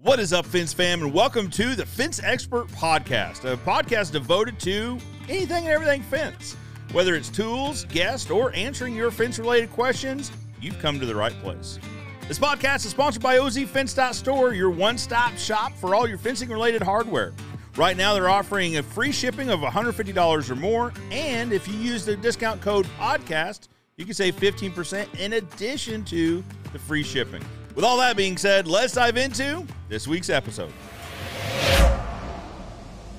What is up, Fence fam, and welcome to the Fence Expert Podcast, a podcast devoted to anything and everything fence. Whether it's tools, guests, or answering your fence related questions, you've come to the right place. This podcast is sponsored by OZFence.store, your one stop shop for all your fencing related hardware. Right now, they're offering a free shipping of $150 or more, and if you use the discount code PODCAST, you can save 15% in addition to the free shipping. With all that being said, let's dive into this week's episode.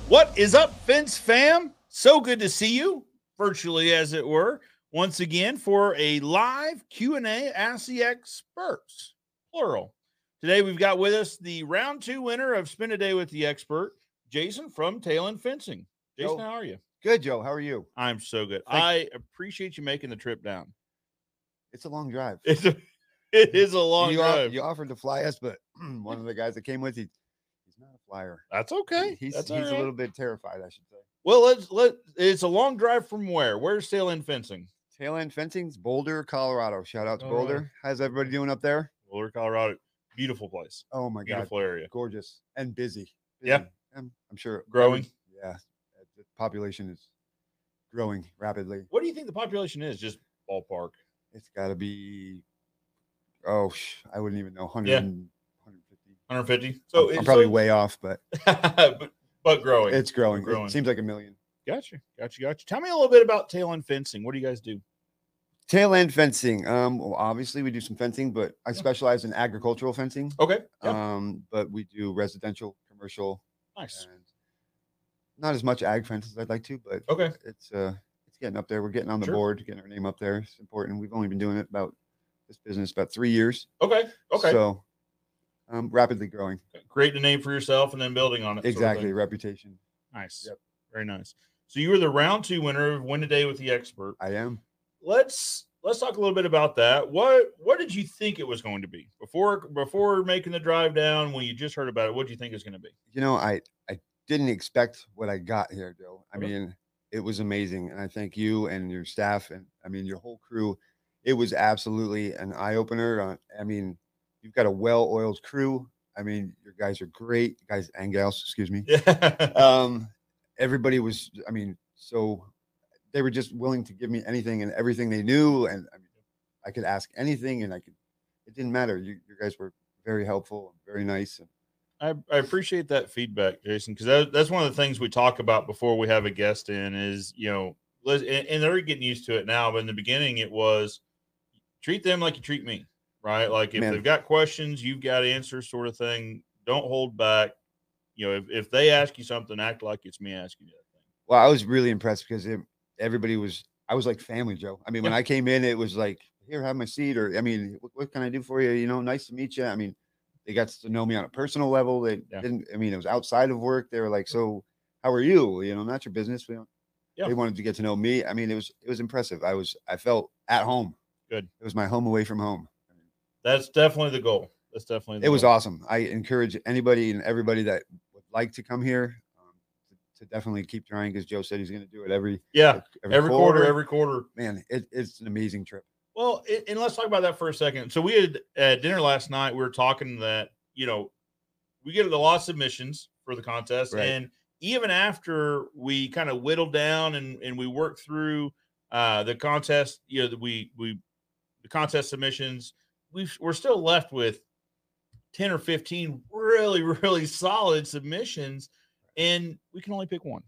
What is up, Fence fam? So good to see you, virtually as it were, once again for a live Q&A Ask the Experts, plural. Today we've got with us the round two winner of Spend a Day with the Expert, Jason from Tail End Fencing. Jason, Yo. how are you? Good, Joe. How are you? I'm so good. Thank- I appreciate you making the trip down. It's a long drive. It's a, it is a And long you, off- drive. you offered to fly us, but one of the guys that came with you, he's not a flyer. That's He- okay. He's, That's he's all a right. little bit terrified, I should say. Well, let's let. It's a long drive from where? Where's tail end fencing? Tail end fencing's Boulder, Colorado. Shout out to All right. Boulder. How's everybody doing up there? Boulder, Colorado. Beautiful place. Oh my God. Beautiful area. Gorgeous and busy. Yeah. Busy. And I'm sure every- Growing. Yeah. uh, The population is growing rapidly. What do you think the population is? Just ballpark. It's got to be, oh, sh- I wouldn't even know, 100, 150. 150. I'm- So I'm, it's probably so- way off, but but, but growing. it's growing. growing. It seems like a million. gotcha. Gotcha. Gotcha. Tell me a little bit about tail end fencing. What do you guys do? Tail end fencing. Um, well, obviously we do some fencing, but I Yeah. specialize in agricultural fencing. Okay. yeah, Um, but we do residential, commercial, nice. and not as much ag fence as I'd like to, but Okay. it's uh, it's getting up there. We're getting on the Sure. board, getting our name up there. It's important. We've only been doing it about this business about three years. Okay. Okay. So, um, rapidly growing. Create a name for yourself and then building on it. sort of thing. Exactly. Reputation. Nice. Yep. Very nice. So you were the round two winner of Win a Day with the Expert. I am. let's let's talk a little bit about that. What what did you think it was going to be before before making the drive down? When you just heard about it, what did you think it was going to be? you know, I I didn't expect what I got here, Joe. I Okay. mean, it was amazing, and I thank you and your staff, and I mean your whole crew. It was absolutely an eye opener. Uh, I mean, you've got a well-oiled crew. I mean, your guys are great, guys and gals. Excuse me. Yeah, Um, everybody was. I mean, so they were just willing to give me anything and everything they knew, and I mean, I could ask anything, and I could. It didn't matter. You, you guys were very helpful, and very nice, and I, I appreciate that feedback, Jason, because that, that's one of the things we talk about before we have a guest in is you know let and, and they're getting used to it now, but in the beginning it was treat them like you treat me, right? Like if Man. they've got questions, you've got answers, sort of thing. Don't hold back. You know, if, if they ask you something, act like it's me asking you that thing. Well, I was really impressed because it, everybody was. I was like family, Joe. I mean, when Yeah. I came in, it was like, "Here, have my seat," or I mean, what, "What can I do for you?" You know, nice to meet you. I mean, they got to know me on a personal level. They Yeah. didn't. I mean, it was outside of work. They were like, "So, how are you?" You know, not your business. We don't. Yeah. They wanted to get to know me. I mean, it was it was impressive. I was I felt at home. Good. It was my home away from home. That's definitely the goal. That's definitely the It was goal. awesome. I encourage anybody and everybody that would like to come here um, to, to definitely keep trying because Joe said he's going to do it every Yeah, every quarter, every quarter. man, it, it's an amazing trip. Well, it, and let's talk about that for a second. So we had at dinner last night. We were talking that you know we get a lot of submissions for the contest, Right. and even after we kind of whittled down and and we worked through uh the contest, you know, that we we the contest submissions, we we're still left with ten or fifteen really really solid submissions, and we can only pick one.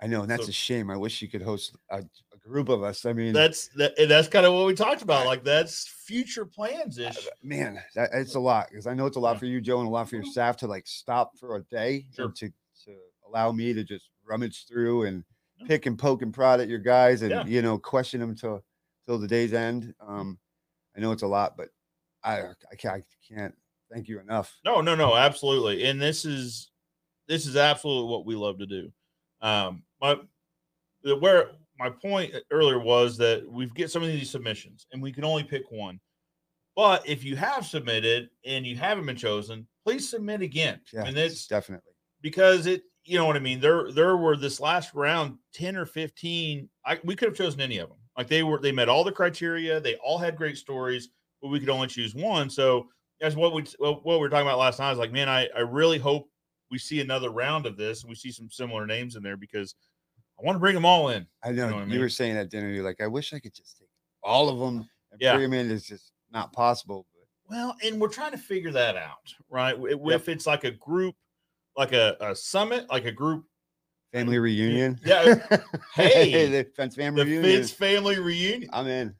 I know, and that's So- a shame. I wish you could host a, a group of us. I mean, that's that, and that's kind of what we talked about like that's future plans ish uh, man, that, it's a lot because I know it's a lot Yeah. Mm-hmm. for you, Joe, and a lot for your staff to like stop for a day Sure. and to to allow me to just rummage through and Yeah. pick and poke and prod at your guys and Yeah. Mm-hmm. you know question them till till the day's end. Um, I know it's a lot, but I I can't, I can't thank you enough. no no no absolutely and this is this is absolutely what we love to do um my the- where my point earlier was that we get some of these submissions and we can only pick one but if you have submitted and you haven't been chosen please submit again Yeah, and it's definitely. because it you know what I mean. There there were this last round ten or fifteen. I we could have chosen any of them. Like they were they met all the criteria. They all had great stories, but we could only choose one. So that's what we what we were talking about last night. I was like, man, I, I really hope we see another round of this and we see some similar names in there because I want to bring them all in. I know, know you, what I were mean? saying at dinner, you're like, I wish I could just take all of them and Yeah. bring them in. It's just not possible. But Well, and we're trying to figure that out, right? W- If it's like a group, like a, a summit, like a group, family reunion. yeah. Hey, the Fence family the reunion. Fitz family reunion. I'm in.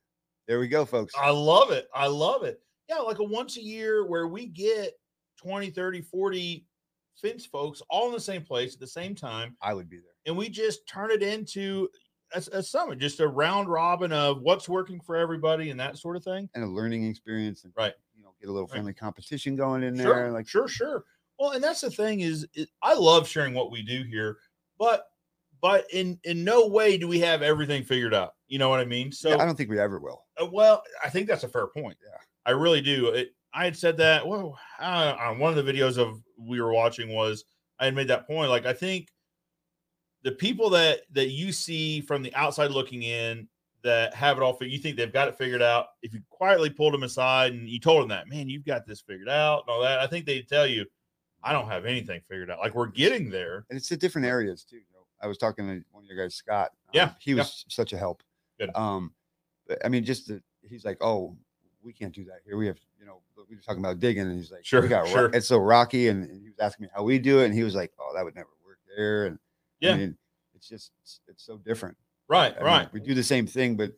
There we go, folks. I love it. I love it. Yeah, like a once a year where we get 20, 30, 40 fence folks all in the same place at the same time. I would be there. and we just turn it into a, a summit, just a round robin of what's working for everybody and that sort of thing. And a learning experience and Right. you know, get a little Right. friendly competition going in there. Sure, Like sure, sure. Well, and that's the thing is, is I love sharing what we do here, but but in in no way do we have everything figured out. You know what I mean? So, yeah, I don't think we ever will. uh, well, I think that's a fair point. Yeah. I really do. It, I had said that. Whoa, uh, on one of the videos of we were watching was I had made that point. Like I think the people that that you see from the outside looking in that have it all figured, you think they've got it figured out. If you quietly pulled them aside and you told them that, man, you've got this figured out and all that, I think they'd tell you, I don't have anything figured out. Like we're getting there. and it's the different areas too. You know, I was talking to one of your guys, Scott. um, Yeah, he yeah. was such a help. Good. Um, but, I mean, just the, he's like, oh, we can't do that here. We have, you know, we were talking about digging, and he's like, Sure, we ro- sure. It's so rocky, and, and he was asking me how we do it, and he was like, oh, that would never work there, and I Yeah. mean, it's just it's, it's so different. Right, I mean, right. we do the same thing, but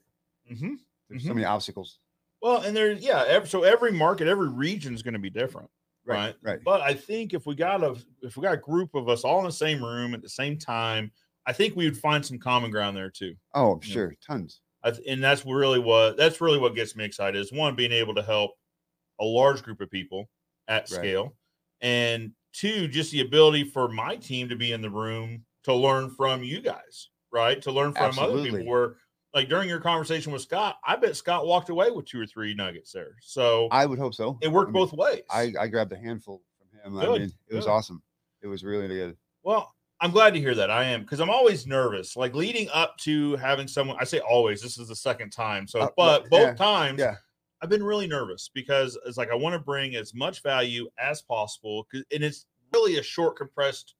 hmm there's Mhm. so many obstacles. Well, and there's yeah. Every, so every market, every region is going to be different. Right. Right. Right. But I think if we got a if we got a group of us all in the same room at the same time, I think we would find some common ground there too. Oh, I'm Yeah. sure. Tons. I th- and that's really what that's really what gets me excited is one being able to help a large group of people at Right. scale, and two just the ability for my team to be in the room to learn from you guys, right? To learn from other Absolutely. people. Where like during your conversation with Scott, I bet Scott walked away with two or three nuggets there. So I would hope so. it I worked mean, both ways. I, I grabbed a handful from him. I Good, mean, it was good. awesome. It was really good. Well, I'm glad to hear that. I am because I'm always nervous. Like leading up to having someone, I say always. This is the second time, so Uh, no, but both yeah, times, yeah. I've been really nervous because it's like I want to bring as much value as possible, 'cause- and it's really a short, compressed,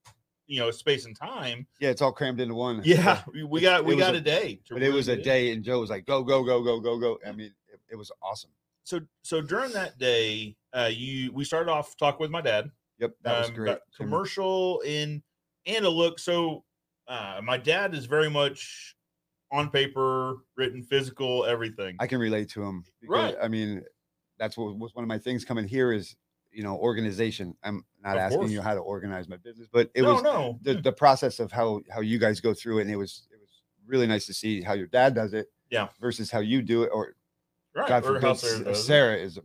you know, space and time. Yeah, it's all crammed into one. Yeah, we- we got we it was got a- a, day, to But it really was a get in. day, and Joe was like, "Go, go, go, go, go, go." I mean, it, it was awesome. So so during that day, uh, you we started off talking with my dad. Yep, that was um, great. got commercial in and a look. So uh, my dad is very much on paper, written, physical, everything. I can relate to him. Right. I mean, that's what was one of my things coming here is you know organization. I'm not Of asking you course. how to organize my business, but it no, was no. the the process of how how you guys go through it, and it was it was really nice to see how your dad does it. Yeah. Versus how you do it, or right. God or forbid, how S- uh, Sarah does it. Sarah is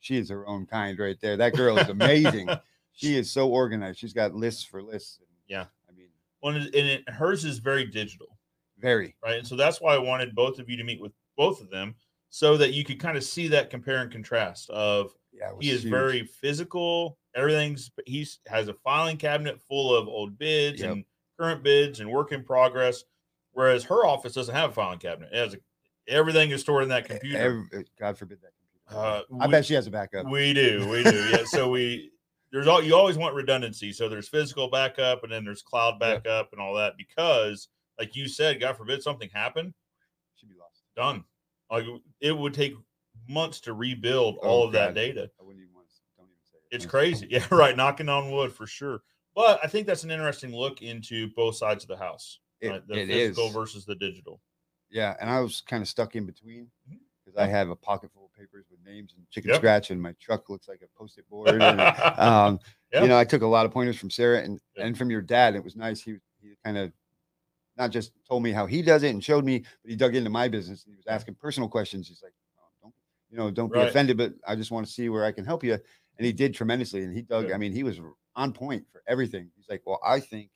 she is her own kind right there. That girl is amazing. she is so organized. She's got lists for lists. and, Yeah. I mean, One is- and it, hers is very digital, very. right? And so that's why I wanted both of you to meet with both of them so that you could kind of see that compare and contrast of Yeah, it was he is huge. very physical. Everything's he's has a filing cabinet full of old bids Yep. and current bids and work in progress. Whereas her office doesn't have a filing cabinet. It has a, everything is stored in that E- computer. ev- God forbid that computer. Uh, I we- bet she has a backup. we do, we do. Yeah. So we there's all you always want redundancy. So there's physical backup and then there's cloud Yeah. backup and all that because, like you said, God forbid something happened, She'd be lost. done. Like it would take months to rebuild all Oh, of God. that data. I wouldn't even want to. Don't even say it. It's crazy. Honestly. Yeah, right. Knocking on wood for sure. But I think that's an interesting look into both sides of the house. It, right? The it is. physical versus the digital. Yeah, and I was kind of stuck in between Mhm. because I have a pocket full of papers with names and chicken Yep. scratch, and my truck looks like a post-it board. and, um, Yeah. You know, I took a lot of pointers from Sarah and Yeah. and from your dad. It was nice. He he kind of not just told me how he does it and showed me, but he dug into my business and he was asking personal questions. He's like, oh, don't you know, don't be Right. offended, but I just want to see where I can help you. And he did tremendously. And he dug. Yeah. I mean, he was on point for everything. He's like, well, I think,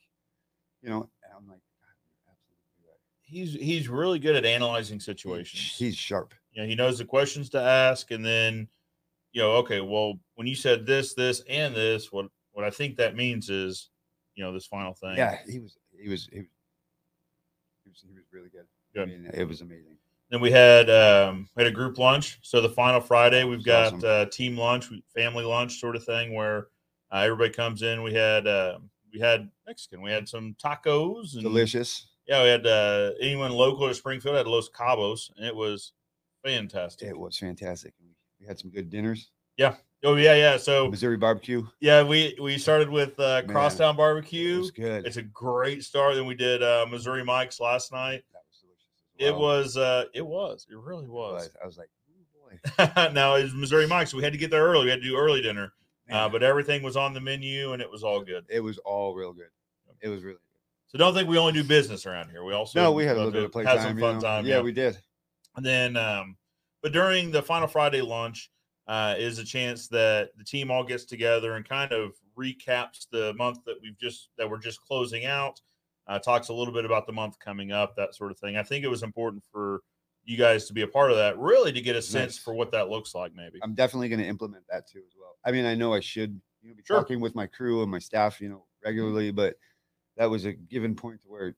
you know, and I'm like, "God, you're absolutely right." He's he's really good at analyzing He- situations. He's sharp. you know he knows the questions to ask and then you know okay well when you said this this and this what what i think that means is you know this final thing Yeah, he was. He was. He was. He was, he was really good. I Good. mean, it was amazing. Then we had um, we had a group lunch. So the final Friday, we've That's got uh, team lunch, we- family lunch, sort of thing, where uh, everybody comes in. We had uh, we had Mexican. We had some tacos. And, Delicious. Yeah, we had uh, anyone local to Springfield had Los Cabos, and it was fantastic. It was fantastic. We had some good dinners. oh yeah, yeah. So Missouri barbecue. yeah, we we started with uh, Man, Crosstown It Barbecue. was good. It's a great start. Then we did uh, Missouri Mike's last night. That was delicious as It well. was, uh, it was, it really It was. I was like, "Ooh, boy. now it's Missouri Mike's. So we had to get there early. We had to do early dinner, uh, Man, but everything was on the menu and it was all good. it was all real good. It was really good. So don't think we only do business around here. We also No, we had a love to little bit of playtime. have some you fun know? time. Yeah, we did. And then, um, but during the final Friday lunch uh, is a chance that the team all gets together and kind of recaps the month that we've just that we're just closing out. Uh, talks a little bit about the month coming up, that sort of thing. I think it was important for you guys to be a part of that, really, to get a sense Nice. for what that looks like. Maybe I'm definitely going to implement that too as well. I mean, I know I should you know, be Sure. talking with my crew and my staff, you know, regularly, but that was a given point to where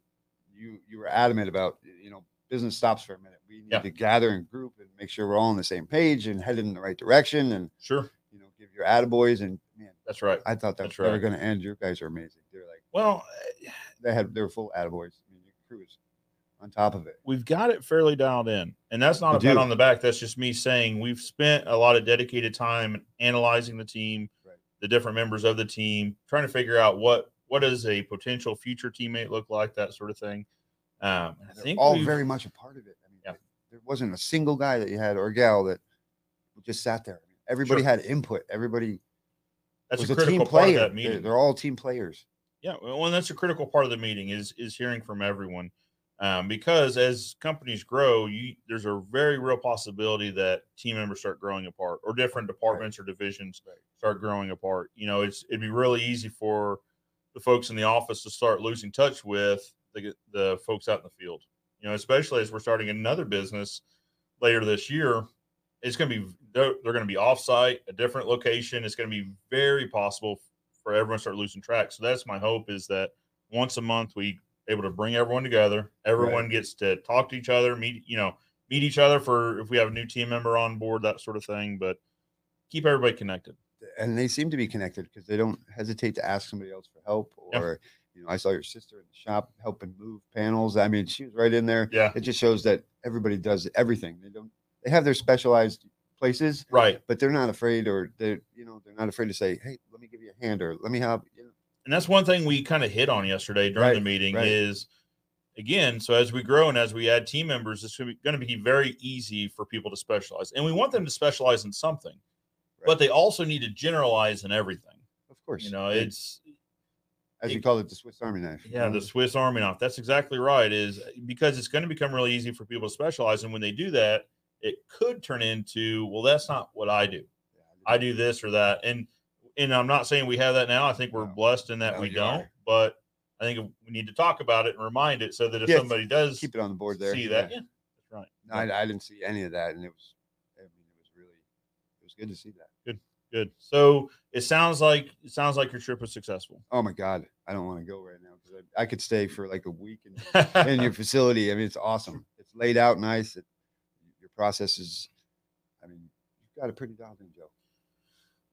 you you were adamant about you know business stops for a minute. We need Yeah. to gather and group and make sure we're all on the same page and headed in the right direction and sure, you know give your attaboys and man, that's right. I thought that That's was never right. going to end. Your guys are amazing. They're like Well, they had they were full attaboys. I mean, your crew is on top of it. we've got it fairly dialed in. And that's not We a pat do. on the back. That's just me saying we've spent a lot of dedicated time analyzing the team, Right. the different members of the team, trying to figure out what what does a potential future teammate look like, that sort of thing. Um, I They're think all we've- very much a part of it. I mean, Yeah. th- there wasn't a single guy that you had or gal that just sat there. Everybody Sure. had input. Everybody that's was a a, critical team part of player. that They're- They're, meeting. all team players. Yeah, well, and that's a critical part of the meeting is is hearing from everyone, um, because as companies grow, you there's a very real possibility that team members start growing apart, or different departments or divisions Right. start growing apart. You know, it's it'd be really easy for the folks in the office to start losing touch with the the folks out in the field. You know, especially as we're starting another business later this year, it's going to be they're, they're going to be offsite, a different location. It's going to be very possible for everyone to start losing track. So that's my hope is that once a month we able to bring everyone together. Everyone gets to talk to each other, meet you know, meet each other for if we have a new team member on board, that sort of thing. But keep everybody connected. And they seem to be connected because they don't hesitate to ask somebody else for help. Yeah. Or, you know, I saw your sister in the shop helping move panels. I mean, she was right in there. Yeah. It just shows that everybody does everything. They don't they have their specialized places, Right. but they're not afraid or they're you know, they're not afraid to say, Hey, let me give you a hand or let me help. You know, and that's one thing we kind of hit on yesterday during the Right, meeting right. is again so as we grow and as we add team members it's going to be very easy for people to specialize and we want them to specialize in something but Right. they also need to generalize in everything of course. you know They- it's as you It- call it, the Swiss Army knife. yeah the swiss army knife that's exactly right is because it's going to become really easy for people to specialize and when they do that it could turn into well that's not what i do I do this or that. And and I'm not saying we have that now. I think we're No. blessed in that No, we you don't, are. but I think we need to talk about it and remind it so that if Yes, somebody does keep it on the board there. see yeah. that, yeah. that's right. No, I, I didn't see any of that, and it was, I mean, it was really, it was good to see that. Good. So it sounds like it sounds like your trip was successful. Oh my God, I don't want to go right now because I, I could stay for like a week in, in your facility. I mean, it's awesome. It's laid out nice. It, your process is, I mean, you've got a pretty dialed in, Joe.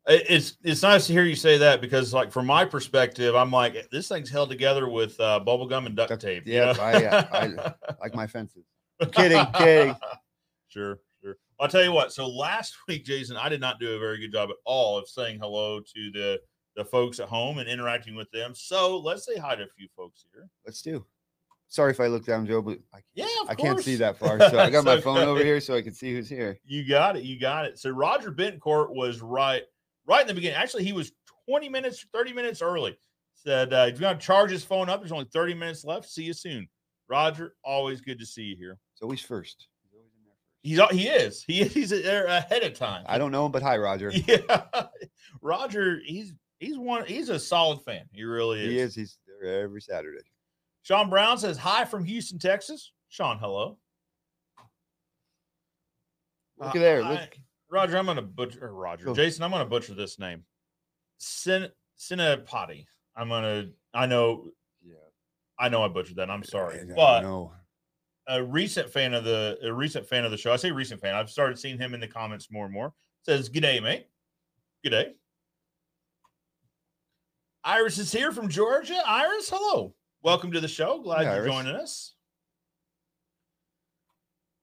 It- it's it's nice to hear you say that because like from my perspective, I'm like this thing's held together with uh, bubble gum and duct Duct- tape. you yeah, know? I, uh, I- Like my fences. I'm kidding, kidding. Sure, sure. I'll tell you what. So last week, Jason, I did not do a very good job at all of saying hello to the the folks at home and interacting with them. So let's say hi to a few folks here. Let's do. Sorry if I look down, Joe, but I, Yeah, of I can't see course. that far. So I got It's my phone over okay. here so I can see who's here. You got it. You got it. So Roger Bentcourt was right, right in the beginning. Actually, he was 20 minutes, 30 minutes early. Said uh, he's going to charge his phone up. There's only 30 minutes left. See you soon, Roger. Always good to see you here. It's always first. He's always in there first. He's he is he is he's there ahead of time. I don't know him, but hi, Roger. Yeah, Roger, he's he's one. He's a solid fan. He really is. He is. He's there every Saturday. Sean Brown says hi from Houston, Texas. Sean, hello. Look at there, look. Uh, I- Roger. I'm gonna butcher or Roger. Go. Jason, I'm gonna butcher this name. Sin Sinapati. I'm gonna. I know. Yeah. I know I butchered that. I'm I sorry, don't but know. a recent fan of the a recent fan of the show. I say recent fan. I've started seeing him in the comments more and more. Says, "G'day, mate. G'day." Iris is here from Georgia. Iris, hello. Welcome to the show. Glad Hey, you're Iris. joining us.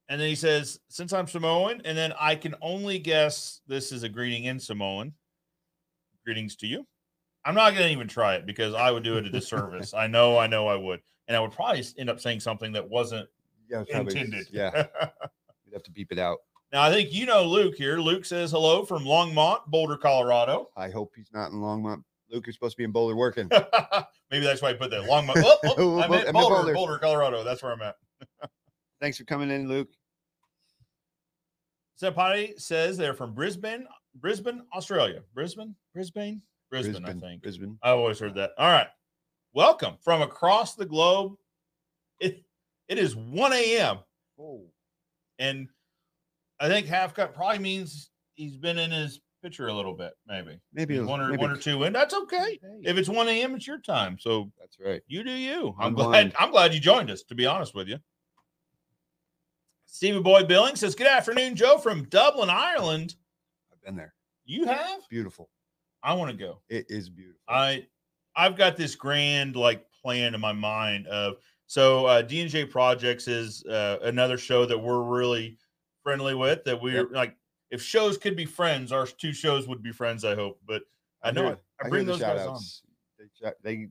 And then he says, "Since I'm Samoan, and then I can only guess this is a greeting in Samoan. Greetings to you." I'm not going to even try it because I would do it a disservice. I know, I know, I would, and I would probably end up saying something that wasn't Yeah, it's probably- intended. Yeah, you'd have to beep it out. now I think you know Luke here. Luke says hello from Longmont, Boulder, Colorado. I hope he's not in Longmont. Luke, you're supposed to be in Boulder working. Maybe that's why I put that Longmont. Oh, oh, I'm Bo- at I'm at Boulder, Boulder, Boulder. Colorado. That's where I'm at. Thanks for coming in, Luke. Sepati says they're from Brisbane, Brisbane, Australia. Brisbane, Brisbane, Brisbane. I think Brisbane. I always heard that. All right, welcome from across the globe. It it is 1 a.m. Oh, and I think half cut probably means he's been in his picture a little bit, maybe maybe He's it'll- one or maybe- one or two, and that's okay. Hey, If it's 1 a.m., it's your time. So that's right. you do you. I'm I'm glad blind. I'm glad you joined us, to be honest with you. Stevie Boy Billing says, Good afternoon, Joe from Dublin, Ireland. I've been there. You have? Beautiful. I want to go. It is beautiful. I I've got this grand like plan in my mind of so uh D&J Projects is uh, another show that we're really friendly with that we're Yep. like if shows could be friends, our two shows would be friends, I hope. But I know hear- I, I hear bring the those guys on. shout-outs. They, shout- they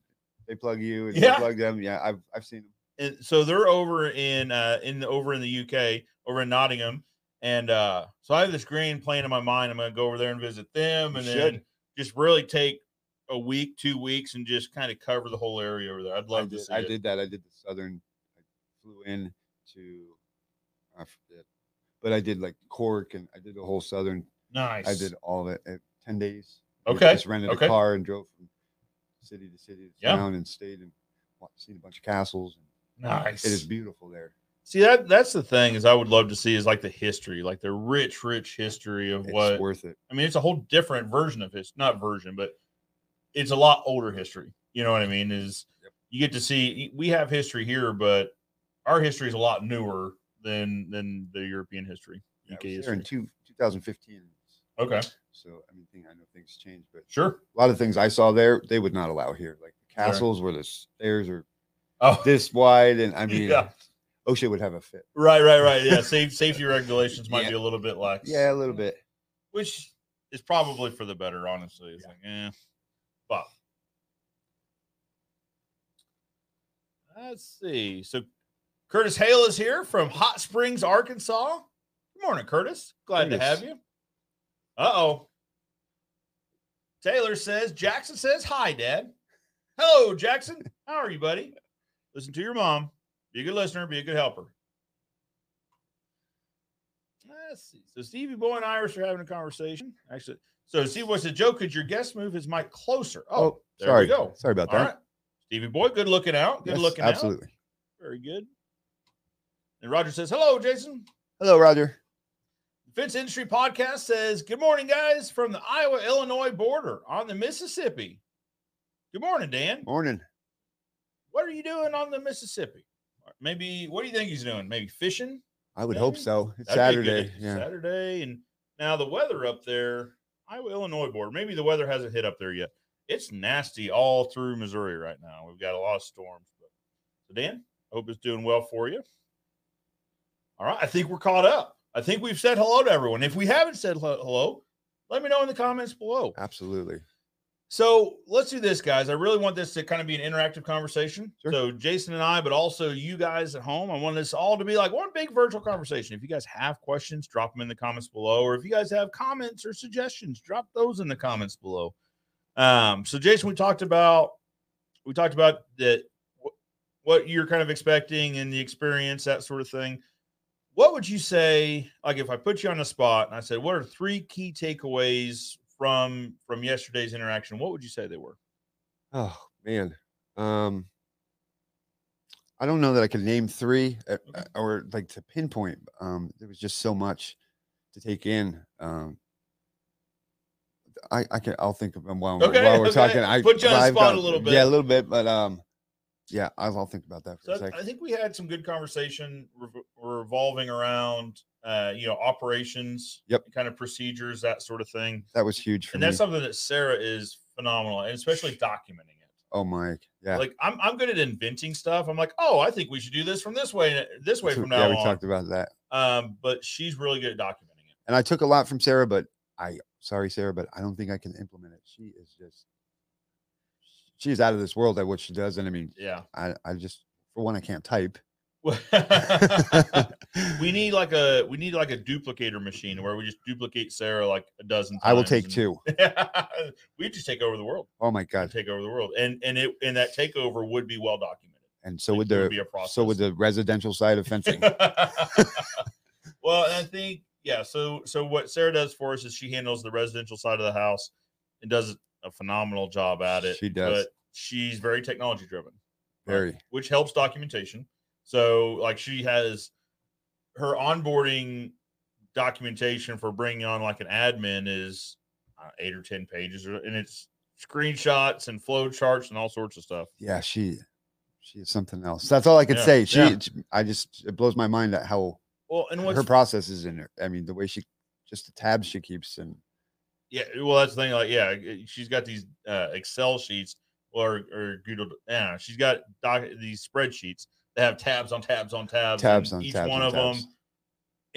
they plug you and Yeah. you plug them. Yeah, I've I've seen them. and so they're over in uh in the over in the UK over in Nottingham and uh so I have this grand plan in my mind I'm going to go over there and visit them You and should. then just really take a week, 2 weeks and just kind of cover the whole area over there. I'd love I to did, see I it. did that. I did the southern. I flew in to I forget, but I did like Cork and I did the whole southern. Nice. I did all of it at ten days. We Okay. just rented okay. a car and drove from city to city to Yeah. town and stayed and wa- seen a bunch of castles. Nice. It is beautiful there. See that that's the thing is I would love to see is like the history, like the rich rich history of It's what worth it. I mean, it's a whole different version of his, not version, but it's a lot older history. You know what I mean? Is you get to see we have history here, but our history is a lot newer than than the European history. Yeah, UK I was there history. in two, 2015. Okay, So I mean, thing I know things change, but sure. a lot of things I saw there they would not allow here. Like the Sure. castles where the stairs are Oh, this wide, and I mean, Yeah. OSHA would have a fit. right, right, right. Yeah, safe, safety regulations might be a little bit lax. Yeah, a little bit. which is probably for the better, honestly. It's like, eh, but let's see. So Curtis Hale is here from Hot Springs, Arkansas. Good morning, Curtis. Glad to have Curtis. you. Uh oh. Taylor says, Jackson says, hi, Dad. Hello, Jackson. How are you, buddy? Listen to your mom. Be a good listener. Be a good helper. Let's see. So Stevie Boy and Iris are having a conversation. Actually, so Stevie Boy said, Joe, could your guest move his mic closer? Oh, there sorry. we go. Sorry about All that. right. Stevie Boy, good looking out. Good Yes, looking Absolutely. out. Very good. And Roger says, Hello, Jason. Hello, Roger. Defense Industry Podcast says, Good morning, guys, from the Iowa Illinois border on the Mississippi. Good morning, Dan. Morning. What are you doing on the Mississippi? Maybe, what do you think he's doing? Maybe fishing? I would hope Morning. so. It's That'd be Saturday. good. Yeah. Saturday. And now the weather up there, Iowa, Illinois border. Maybe the weather hasn't hit up there yet. It's nasty all through Missouri right now. We've got a lot of storms. But so Dan, I hope it's doing well for you. All right. I think we're caught up. I think we've said hello to everyone. If we haven't said hello- hello, let me know in the comments below. Absolutely. So let's do this, guys. I really want this to kind of be an interactive conversation. Sure. So Jason and I, but also you guys at home, I want this all to be like one big virtual conversation. If you guys have questions, drop them in the comments below, or if you guys have comments or suggestions, drop those in the comments below. Um, so Jason, we talked about we talked about that wh- what you're kind of expecting and the experience, that sort of thing. What would you say, like if I put you on the spot and I said, what are three key takeaways from from yesterday's interaction? What would you say they were? Oh man. Um I don't know that I could name three uh, Okay. uh, or like to pinpoint. Um there was just so much to take in. Um I I can I'll think of them while, Okay, while we're okay. talking. I Put you on the I've spot a little Yeah, bit. a little bit, but um Yeah, I'll, I'll think about that for So a I- second. I think we had some good conversation rev- revolving around, uh, you know, operations, Yep. kind of procedures, that sort of thing. that was huge for and me. that's something that Sarah is phenomenal, at, and especially documenting it. oh, Mike. Yeah. Like I'm, I'm good at inventing stuff. I'm like, oh, I think we should do this from this way, and this way from yeah, now we on. talked about that. Um, but she's really good at documenting it. And I took a lot from Sarah, but I sorry, Sarah, but I don't think I can implement it. She is just she's out of this world at what she does. And I mean, Yeah. I, I just for one, I can't type. we need like a we need like a duplicator machine where we just duplicate Sarah like a dozen. Times I will take and- two. we just take over the world. Oh my God. Take over the world, and and it and that takeover would be well documented. And so Like, would there would the be a so would the residential side of fencing. well, and I think yeah. So so what Sarah does for us is she handles the residential side of the house and does a phenomenal job at it. She does. But she's very technology driven, Very. which helps documentation. So like she has her onboarding documentation for bringing on like an admin is uh, eight or ten pages, or- and it's screenshots and flow charts and all sorts of stuff. Yeah, she she is something else. That's all I could Yeah, say. She yeah. I just it blows my mind at how Well, and what's her process is in her. I mean, the way she just the tabs she keeps and Yeah, well, that's the thing. Like, yeah, uh, she's got these uh, Excel sheets or or Google. Yeah, she's got doc, these spreadsheets that have tabs on tabs on tabs. tabs and on each tabs one on of tabs. them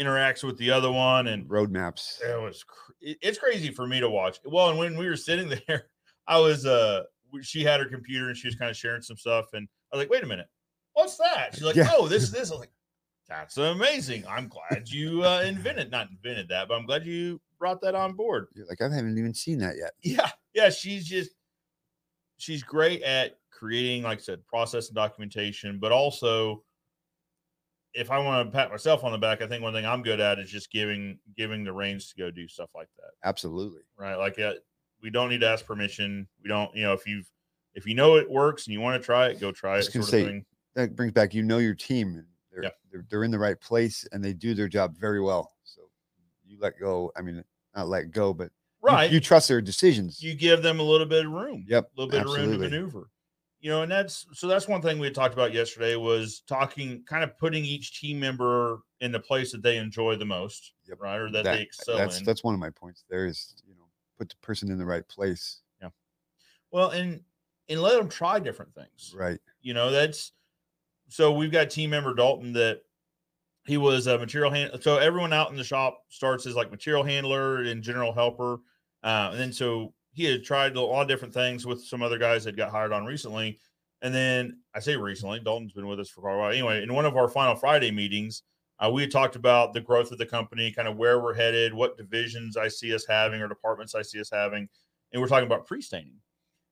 interacts with the other one, and roadmaps. it was cr- it- it's crazy for me to watch. Well, and when we were sitting there, I was uh, w- she had her computer and she was kind of sharing some stuff, and I was like, wait a minute, what's that? She's like, Yeah. oh, this is this. I was like, that's amazing. I'm glad you uh, invented not invented that, but I'm glad you brought that on board You're like, I haven't even seen that yet. yeah yeah she's just she's great at creating like i said process and documentation but also if i want to pat myself on the back i think one thing i'm good at is just giving giving the reins to go do stuff like that Absolutely. right like uh, we don't need to ask permission we don't you know if you've if you know it works and you want to try it go try it Just sort gonna of say, thing That brings back, you know, your team. And they're, Yeah. they're they're in the right place and they do their job very well. So you let go. I mean, not let go, but you- right you, trust their decisions. you give them a little bit of room. Yep, A little bit of room absolutely. to maneuver. You know, and that's so that's one thing we had talked about yesterday was talking, kind of putting each team member in the place that they enjoy the most, Yep, right? Or that, they excel that's in. that's one of my points. There is, you know, put the person in the right place. well, and and let them try different things. Right. You know, that's so we've got team member Dalton that he was a material hand. So everyone out in the shop starts as like material handler and general helper. Uh, and then so he had tried a lot of different things with some other guys that got hired on recently. And then I say recently, Dalton's been with us for quite a while. Anyway, in one of our final Friday meetings, uh, we had talked about the growth of the company, kind of where we're headed, what divisions I see us having or departments I see us having. And we're talking about pre staining.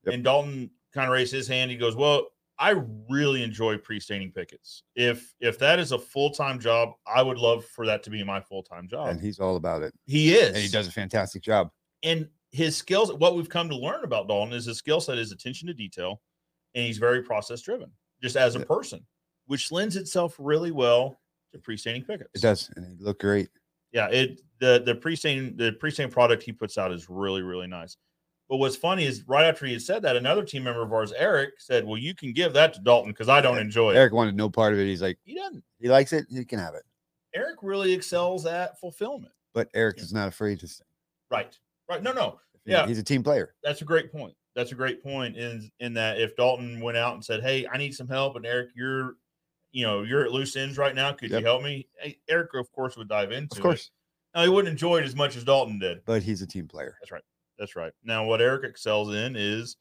Yep. And Dalton kind of raised his hand. He goes, Well, I really enjoy pre-staining pickets. If if that is a full-time job, I would love for that to be my full-time job. And he's all about it. he is. And he does a fantastic job. And his skills, what we've come to learn about Dalton is his skill set is attention to detail and he's very process driven, just as a Yeah. person, which lends itself really well to pre-staining pickets. It does. And he looked great. Yeah, it the the pre-stain the pre-stain product he puts out is really really nice. But what's funny is right after he had said that, another team member of ours, Eric, said, "Well, you can give that to Dalton because I don't enjoy it." Eric wanted no part of it. He's like, he doesn't. he likes it, he can have it. Eric really excels at fulfillment. But Eric Yeah. is not afraid to say Right. Right. No, no. he- Yeah. he's a team player. That's a great point. That's a great point in in that if Dalton went out and said, Hey, I need some help, and Eric, you're you know, you're at loose ends right now. Could Yep. you help me? Hey, Eric, of course, would dive into Of it. course. Now he wouldn't enjoy it as much as Dalton did. But he's a team player. That's right. Now, what Eric excels in is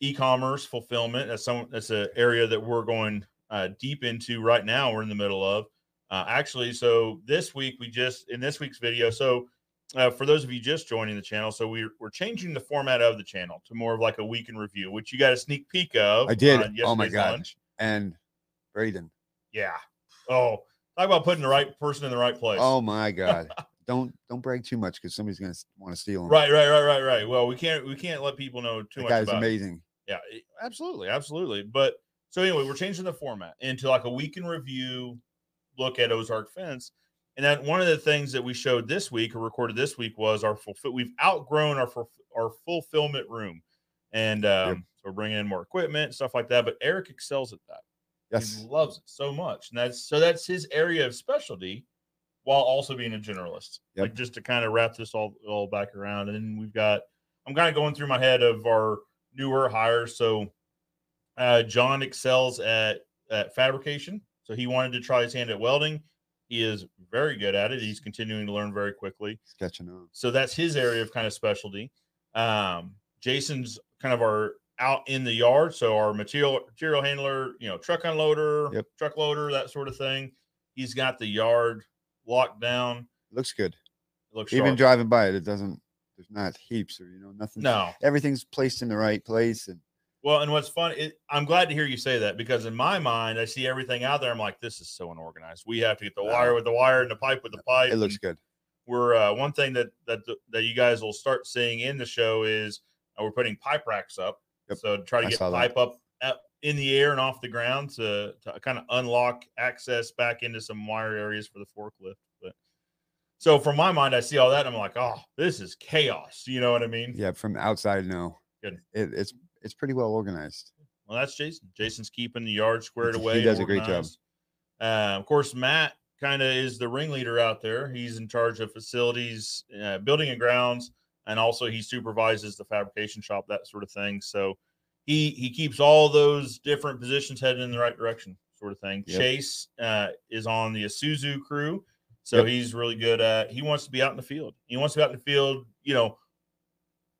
e-commerce fulfillment. That's some. That's an area that we're going uh, deep into right now. We're in the middle of uh, actually. So this week we just in this week's video. So uh, for those of you just joining the channel, so we're we're changing the format of the channel to more of like a week in review, which you got a sneak peek of. I did. on oh my yesterday's god. lunch. And Braden. Yeah. Oh, talk about putting the right person in the right place. Oh my god. don't don't brag too much because somebody's gonna want to steal him. Right, right, right, right, right. Well, we can't we can't let people know too That much guy's about it. amazing. Yeah, it- absolutely, absolutely. But so anyway, we're changing the format into like a week in review look at Ozark Fence. And then one of the things that we showed this week or recorded this week was our fulfill. We've outgrown our fulf- our fulfillment room, And um, so we're bringing in more equipment, stuff like that. But Eric excels at that. Yes. He loves it so much. And that's so that's his area of specialty while also being a generalist. Yep. Like just to kind of wrap this all, all back around. And then we've got I'm kind of going through my head of our newer hires. So uh, John excels at, at fabrication. So he wanted to try his hand at welding. He is very good at it. He's continuing to learn very quickly. He's catching on. So that's his area of kind of specialty. Um, Jason's kind of our out in the yard, so our material material handler, you know, truck unloader, Yep. truck loader, that sort of thing. He's got the yard locked down. Looks good. It looks Even sharp. driving by it, it doesn't. There's not heaps or you know nothing. no. Everything's placed in the right place, and Well, and what's fun, it, I'm glad to hear you say that because in my mind, I see everything out there. I'm like, this is so unorganized. We have to get the No. wire with the wire and the pipe with the pipe. it looks and- good. we're uh, one thing that that that you guys will start seeing in the show is uh, we're putting pipe racks up. Yep, So to try to I get saw that. pipe up, up in the air and off the ground to, to kind of unlock access back into some wire areas for the forklift. But so from my mind, I see all that and I'm like, oh, this is chaos. You know what I mean? Yeah, from outside, no. Good. It, it's it's pretty well organized. Well, that's Jason. Jason's keeping the yard squared He away. does a great job. organized. Uh, of course, Matt kind of is the ringleader out there. He's in charge of facilities, uh, building and grounds, and also he supervises the fabrication shop, that sort of thing. So he he keeps all those different positions headed in the right direction, sort of thing. Yep. Chase uh, is on the Isuzu crew, so Yep. he's really good at. He wants to be out in the field. He wants to be out in the field. You know,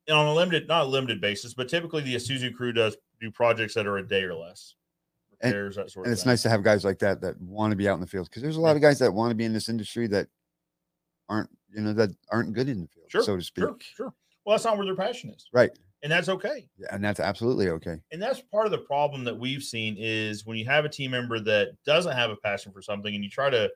on a limited, not a limited basis, but typically the Isuzu crew does do projects that are a day or less. And- Repairs, that sort of And it's thing. nice to have guys like that that want to be out in the field because there's a lot of guys that want to be in this industry that aren't you know that aren't good in the field, Sure, so to speak. Sure, sure. Well, that's not where their passion is, Right. and that's okay. Yeah, and that's absolutely okay. And that's part of the problem that we've seen is when you have a team member that doesn't have a passion for something, and you try to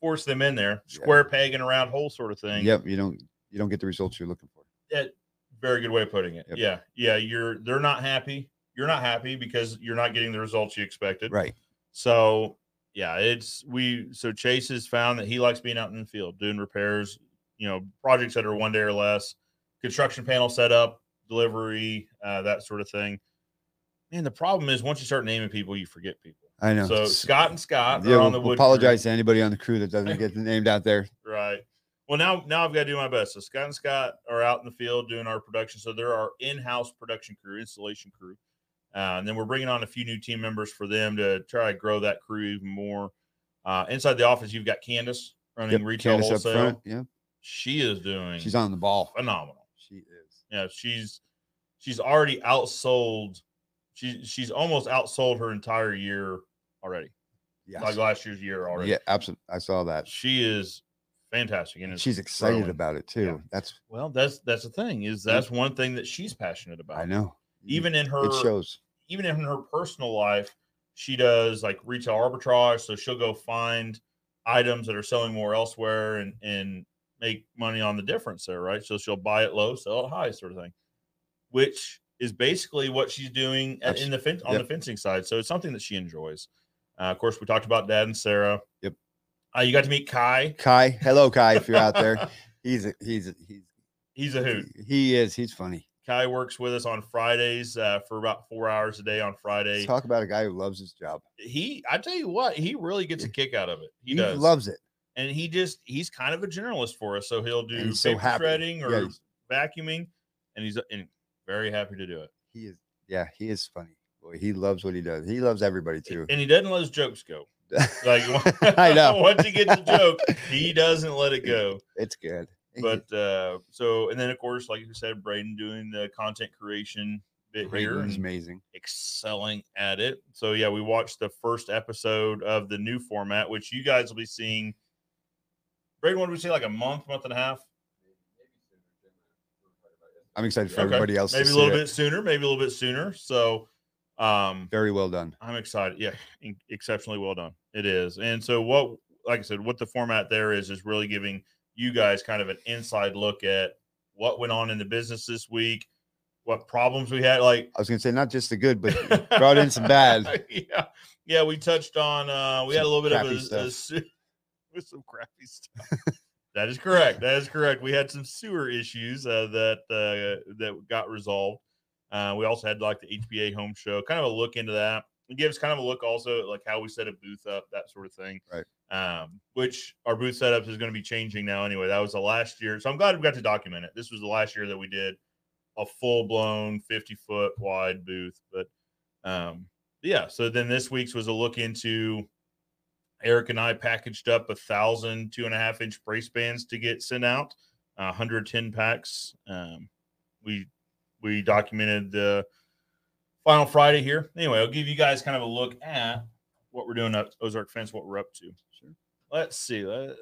force them in there, Yeah. square peg and a round hole sort of thing. Yep, you don't you don't get the results you're looking for. that very good way of putting it. Yep. Yeah. Yeah. You're they're not happy. You're not happy because you're not getting the results you expected. Right. So yeah, it's we so Chase has found that he likes being out in the field doing repairs, you know, projects that are one day or less, construction panel setup, delivery, uh, that sort of thing. And the problem is once you start naming people, you forget people. I know. So it's- Scott and Scott yeah, are on we- the we wood. crew. apologize to anybody on the crew that doesn't get named out there. Right. Well, now now I've got to do my best. So Scott and Scott are out in the field doing our production. So they're our in-house production crew, installation crew, uh, and then we're bringing on a few new team members for them to try to grow that crew even more. Uh, inside the office, you've got Candace running Yep, retail Candace wholesale. Yeah, She is doing she's on the ball. phenomenal. She is. Yeah, she's she's already outsold. She she's almost outsold her entire year already. Like Yes. last year's year already. Yeah, absolutely. I saw that. She is fantastic and And it's She's excited growing. about it too. That's Well, that's that's the thing is Yeah. that's one thing that she's passionate about. I know. You- Even in her it shows. even in her personal life, she does like retail arbitrage. So she'll go find items that are selling more elsewhere and and make money on the difference there, right? So she'll buy it low, sell it high, sort of thing, which is basically what she's doing at, in the fin- on Yep. the fencing side. So it's something that she enjoys. Uh, of course, we talked about Dad and Sarah. Yep. Uh, you got to meet Kai. Kai, hello Kai, if you're out there, he's a, he's a, he's He's a hoot. he- he is he's funny. Kai works with us on Fridays uh, for about four hours a day on Friday. Talk about a guy who loves his job. He, I tell you what, he really gets a kick out of it. He, He, does, loves it. and he just he's kind of a generalist for us. So he'll do he's so paper happy. shredding Yeah, or he's- vacuuming, and he's and very happy to do it. He is yeah, he is funny. Boy, he loves what he does. He loves everybody too. And he doesn't let his jokes go. Like I know. once he gets a joke, he doesn't let it go. It's good. He- But uh, so and then of course, like you said, Braden doing the content creation bit here. Brayden is and- amazing. excelling at it. So yeah, we watched the first episode of the new format, which you guys will be seeing. Braden, what did we say? Like a month, month and a half. I'm excited for Okay. everybody else. Maybe to a see little it. bit sooner. Maybe a little bit sooner. So, um, Very well done. I'm excited. Yeah, in- exceptionally well done. It is. And so what, like I said, what the format there is is really giving you guys kind of an inside look at what went on in the business this week, what problems we had. Like I was gonna say not just the good, but brought in some bad. yeah, yeah. We touched on. uh We had a little bit of crappy a, a su- with some crappy stuff. that is correct. That is correct. We had some sewer issues uh, that uh, that got resolved. Uh, we also had like the HBA home show, kind of a look into that. It gives kind of a look also at like how we set a booth up, that sort of thing. Right. Um, which our booth setups is going to be changing now anyway. That was the last year. So I'm glad we got to document it. This was the last year that we did a full blown 50 foot wide booth. But um, yeah, so then this week's was a look into Eric and I packaged up a thousand two and a half inch brace bands to get sent out, uh, 110 packs. Um, we we documented the final Friday here. Anyway, I'll give you guys kind of a look at what we're doing at Ozark Fence, what we're up to. Sure. Let's see. Let's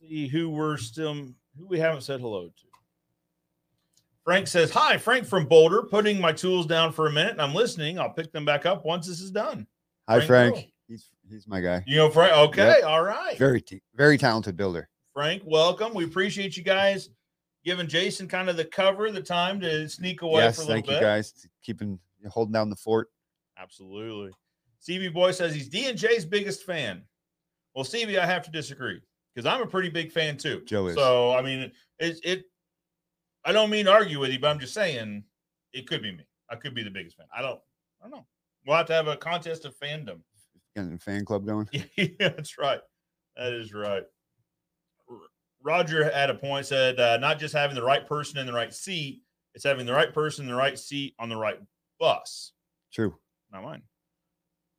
see who we're still who we haven't said hello to. Frank says, Hi, Frank from Boulder, putting my tools down for a minute and I'm listening. I'll pick them back up once this is done. Hi, Frank Frank. Hill. He's he's my guy. You know, Frank. Okay, all right. Very t- very talented builder. Frank, welcome. We appreciate you guys giving Jason kind of the cover, the time to sneak away for Yes, a little thank bit. you guys. t- Keeping holding down the fort. Absolutely. CB Boy says he's D and J's biggest fan. Well, CB, I have to disagree because I'm a pretty big fan too. Joe is. So I mean, it, it. I don't mean to argue with you, but I'm just saying it could be me. I could be the biggest fan. I don't. I don't know. We'll have to have a contest of fandom. Getting a fan club going. Yeah, that's right. That is right. R- Roger at a point said, uh, not just having the right person in the right seat, it's having the right person in the right seat on the right bus. True. Not mine.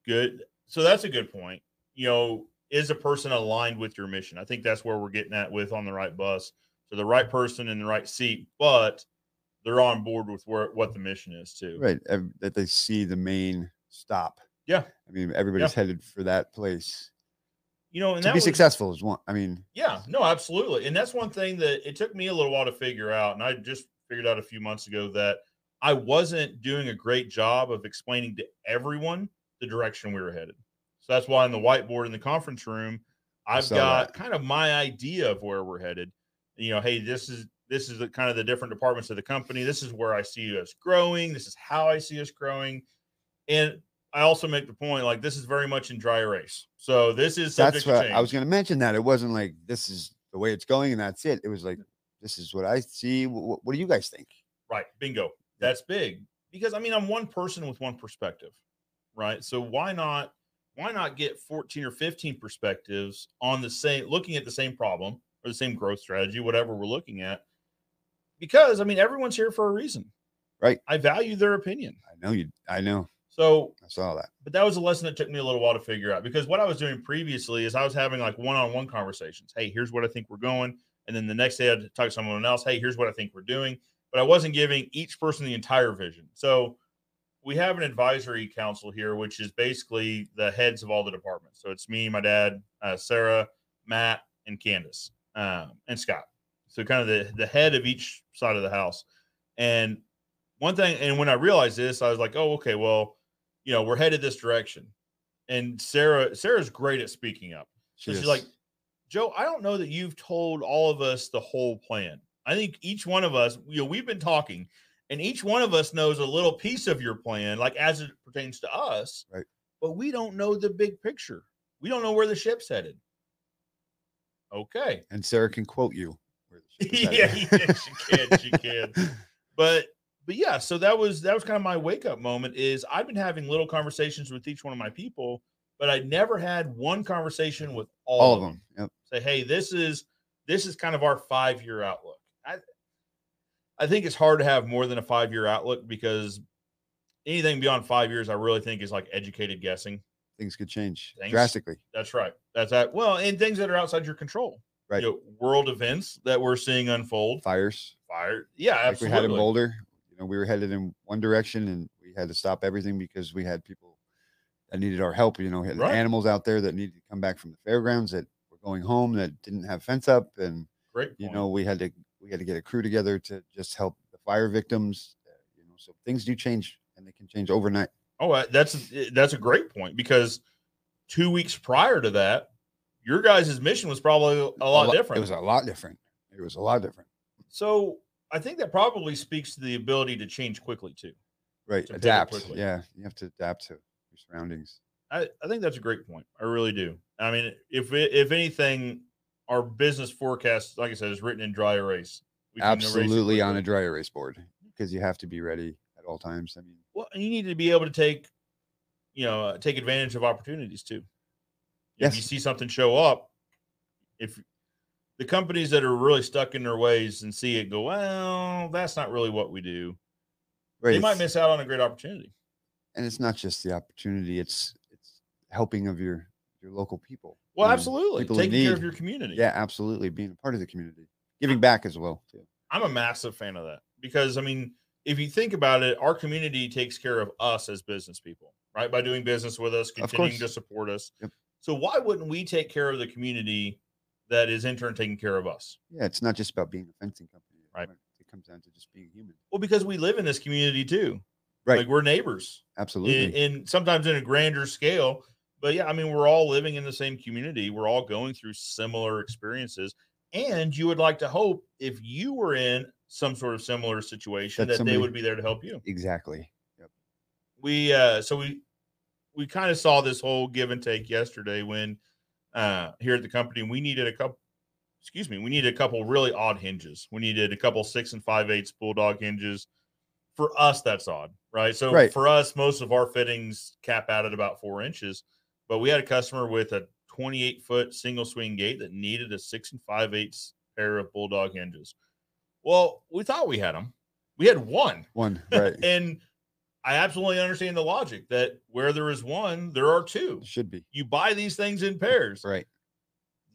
Good. So that's a good point. You know, is a person aligned with your mission? I think that's where we're getting at with on the right bus. So the right person in the right seat, but they're on board with where what the mission is too. Right. ev- That they see the main stop. Yeah. I mean, everybody's headed for that place. You know, and to that be was, successful is one. I mean, Yeah, no, absolutely. And that's one thing that it took me a little while to figure out. And I just figured out a few months ago that I wasn't doing a great job of explaining to everyone the direction we were headed. So that's why on the whiteboard in the conference room, I I've saw got kind of my idea of where we're headed. You know, hey, this is this is the kind of the different departments of the company. This is where I see us growing. This is how I see us growing. And I also make the point like this is very much in dry erase. So this is subject that's to what change. I was going to mention. That it wasn't like this is the way it's going and that's it. It was like this is what I see. What, what do you guys think? Right. Bingo. That's big because I mean I'm one person with one perspective, right? So why not why not get 14 or 15 perspectives on the same looking at the same problem or the same growth strategy, whatever we're looking at? Because I mean everyone's here for a reason. Right. I value their opinion. I know you. I know. So I saw that. but that was a lesson that took me a little while to figure out because what I was doing previously is I was having like one-on-one conversations. Hey, here's what I think we're going, and then the next day I'd talk to someone else. Hey, here's what I think we're doing, but I wasn't giving each person the entire vision. So we have an advisory council here, which is basically the heads of all the departments. So it's me, my dad, uh, Sarah, Matt, and Candace, um, and Scott. So kind of the the head of each side of the house. And one thing, and when I realized this, I was like, oh, okay, well you know, we're headed this direction. And Sarah, Sarah's great at speaking up. So she's Cheers. like, Joe, I don't know that you've told all of us the whole plan. I think each one of us, you know, we've been talking, and each one of us knows a little piece of your plan, like as it pertains to us. Right. But we don't know the big picture. We don't know where the ship's headed. Okay. and Sarah can quote you. where the ship is yeah, headed. yeah, she can. She can but but yeah so that was that was kind of my wake up moment is i've been having little conversations with each one of my people but i never had one conversation with all, All of them. Yep. say hey this is this is kind of our five year outlook i i think it's hard to have more than a five year outlook because anything beyond five years i really think is like educated guessing Things could change Things- drastically. that's right that's that well and things that are outside your control Right. you know, world events that we're seeing unfold Fires. fire yeah like absolutely. we had in Boulder. You know, we were headed in one direction and we had to stop everything because we had people that needed our help. You know, we had Right. animals out there that needed to come back from the fairgrounds that were going home that didn't have fence up, and great you point. know, we had to we had to get a crew together to just help the fire victims. uh, You know, so things do change and they can change overnight. Oh, uh, that's that's a great point because two weeks prior to that, your guys' mission was probably a lot lo- different. It was a lot different. It was a lot different. so I think that probably speaks to the ability to change quickly too. Right. To pivot Adapt. quickly. Yeah, you have to adapt to your surroundings. I, I think that's a great point. I really do. I mean, if it- if anything, our business forecast, like I said, is written in dry erase. We can erase it Absolutely on a quickly. dry erase board because you have to be ready at all times. I mean, Well, and you need to be able to take, you know, uh, take advantage of opportunities too. If you Yes. see something show up, if the companies that are really stuck in their ways and see it go, well, that's not really what we do. right? They might it's- miss out on a great opportunity. and it's not just the opportunity; it's it's helping of your your local people. Well, you know, absolutely. Hmm. people in Taking care of need. your community. Yeah, absolutely. Being a part of the community, giving back as well. Too. I'm a massive fan of that because I mean, if you think about it, our community takes care of us as business people, right? By doing business with us, Of continuing to course. support us. Yep. So why wouldn't we take care of the community that is in turn taking care of us? Yeah, it's not just about being a fencing company. Right. It comes down to just being human. Well, because we live in this community too. Right. Like we're neighbors in, Absolutely. in sometimes in a grander scale. But yeah, I mean, we're all living in the same community. We're all going through similar experiences. And you would like to hope if you were in some sort of similar situation That that they somebody- would be there to help you. exactly. we uh so we we kind of saw this whole give and take yesterday when uh here at the company we needed a couple excuse me we needed a couple really odd hinges we needed a couple six and five eighths bulldog hinges for us that's odd right so Right. for us most of our fittings cap out at about four inches but we had a customer with a 28 foot single swing gate that needed a six and five eighths pair of bulldog hinges well we thought we had them we had one One. Right. and I absolutely understand the logic that where there is one, there are two. Should be. You buy these things in pairs. Right.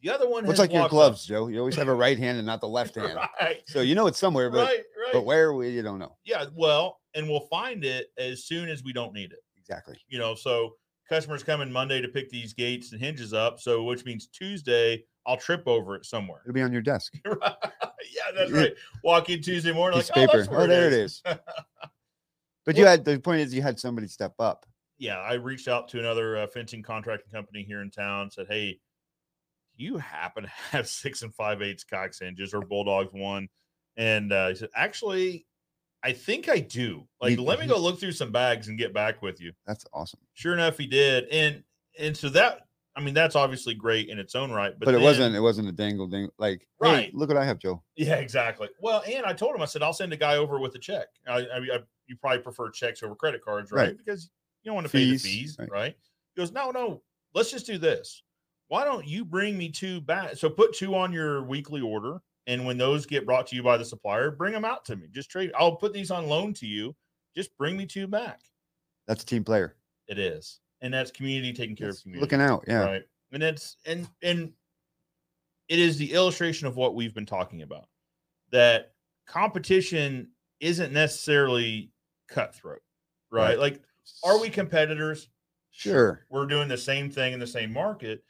The other one Well, has it's like your walked gloves, up. Joe. You always have a right hand and not the left hand. Right, So you know it's somewhere, but right, right. but where we you don't know yeah, well, and we'll find it as soon as we don't need it. exactly. You know, so customers come in Monday to pick these gates and hinges up. So, which means Tuesday, I'll trip over it somewhere. It'll be on your desk. yeah, that's right. Walk in Tuesday morning, Piece like, of oh, paper. that's where Oh, there it is. But you Well- had the point is you had somebody step up. yeah, I reached out to another uh, fencing contracting company here in town. Said, "Hey, do you happen to have six and five eighths Cox hinges or Bulldogs one?" And uh, he said, "Actually, I think I do. Like, You- let me go look through some bags and get back with you." That's awesome. Sure enough, he did. And and so that, I mean, that's obviously great in its own right. But, But, it then- wasn't it wasn't a dangle ding like hey, Right. look what I have, Joe. Yeah, exactly. Well, and I told him, I said, I'll send a guy over with a check. I, I, I you probably prefer checks over credit cards, right? Right. Because you don't want to pay the Fees, fees, right. right. He goes, no, no, let's just do this. Why don't you bring me two back? So put two on your weekly order, and when those get brought to you by the supplier, bring them out to me. Just trade. I'll put these on loan to you. Just bring me two back. That's a team player. It is, and that's community taking care That's of community. looking out. Yeah. Right. And it's and and it is the illustration of what we've been talking about. That competition isn't necessarily cutthroat, right? Right. Like, are we competitors? sure? We're doing the same thing in the same market,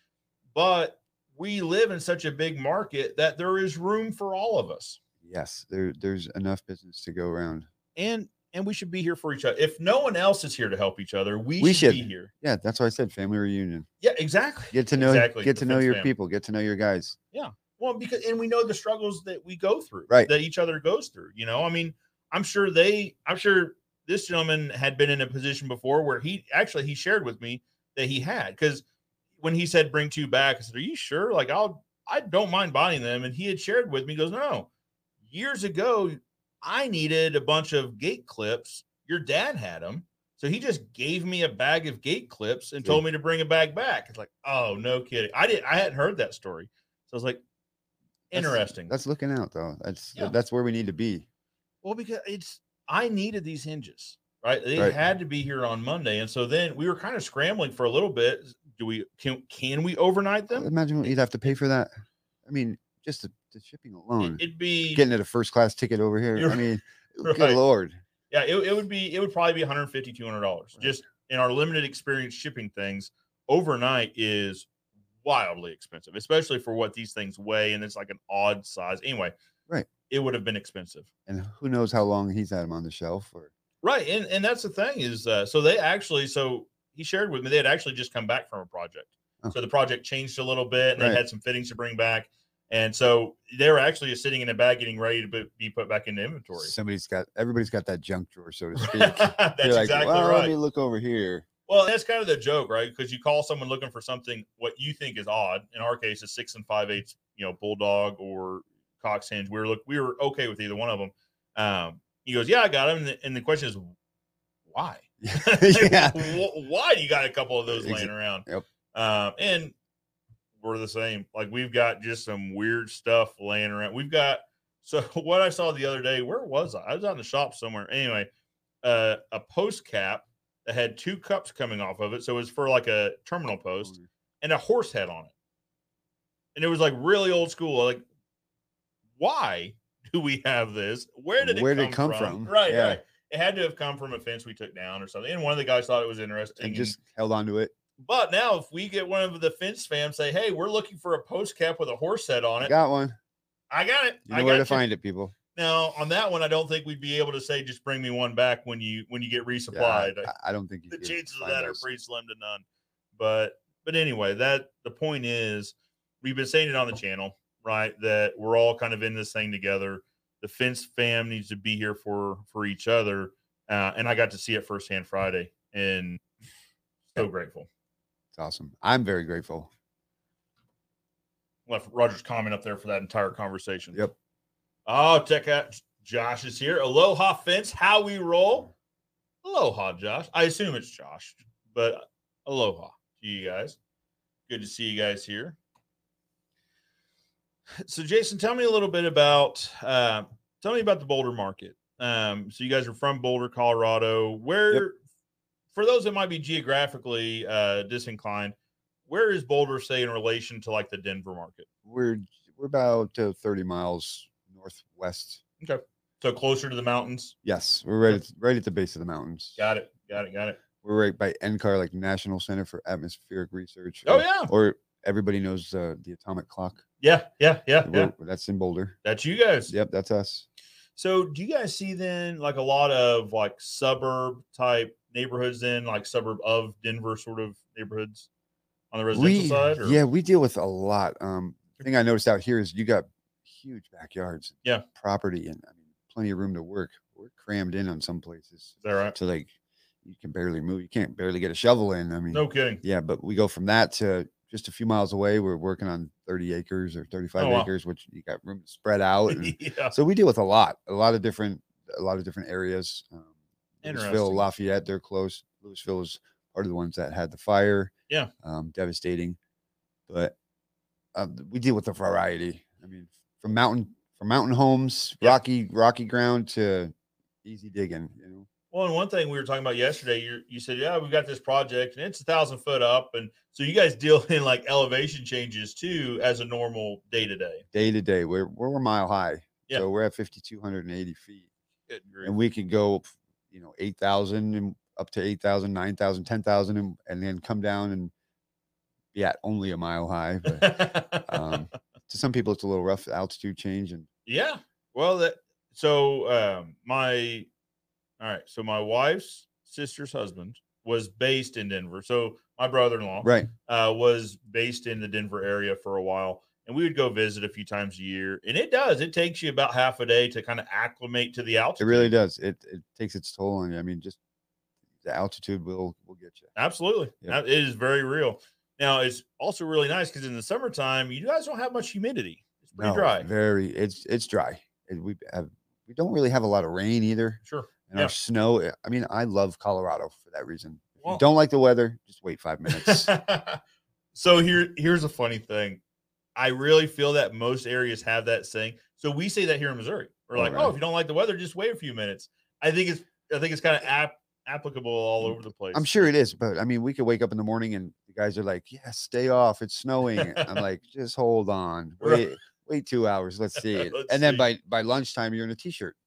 but we live in such a big market that there is room for all of us. Yes. There there's enough business to go around. And and we should be here for each other. If no one else is here to help each other, we, We should, be should. here. Yeah, that's why I said family reunion. Yeah, exactly. Get to know Exactly, get to know defense your family. people, get to know your guys. Well, because and we know the struggles that we go through, Right. That each other goes through. You know, I mean, I'm sure they, I'm sure this gentleman had been in a position before where he actually he shared with me that he had because when he said bring two back, I said, "Are you sure? Like, I'll, I don't mind buying them." And he had shared with me, he goes, "No, years ago, I needed a bunch of gate clips. Your dad had them." So he just gave me a bag of gate clips and See. told me to bring a bag back. It's like, oh no kidding! I didn't, I hadn't heard that story. So I was like, That's- interesting. That's looking out though. That's Yeah. that's where we need to be. well, because it's I needed these hinges, right? They Right. had to be here on Monday, and so then we were kind of scrambling for a little bit. Do we can can we overnight them? Imagine what you'd have to pay for that. I mean, just the, the shipping alone. It, would be getting at a first class ticket over here. You're I mean, right. good lord. yeah, it, it would be it would probably be 150 200 dollars Right. just in our limited experience shipping things overnight is wildly expensive, especially for what these things weigh, and it's like an odd size. Anyway, Right. It would have been expensive. And who knows how long he's had him on the shelf or Right, and and that's the thing is, uh, so they actually, so he shared with me they had actually just come back from a project, Oh. so the project changed a little bit, and they Right. had some fittings to bring back, and so they were actually just sitting in a bag getting ready to bu- be put back into inventory. somebody's got everybody's got that junk drawer, so to speak. that's You're like, exactly well, right. let me look over here. Well, that's kind of the joke, right? Because you call someone looking for something what you think is odd. In our case, a six and five eighths, you know, bulldog or cox hinge. We were look, we were okay with either one of them. Um, he goes, "Yeah, I got him." And the, and the question is, why? yeah. Wh- why do you got a couple of those laying Exa- around? Yep. Um, and we're the same. Like we've got just some weird stuff laying around. We've got so what I saw the other day. Where was I? I was out in the shop somewhere. Anyway, uh, a post cap that had two cups coming off of it. So it was for like a terminal post and a horse head on it. And it was like really old school. Like, why do we have this? Where did it Where come, did it come from? from? Right, Yeah. right. It had to have come from a fence we took down or something. And one of the guys thought it was interesting. And and- just held on to it. but now if we get one of the fence fam say, hey, we're looking for a post cap with a horse head on it, Got one. I got it. You I know got where to you. find it, people. Now on that one, I don't think we'd be able to say just bring me one back when you when you get Yeah, I- resupplied. I, I don't think you the could chances of find that are those. pretty slim to none. But but anyway, that the point is we've been saying it on the channel, right? That we're all kind of in this thing together. The fence fam needs to be here for for each other. Uh, and I got to see it firsthand Friday and so grateful. It's awesome. I'm very grateful. Left Roger's comment up there for that entire conversation. Yep. Oh, check out Josh is here. Aloha fence, how we roll. Aloha, Josh. I assume it's Josh, but aloha to you guys. Good to see you guys here. So, Jason, tell me a little bit about uh, tell me about the Boulder market. Um, so, you guys are from Boulder, Colorado. Where, for those that might be geographically uh, disinclined, where is Boulder, say, in relation to like the Denver market? We're we're about uh, 30 miles northwest. So closer to the mountains. Yes, we're right at, right at the base of the mountains. Got it. Got it. Got it. We're right by NCAR, like National Center for Atmospheric Research. Oh or- yeah. Or everybody knows uh, the atomic clock. Yeah, yeah, yeah, yeah. We're- That's in Boulder. That's you guys. Yep, that's us. So do you guys see then like a lot of like suburb type neighborhoods then like suburb of Denver sort of neighborhoods on the residential We, side? Or? yeah, we deal with a lot. Um, the thing I noticed out here is you got huge backyards, Yeah. property, and I mean, plenty of room to work. We're crammed in on some places Is that right? to like you can barely move. You can't barely get a shovel in. I mean, No kidding. yeah, but we go from that to just a few miles away. We're working on 30 acres or 35 Oh, wow. acres, which you got room to spread out. And yeah. so we deal with a lot, a lot of different, a lot of different areas. Um, Louisville, Interesting. Lafayette, they're close. Louisville is part of the ones that had the fire. Yeah. um, devastating. But uh, th- we deal with a variety. I mean, from mountain from mountain homes, Yeah. rocky rocky ground to easy digging. You know, Well, and one thing we were talking about yesterday, you you said, yeah, we've got this project and it's a thousand foot up, and so you guys deal in like elevation changes too as a normal day to day. day to day, we're we're a mile high. Yeah. So we're at fifty two hundred and eighty feet, and we could go, you know, eight thousand and up to 8,000, 9,000, 10,000, and, and then come down and be at only a mile high. But um, to some people, it's a little rough the altitude change, and Yeah. Well, that so um my all right, so my wife's sister's husband was based in Denver. So my brother-in-law right, uh was based in the Denver area for a while and we would go visit a few times a year. And it does. It takes you about half a day to kind of acclimate to the it altitude. really does. It it takes its toll on you. I mean, just the altitude will will get you. Absolutely. Yep. That- It is very real. Now, it's also really nice cuz in the summertime, you guys don't have much humidity. It's pretty No, dry. Very, it's it's dry. And we have we don't really have a lot of rain either, Sure. and Yeah. our snow. uh, I mean, I love Colorado for that reason. If Well- you don't like the weather, just wait five minutes. so here here's a funny thing. I really feel that most areas have that saying. So we say that here in Missouri. We're Oh, like, oh, really? if you don't like the weather, just wait a few minutes. I think it's I think it's kind of ap- applicable all over the place. Mm. I'm sure it is, but I mean, we could wake up in the morning and the guys are like, "Yeah, stay off. It's snowing." I'm like, "Just hold on. Right. Wait, wait two hours. Let's see it." Let's and then see. by by lunchtime, you're in a t-shirt.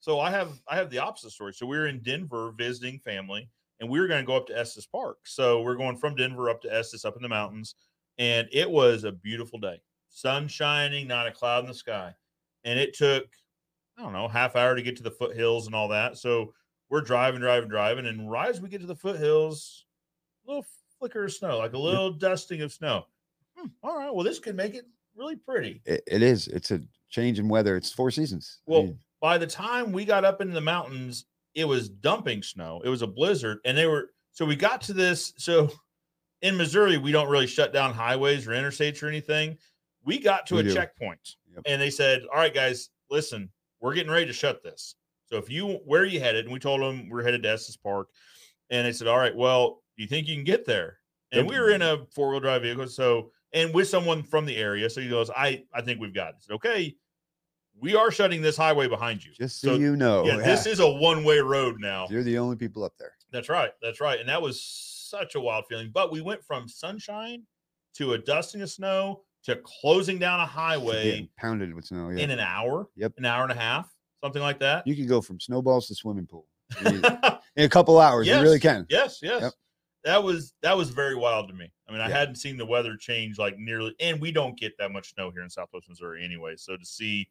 So I have I have the opposite story. So we were in Denver visiting family, and we were going to go up to Estes Park. So we're going from Denver up to Estes, up in the mountains, and it was a beautiful day, sun shining, not a cloud in the sky. And it took I don't know half hour to get to the foothills and all that. So we're driving, driving, driving, and right as we get to the foothills, a little flicker of snow, like a little dusting of snow. Hmm, all right, well this could make it really pretty. It, it is. It's a change in weather. It's four seasons. I Well, mean, by the time we got up into the mountains, it was dumping snow. It was a blizzard, and they were so we got to this. So in Missouri, we don't really shut down highways or interstates or anything. We got to We a do. checkpoint, Yep. and they said, "All right, guys, listen, we're getting ready to shut this. So if you where are you headed? And we told them we're headed to Estes Park, and they said, "All right, well, do you think you can get there?" And we were in a four wheel drive vehicle, so and with someone from the area. So he goes, "I I think we've got this." Okay, we are shutting this highway behind you. Just so, you know, yeah, this is a one way road now. you're the only people up there. That's right. That's right. And that was such a wild feeling. But we went from sunshine to a dusting of snow to closing down a highway Getting pounded with snow. Yeah. in an hour, Yep. an hour and a half, something like that. you can go from snowballs to swimming pool I mean, in a couple hours. You really Yes. can. yes, yes. Yep. That was that was very wild to me. I mean, I Yeah. hadn't seen the weather change like nearly, and we don't get that much snow here in Southwest Missouri anyway. So to see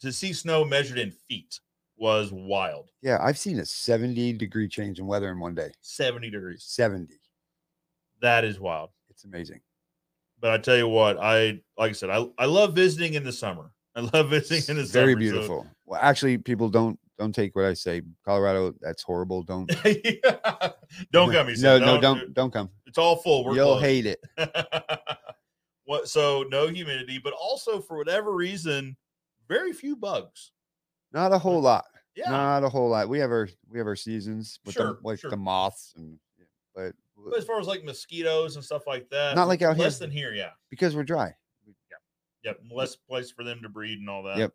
to see snow measured in feet was wild. Yeah, I've seen a 70 degree change in weather in one day. Seventy degrees. 70. That is wild. It's amazing. But I tell you what, I like I said, I, I love visiting in the summer. I love visiting in the It's summer. very so- beautiful. Well, actually, people don't don't take what I say. Colorado, that's horrible. Don't Yeah. Don't come. He No, said, no, don't don't come. It's all full. We're You'll closed." hate it. what so no humidity, but also for whatever reason, very few bugs. Not a whole lot. Yeah. Not a whole lot. We have our we have our seasons with Sure, the, like sure. the moths and but But as far as like mosquitoes and stuff like that, Not like out here. less than here, yeah. because we're dry. Yep. Less place for them to breed and all that. Yep.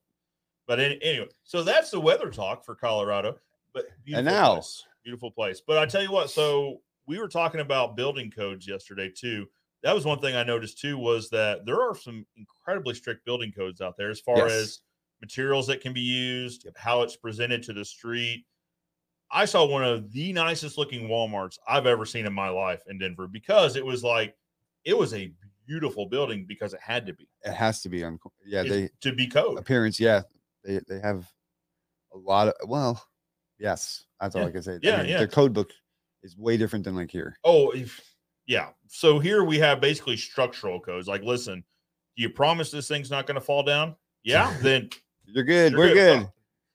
But any, anyway, so that's the weather talk for Colorado. But beautiful now- place, beautiful place. But I tell you what, so we were talking about building codes yesterday too. That was one thing I noticed too was that there are some incredibly strict building codes out there as far Yes. as materials that can be used, how it's presented to the street. I saw one of the nicest looking Walmarts I've ever seen in my life in Denver because it was like it was a beautiful building because it had to be It has to be on co- yeah, is they to be code. appearance, yeah. They they have a lot of well, yes. That's all I can say. I yeah, mean, yeah. Their code book is way different than like here. Oh, if, yeah. So here we have basically structural codes. Like, listen, you promise this thing's not going to fall down. Yeah, then You're good. you're we're good. Fuck,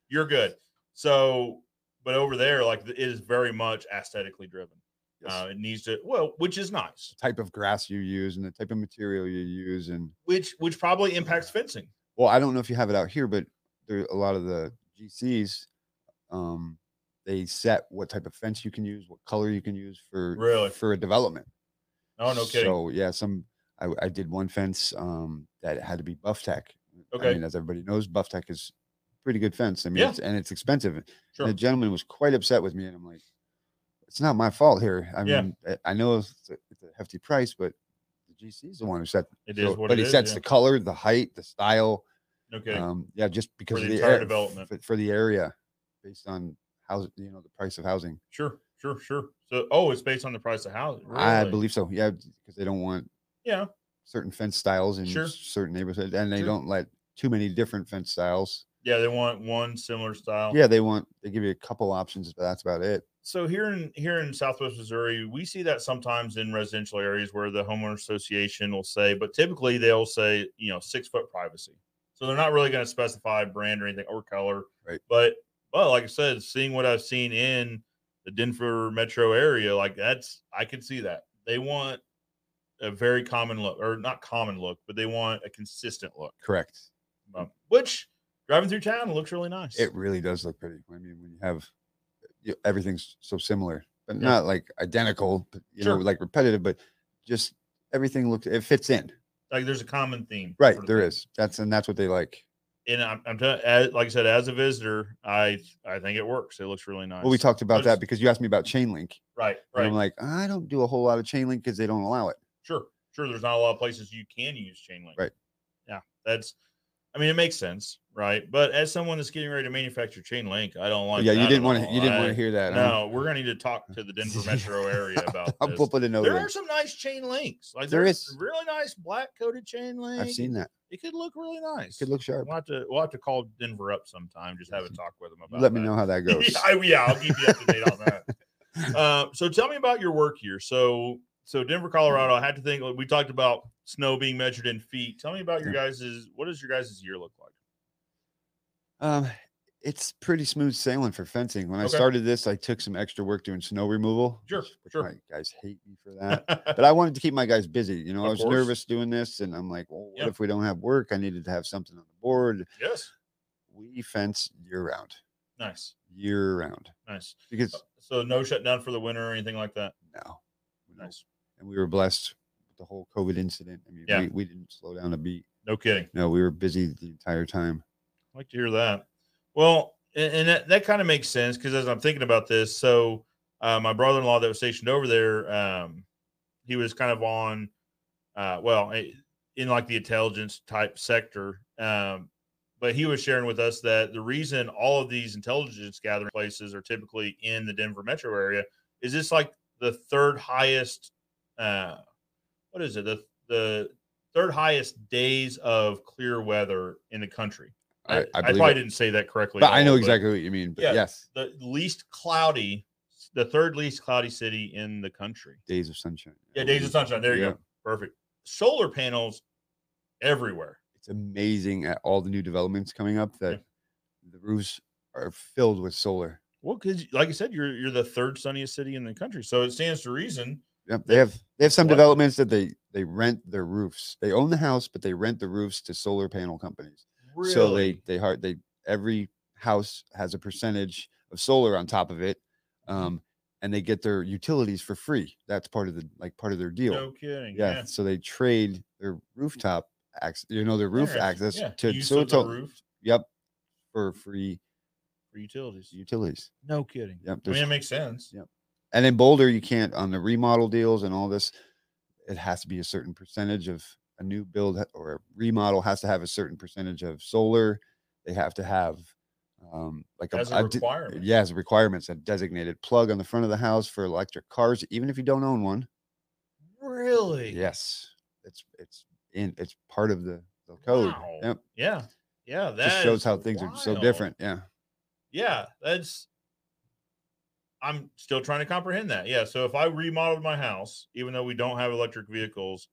You're good. So, but over there, like, it is very much aesthetically driven. Yes. Uh, it needs to well, which is nice. type of grass you use and the type of material you use and Which which probably impacts fencing. well i don't know if you have it out here but there a lot of the gcs um they set what type of fence you can use what color you can use for Really? for a development Oh no, kidding. so yeah some i, I did one fence um that had to be buff tech Okay. i mean uh, as everybody knows buff tech is pretty good fence i mean Yeah. it's, and it's expensive And sure. the gentleman was quite upset with me and i'm like it's not my fault here i Yeah. mean eh, I, I know it's a, it's a hefty price but the gc is the one who set It so- is what but it he is. sets yeah. the color, the height, the style. okay. Um, yeah, just because the of the entire area- development. for, for the area, based on house, you know, the price of housing. sure, sure, sure. So oh, it's based on the price of housing. I Really? believe so. Yeah, because they don't want Yeah. certain fence styles in Sure. certain neighborhoods, and they Sure. don't let too many different fence styles. Yeah, they want one similar style. Yeah, they want they give you a couple options, but that's about it. so here in here in southwest missouri we see that sometimes in residential areas where the homeowner association will say but typically they'll say you know six foot privacy so they're not really going to specify brand or anything or color Right. but but like i said seeing what i've seen in the denver metro area like that's i can see that they want a very common look or not common look but they want a consistent look Correct. um, which driving through town looks really nice It really does look pretty. I mean, when you have you, everything's so similar, but Yeah. not like identical. But, you Sure. know, like repetitive, but just everything looks it fits in. like there's a common theme Right, for the there thing. is. That's and that's what they like. and I'm, I'm telling, as, like I said, as a visitor, I I think it works. It looks really nice. Well, we talked about Notice- that because you asked me about chain link, right, and right, I'm like, I don't do a whole lot of chain link because they don't allow it. sure, sure. There's not a lot of places you can use chain link. Right. Yeah, that's. I mean, it makes sense, right? But as someone that's getting ready to manufacture chain link, I don't But like. yeah, that you at didn't want to. all. You didn't want I- to hear that. huh? No, we're gonna need to talk to the Denver metro area about I'll this. put a note. there in. are some nice chain links. Like There there's is. really nice black coated chain link. I've seen that. It could look really nice. Could look sharp. We'll have to we'll have to call Denver up sometime. Just have a talk with them You about. Let me that. know how that goes. yeah, I, yeah, I'll keep you up to date on that. Uh, so tell me about your work here. So so Denver, Colorado. I had to think. like, We talked about snow being measured in feet. Tell me about your guys's. What does your guys's year look like? Um, it's pretty smooth sailing for fencing. When I Okay. started this, I took some extra work doing snow removal. Sure, which- which sure. My guys hate me for that. but I wanted to keep my guys busy. You know, I Of was course. nervous doing this, and I'm like, well, what Yeah. if we don't have work? I needed to have something on the board. yes. We fence year round. Nice, year round nice. because So no shutdown for the winter or anything like that. no, no. Nice. and we were blessed with the whole COVID incident. I mean, Yeah. we, we didn't slow down a beat. No kidding. No, we were busy the entire time. I like to hear that. Well, and, and that, that kind of makes sense because as I'm thinking about this, so uh, my brother in law that was stationed over there, um, he was kind of on, uh, well, eh, in like the intelligence type sector. Um, but he was sharing with us that the reason all of these intelligence gathering places are typically in the Denver metro area is it's like the third highest, uh, what is it? The, the third highest days of clear weather in the country. I, I, believe probably it. didn't say that correctly. But at I all, know exactly what you mean. But Yeah. yes, The least cloudy, the third least cloudy city in the country. days of sunshine. I Yeah, days of believe. sunshine. There you Yeah. go. Perfect. Solar panels everywhere. It's amazing at all the new developments coming up that Yeah. the roofs are filled with solar. Well, because like I said, you're you're the third sunniest city in the country, so it stands to reason. Yep, they have they have some What? developments that they they rent their roofs. They own the house, but they rent the roofs to solar panel companies. Really, So they they heart they every house has a percentage of solar on top of it, Mm-hmm. um, and they get their utilities for free. That's part of the like part of their deal. no kidding. yeah, So they trade their rooftop access, you know, their roof Interesting. access Mm. Yeah, to use so of the to- roof Yep, for free for utilities. utilities. No kidding. Yep. I mean, there's- it makes sense. Yeah. and in Boulder, you can't on the remodel deals and all this. It has to be a certain percentage of a new build ha- or a remodel has to have a certain percentage of solar. They have to have um, like As a a, a de- requirement. yes requirements a designated plug on the front of the house for electric cars, even if you don't own one. Really. Yes, it's it's in it's part of the the code. Wow. Yep, Yeah. Yeah. That just shows is how things are so wild. different. Yeah. yeah that's i'm still trying to comprehend that yeah so if i remodeled my house even though we don't have electric vehicles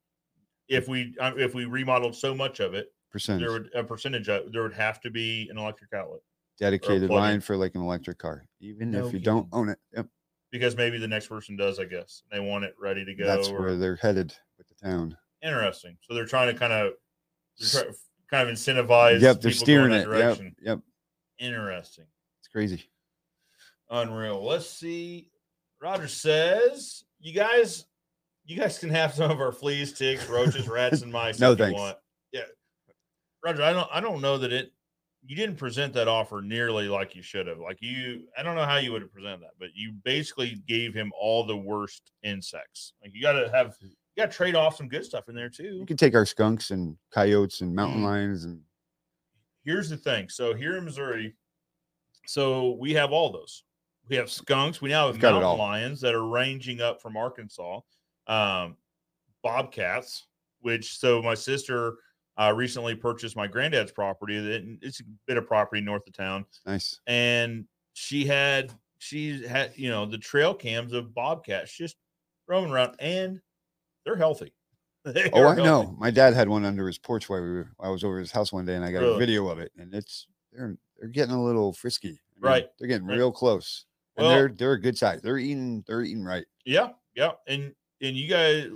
if we uh, if we remodeled so much of it percentage there would a percentage of, there would have to be an electric outlet dedicated plug-in. line for like an electric car, even No if you don't kidding. own it. Yep, because maybe the next person does i guess they want it ready to go that's or- where they're headed with the town. interesting so they're trying to kind of they're try, kind of incentivize yep, they're people going steering that it. Yep, yep, interesting it's crazy. Unreal. Let's see. Roger says, "You guys, you guys can have some of our fleas, ticks, roaches, rats, and mice. No, if thanks. You want. Yeah, Roger. I don't. I don't know that it. You didn't present that offer nearly like you should have. Like you, I don't know how you would have presented that, but you basically gave him all the worst insects. Like you got to have, you got to trade off some good stuff in there too. You can take our skunks and coyotes and mountain Mm. lions and here's the thing. So here in Missouri, so we have all those. We have skunks. We now have We've got it all. mountain lions that are ranging up from Arkansas, um, bobcats. Which so my sister uh, recently purchased my granddad's property. That it's a bit of property north of town, it's nice. and she had she had you know the trail cams of bobcats just roaming around, and they're healthy. They Oh, are I healthy. know. My dad had one under his porch while we were. I was over at his house one day, and I got Really? a video of it, and it's they're they're getting a little frisky. I mean, Right, they're getting right. real close. And Well- they're they're a good size. They're eating they're eating right. Yeah, yeah, and and you guys,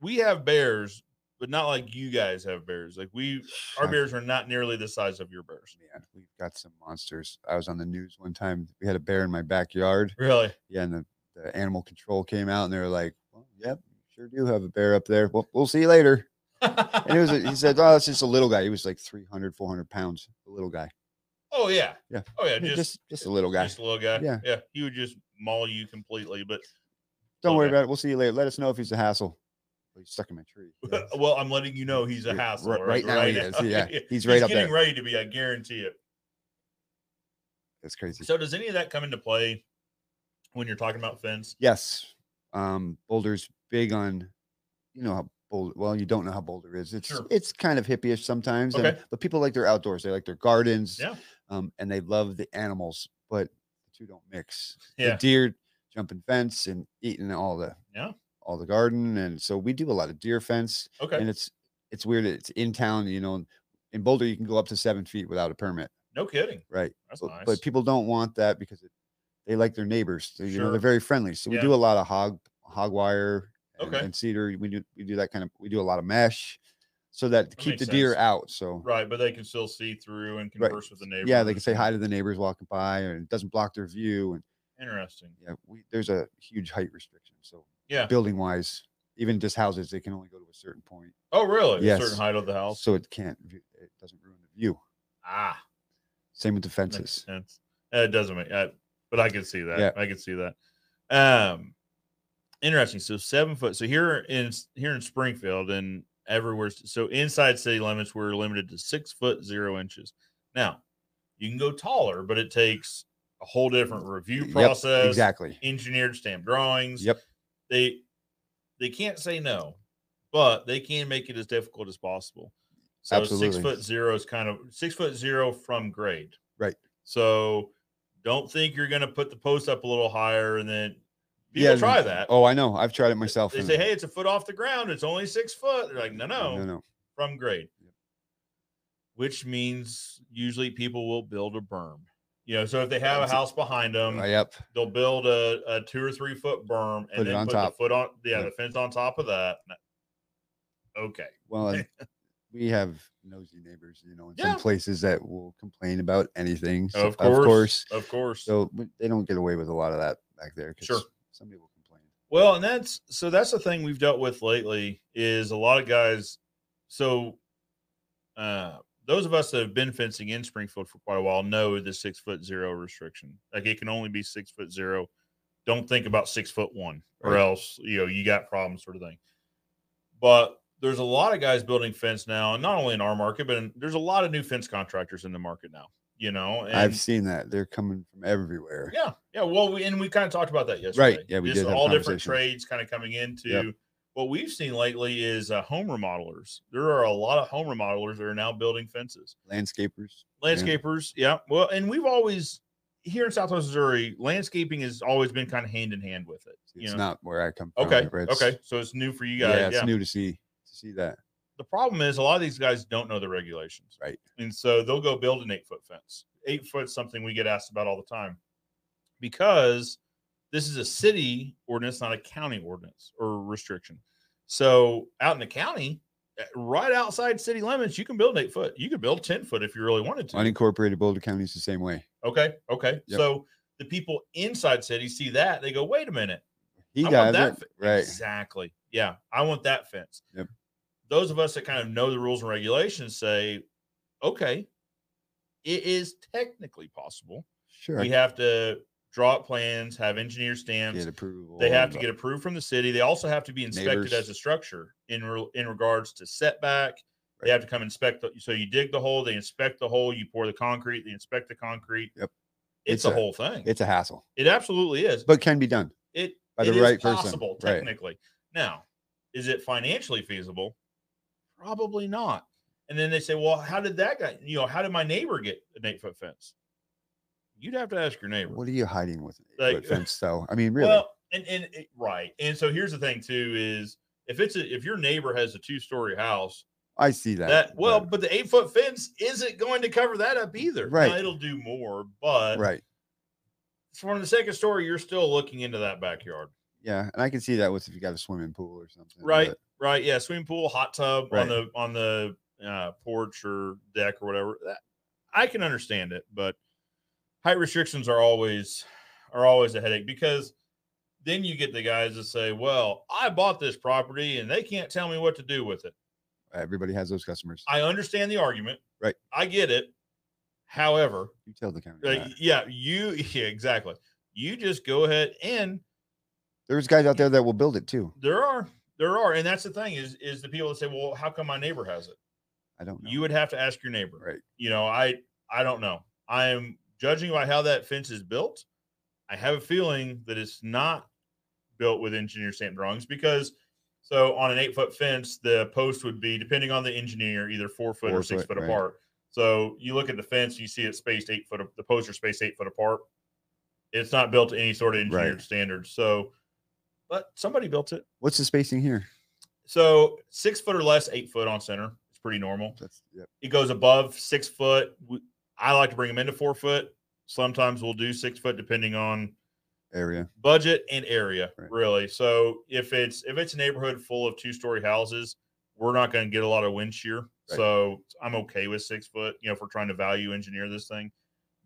we have bears, but not like you guys have bears. Like we, our I- bears are not nearly the size of your bears. Oh, Man, we've got some monsters. I was on the news one time. We had a bear in my backyard, Really? yeah, and the, the animal control came out and they were like, well, yep, sure do have a bear up there. Well, we'll see you later. And it was, a, he said, oh, it's just a little guy. He was like 300, 400 pounds, a little guy. oh yeah, Yeah. oh yeah, Yeah, Just, just just, a little guy. just a little guy. Yeah. yeah. He would just maul you completely. But Don't worry okay. about it. We'll see you later. Let us know if he's a hassle. Well, he's stuck in my tree. Yeah, well, I'm letting you know he's a Yeah, hassle right- right now he is, yeah. He's right up getting there. ready to be. I guarantee it. That's crazy. So does any of that come into play when you're talking about fence? yes. Um, Boulder's big on, you know, how Boulder, well, you don't know how Boulder is. It's, Sure. it's kind of hippie-ish sometimes. and- Okay. but people like their outdoors. They like their gardens. Yeah. Um, and they love the animals, but the two don't mix. Yeah. the deer jumping fence and eating all the Yeah. all the garden and so we do a lot of deer fence Okay, and it's it's weird it's in town you know in boulder you can go up to seven feet without a permit no kidding. right That's but, nice. but people don't want that because it, they like their neighbors so, you know Sure. they're very friendly so we do a lot of hog hog wire and, Okay. and cedar we do we do that kind of we do a lot of mesh so that keep makes the deer sense. out. So Right, but they can still see through and Right. converse with the neighbors. yeah, they can say hi to the neighbors walking by, and it doesn't block their view. And Interesting. yeah, we, there's a huge height restriction. So Yeah. building wise, even just houses, they can only go to a certain point, Oh, really? A Yes. certain height of the house. so it can't. view- It doesn't ruin the view. ah, Same with the makes fences. sense. Uh, It doesn't make. Uh, but I could see that. Yeah. I could see that. Um, interesting. So seven foot. So here in here in Springfield and everywhere. So inside city limits, we're limited to six foot zero inches. Now, you can go taller, but it takes a whole different review Yep, process. exactly. engineered stamp drawings. Yep. They they can't say no, but they can make it as difficult as possible. So Absolutely. six foot zero is kind of six foot zero from grade. Right. So don't think you're gonna put the post up a little higher and then people Yeah, and- try that. Oh, I know. I've tried it myself. they and- say, hey, it's a foot off the ground, it's only six foot. They're like, no, no, no, no. from grade. Yep. Which means usually people will build a berm. You know, so if they have a That's it. house behind them, Uh, yep. they'll build a, a two or three foot berm and Put it then on put top. the foot on yeah, Yeah. the fence on top of that. N- Okay. Well, and we have nosy neighbors, you know, in Yeah. some places that will complain about anything. so- Of course. Of course. Of course. So but they don't get away with a lot of that back there. 'cause Sure. Somebody will complain. Well, and that's so that's the thing we've dealt with lately is a lot of guys. So, uh, those of us that have been fencing in Springfield for quite a while know the six foot zero restriction. Like it can only be six foot zero. Don't think about six foot one, or Right. else you know you got problems, sort of thing. But there's a lot of guys building fence now, and not only in our market, but in, there's a lot of new fence contractors in the market now. You know, and I've seen that. They're coming from everywhere. yeah, yeah. Well, we, and we kind of talked about that yesterday. Yeah, we Just did have a all different conversation. trades kind of coming into Yep. what we've seen lately is uh, home remodelers. There are a lot of home remodelers that are now building fences. Landscapers. Landscapers, yeah. Well, and we've always here in Southwest Missouri, landscaping has always been kind of hand in hand with it. It's you know? not where I come from. okay, right? It's- okay. So it's new for you Yeah, guys. it's yeah new to see to see that. the problem is a lot of these guys don't know the regulations. Right. And so they'll go build an eight foot fence. Eight foot something we get asked about all the time because this is a city ordinance, not a county ordinance or restriction. So out in the county, eh, right outside city limits, you can build an eight foot. You could build 10 foot if you really wanted to. Unincorporated Boulder County is the same way. Okay. Okay. Yep. So the people inside city see that. They go, wait a minute. He I got want that it. Right. Exactly. Yeah. I want that fence. Yep. Those of us that kind of know the rules and regulations say, okay, it is technically possible. Sure. We have to draw up plans, have engineer stamps. get approval. they have and to get approved from the city. They also have to be inspected Neighbors. as a structure in re- in regards to setback. They Right. have to come inspect. The, so you dig the hole, they inspect the hole, you pour the concrete, they inspect the concrete. Yep. It's, It's a, a- whole thing. It's a hassle, it absolutely is but can be done. it by it the is right person, possible right. technically now is it financially feasible probably not and then they say well how did that guy you know how did my neighbor get an eight foot fence you'd have to ask your neighbor What are you hiding with an Like- eight-foot fence, though? I mean, really? well and and it- right and so here's the thing too is if it's a, if your neighbor has a two story house I see that. that well but- but the eight foot fence isn't going to cover that up either Now, Right. it'll do more but right. from the second story you're still looking into that backyard Yeah, and I can see that with if you got a swimming pool or something. Right. but right yeah swimming pool hot tub Right. on the on the uh, porch or deck or whatever that, i can understand it but height restrictions are always are always a headache because then you get the guys that say well i bought this property and they can't tell me what to do with it Everybody has those customers. i understand the argument Right. i get it however you tell the county. uh, that. yeah you yeah exactly you just go ahead and There's guys out there that will build it too. there are there are and that's the thing is is the people that say well how come my neighbor has it I don't know. you would have to ask your neighbor Right. you know i i don't know i am judging by how that fence is built i have a feeling that it's not built with engineer stamp drawings because so on an eight foot fence the post would be depending on the engineer either four foot or Four six foot, foot right. apart so you look at the fence you see it spaced eight foot the posts are spaced eight foot apart it's not built to any sort of engineered Right. standard so but somebody built it What's the spacing here? so six foot or less eight foot on center it's pretty normal That's yep. it goes above six foot. We- I like to bring them into four foot. Sometimes we'll do six foot depending on area. budget and area, Right. really. So if it's if it's a neighborhood full of two story houses, we're not going to get a lot of wind shear. Right. So I'm okay with six foot, you know, if we're trying to value engineer this thing.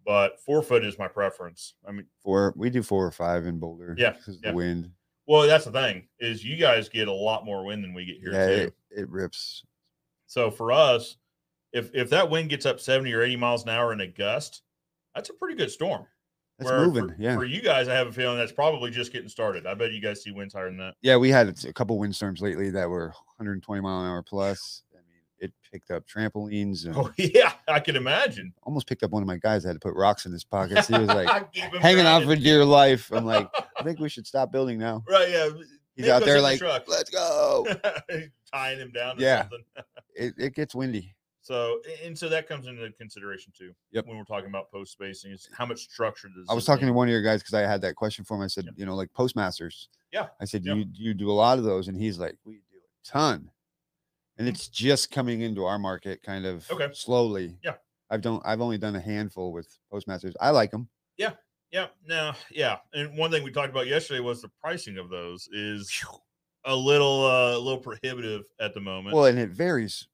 But four foot is my preference. I mean, Four, we do four or five in Boulder. Yeah, because of yeah. the wind. well, that's the thing is you guys get a lot more wind than we get here Yeah, too. it, it rips. So for us, if if that wind gets up 70 or 80 miles an hour in a gust, that's a pretty good storm. It's Where moving. For, yeah, For you guys, I have a feeling that's probably just getting started. I bet you guys see winds higher than that. yeah. We had a couple windstorms lately that were 120 mile an hour plus. I mean, it picked up trampolines and Oh yeah, I can imagine. almost picked up one of my guys. that had to put rocks in his pockets. He was like Keep 'em hanging on for grounded. dear life. I'm like, I think we should stop building now. right, yeah. He's Nick out goes there in the like, truck. let's go. tying him down. Or Yeah. Something. It, it gets windy. So and so that comes into consideration too. Yep. When we're talking about post spacing, is how much structure does I was this talking need? to one of your guys because I had that question for him. I said, Yeah. you know, like postmasters. Yeah, I said, yeah. you you do a lot of those, and he's like, we do a ton, and it's just coming into our market kind of Hmm. Okay. slowly. Yeah. I've done. I've only done a handful with postmasters. I like them. Yeah, no, yeah. And one thing we talked about yesterday was the pricing of those is a little uh, a little prohibitive at the moment. Well, and it varies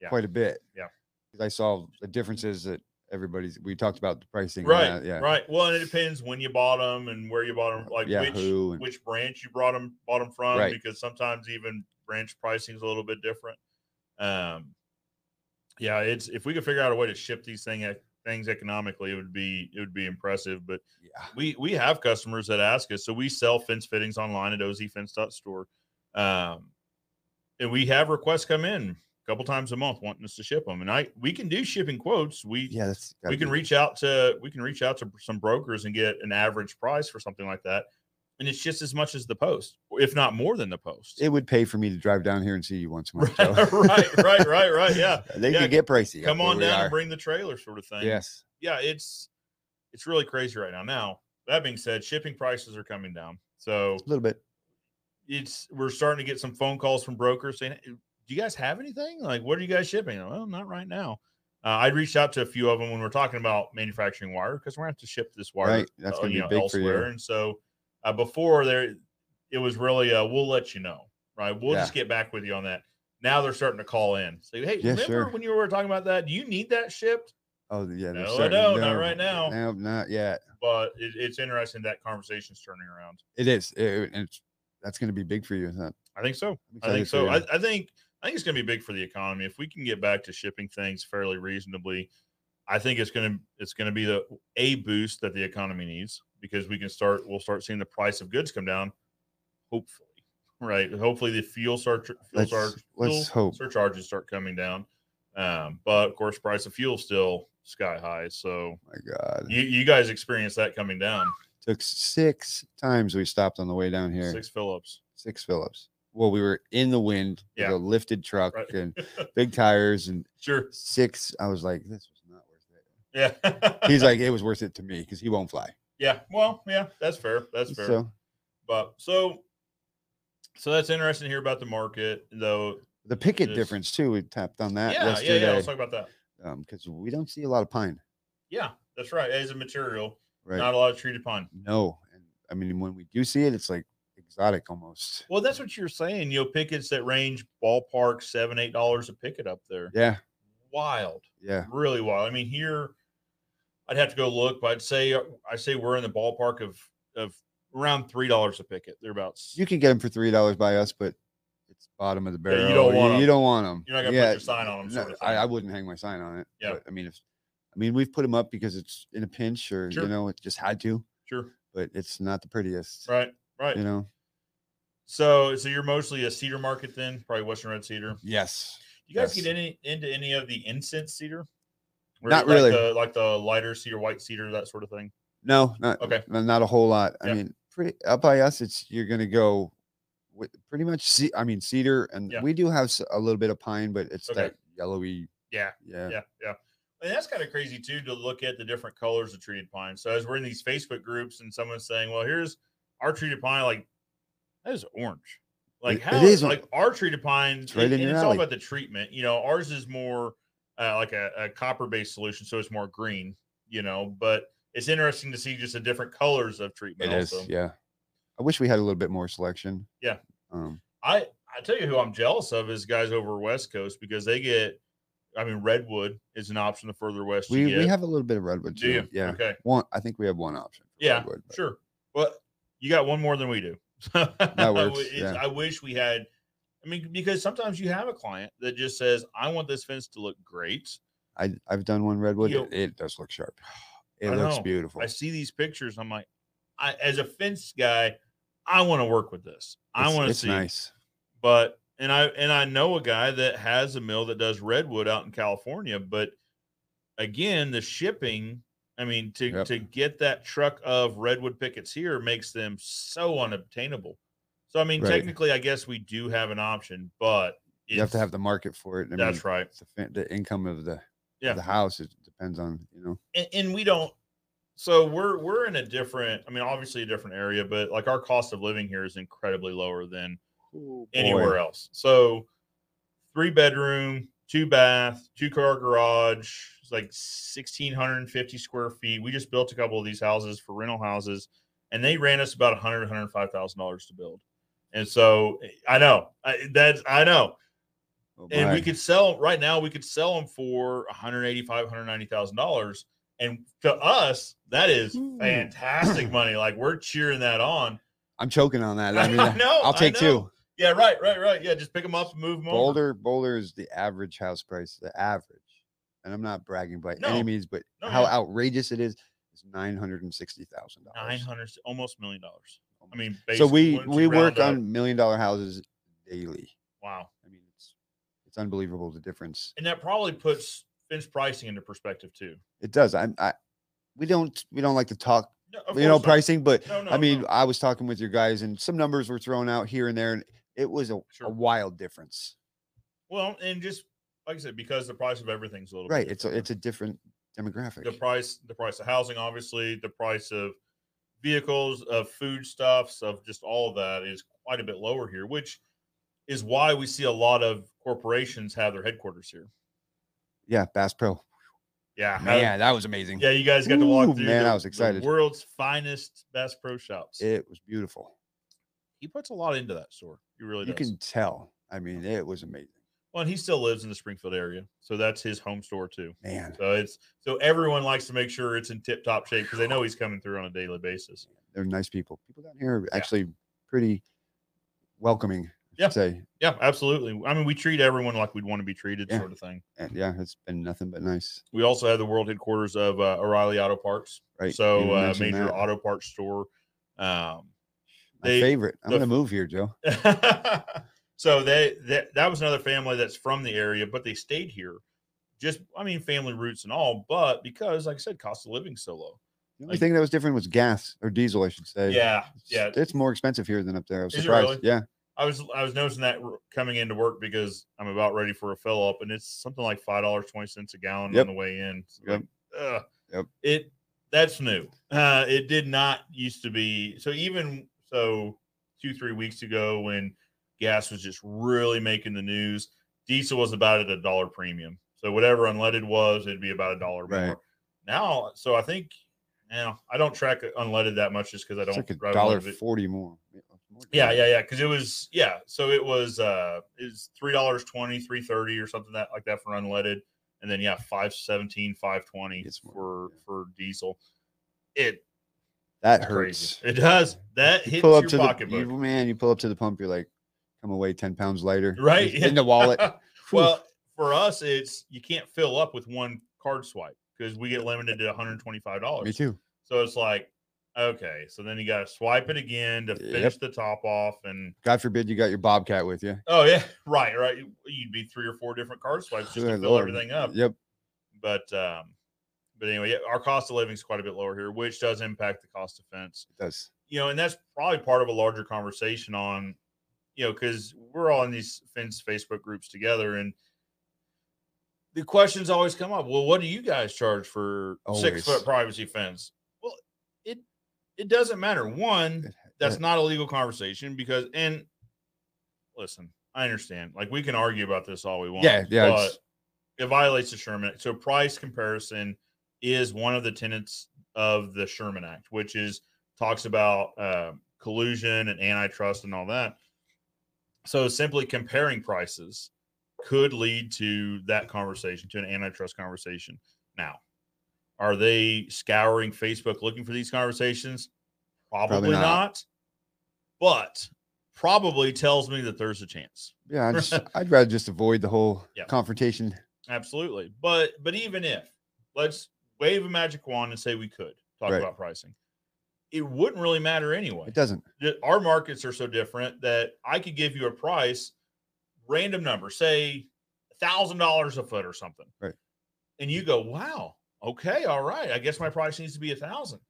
Yeah. quite a bit. Yeah. 'Cause I saw the differences that everybody's. We talked about the pricing. and right, that, Yeah. Uh, right. Well, and it depends when you bought them and where you bought them, like yeah. which who and- which branch you brought them bought them from, Right. because sometimes even branch pricing is a little bit different. Um, yeah, it's if we could figure out a way to ship these thing e, things economically, it would be it would be impressive. But yeah. we we have customers that ask us. So we sell fence fittings online at ozfence.store. Um, and we have requests come in a couple times a month wanting us to ship them. And I we can do shipping quotes. We Yeah. That's. gotta we can be- reach out to we can reach out to some brokers and get an average price for something like that. And it's just as much as the post, if not more than the post. It would pay for me to drive down here and see you once a month. Joe. right, right, right, right, right. Yeah. They Yeah, can get pricey. up Come where on we down are. and bring the trailer sort of thing. Yes. yeah, it's it's really crazy right now. Now that being said, shipping prices are coming down, so A little bit. it's we're starting to get some phone calls from brokers saying, "Do you guys have anything? Like, what are you guys shipping?" Well, not right now. Uh, I reached out to a few of them when we're talking about manufacturing wire because we're going to have to ship this wire. Right, that's uh, gonna you be know, big for elsewhere. you. And so uh, before there, it was really uh, we'll let you know. Right, we'll just get back with you on that. Now they're starting to call in. Say, hey, Yeah, remember sure. when you were talking about that? Do you need that shipped? Oh th- yeah. they're No, I starting to don't, not go. right now. No, not yet. but it, it's interesting that conversation's turning around. It is. It, it's that's going to be big for you. Isn't it? I think so. I'm I think excited for so. I, you. I think I think it's going to be big for the economy if we can get back to shipping things fairly reasonably. I think it's going to it's going to be the a boost that the economy needs because we can start we'll start seeing the price of goods come down. Hopefully, right? Hopefully, the fuel surch fuel, Let's- surch let's fuel hope. surcharges start coming down. Um, but of course, price of fuel still sky high. So Oh My God, you you guys experienced that coming down took six times we stopped on the way down here. Six, six Phillips. Phillips. Well, we were in the wind Yeah. with a lifted truck Right. and big tires and Sure. six. I was like, this was not worth it. Yeah. He's like, it was worth it to me because he won't fly. yeah. Well, yeah, that's fair. That's fair. So but so so that's interesting to hear about the market though. the picket Just- difference too. We tapped on that yeah, yeah, yesterday yeah. Let's talk about that. because we don't see a lot of pine, Yeah, that's right. As a material, right? not a lot of treated pine. no, and I mean when we do see it, it's like exotic almost. Well, that's what you're saying. You know, pickets that range ballpark seven, eight dollars a picket up there. Yeah, Wild. yeah. Really wild. I mean, here I'd have to go look, but I'd say I say we're in the ballpark of of around three dollars a picket. They're about s- You can get them for three dollars by us, but it's bottom of the Yeah, barrel. you don't want 'em. You don't want them. You're not gonna put your sign on 'em, sort of I, thing. I wouldn't hang my sign on it. Yeah. but, I mean, if I mean we've put them up because it's in a pinch, or Sure. you know, it just had to. sure. But it's not the prettiest. Right. Right. You know. So, so you're mostly a cedar market then, probably Western Red Cedar. Yes. You guys Yes. get any into any of the incense cedar? Or Not like really. The, like the lighter cedar, white cedar, that sort of thing. No. Not Okay. okay. Not a whole lot. Yeah. I mean, pretty up by us. It's you're gonna go with pretty much. Ce- I mean, cedar, and Yeah. we do have s- a little bit of pine, but it's Okay. that yellowy. Yeah, Yeah. Yeah, yeah. And that's kind of crazy too to look at the different colors of treated pine. So as we're in these Facebook groups and someone's saying, "Well, here's our treated pine," like that is orange. Like It- it how is or- like our treated pine? It's right in and your it's all alley. about the treatment. You know, ours is more uh, like a, a copper based solution, so it's more green. You know, but it's interesting to see just the different colors of treatment. It is. also. Yeah. I wish we had a little bit more selection. Yeah. Um. I I tell you who I'm jealous of is guys over West Coast because they get. I mean, redwood is an option the further west We you get. we have a little bit of redwood Do you? too. Yeah, Okay. one. I think we have one option. for Yeah, redwood, but Sure. Well, you got one more than we do. That works, It's- yeah. I wish we had. I mean, because sometimes you have a client that just says, "I want this fence to look great." I I've done one redwood. You- It, it does look sharp. It I looks know. beautiful. I see these pictures. I'm like, I, as a fence guy, I want to work with this. I It's- want to It's see. nice. But and I and I know a guy that has a mill that does redwood out in California. But again, the shipping. I mean, to Yep. to get that truck of redwood pickets here makes them so unobtainable. So I mean, Right. technically, I guess we do have an option, but You have to it's- have the market for it. I that's mean, right. The, fin- the income of the Yeah. of the house it depends on you know. and, and we don't so we're we're in a different i mean obviously a different area but like our cost of living here is incredibly lower than anywhere else so three bedroom two bath two car garage it's like 1650 square feet we just built a couple of these houses for rental houses and they ran us about 100 105000 dollars to build and so i know I, that's i know Oh, and we my. could sell right now we could sell them for 185 190000 dollars and to us that is Ooh. fantastic money like we're cheering that on I'm choking on that. I I mean, I know, will I take know. two. yeah right right right yeah just pick them up and move them Boulder, Boulder is the average house price, the average. And I'm not bragging by No. any means, but No, how yeah. outrageous it is is nine hundred and sixty thousand over dollars. 900 almost a million dollars i mean So basic- we once you we work round up- on million dollar houses daily. wow I mean, it's it's unbelievable the difference and that probably puts fence pricing into perspective too it does. I'm I we don't we don't like to talk No, of you know course not. pricing, but no, no, I mean no. I was talking with your guys and some numbers were thrown out here and there, and it was a, Sure. a wild difference. well and just like i said because the price of everything's a little bit Right? It's a, different. it's a different demographic. the price the price of housing obviously the price of vehicles of foodstuffs of just all of that is quite a bit lower here which is why we see a lot of corporations have their headquarters here yeah, Bass Pro. yeah how- Man, that was amazing. yeah you guys got to walk Ooh, through man, I the- was the excited. world's finest best pro shops It was beautiful. he puts a lot into that store he really you does can tell. I mean, it was amazing. well and he still lives in the springfield area so that's his home store too Man, so it's so everyone likes to make sure it's in tip top shape because they know he's coming through on a daily basis they're nice people. People down here are actually pretty welcoming. I Yeah. should say. Yeah, absolutely. I mean, we treat everyone like we'd want to be treated, Yeah. sort of thing. And yeah, it's been nothing but nice. We also have the world headquarters of uh, O'Reilly Auto Parts, Right. so you uh, mentioned major that. auto parts store. Um, My they- favorite. I'm the gonna f- move here, Joe. so they, that that was another family that's from the area, but they stayed here. Just, I mean, family roots and all, but because, like I said, cost of living so low. The only like- thing that was different was gas or diesel, I should say. Yeah, It's- yeah. It's more expensive here than up there. I was Is it surprised. really? Yeah. I was I was noticing that r- coming into work because I'm about ready for a fill up, and it's something like five dollars twenty cents a gallon Yep. on the way in. It's Yep. like, ugh. Yep. It that's new. Uh, it did not used to be so. Even so, two three weeks ago when gas was just really making the news, diesel was about at a dollar premium. So whatever unleaded was, it'd be about a dollar more. Right. Now, so I think now I don't track unleaded that much just because I It's don't. like a drive dollar unleaded. forty more. More than Yeah, that. yeah, yeah. Because it was yeah. So it was uh is three dollars twenty, three thirty or something that like that for unleaded, and then yeah, five seventeen, five twenty It's more, for yeah. for diesel. It That it's hurts. Crazy. It does. That You hits pull up your to the pocketbook, you, man. You pull up to the pump. You're like, come away ten pounds lighter. right? It's in the wallet. Whew. well, for us, it's you can't fill up with one card swipe because we get limited to one hundred twenty five me dollars. too. So it's like okay, so then you got to swipe it again to Yep. finish the top off and. God forbid you got your Bobcat with you. Oh yeah, right, right. You'd be three or four different card swipes just to Good fill Lord. everything up. Yep. But um, but anyway, yeah, our cost of living is quite a bit lower here, which does impact the cost of fence. It does. You know, and that's probably part of a larger conversation on, you know, because we're all in these fence Facebook groups together, and the questions always come up. Well, what do you guys charge for six Always. foot privacy fence? Well, it it doesn't matter. One, It- that's it- not a legal conversation because and listen i understand like we can argue about this all we want Yeah, yeah, but it's- it violates the sherman act so price comparison is one of the tenets of the sherman act which is talks about uh, collusion and antitrust and all that So simply comparing prices could lead to that conversation, to an antitrust conversation. Now, are they scouring Facebook looking for these conversations? Probably, not. not. But probably tells me that there's a chance. Yeah, I just, I'd rather just avoid the whole Yeah. confrontation. Absolutely. But but even if let's wave a magic wand and say we could talk Right. about pricing, it wouldn't really matter anyway. It doesn't. that our markets are so different that I could give you a price, random number, say thousand dollars a foot or something. Right. And you go, wow, okay, all right. I guess my price needs to be a thousand.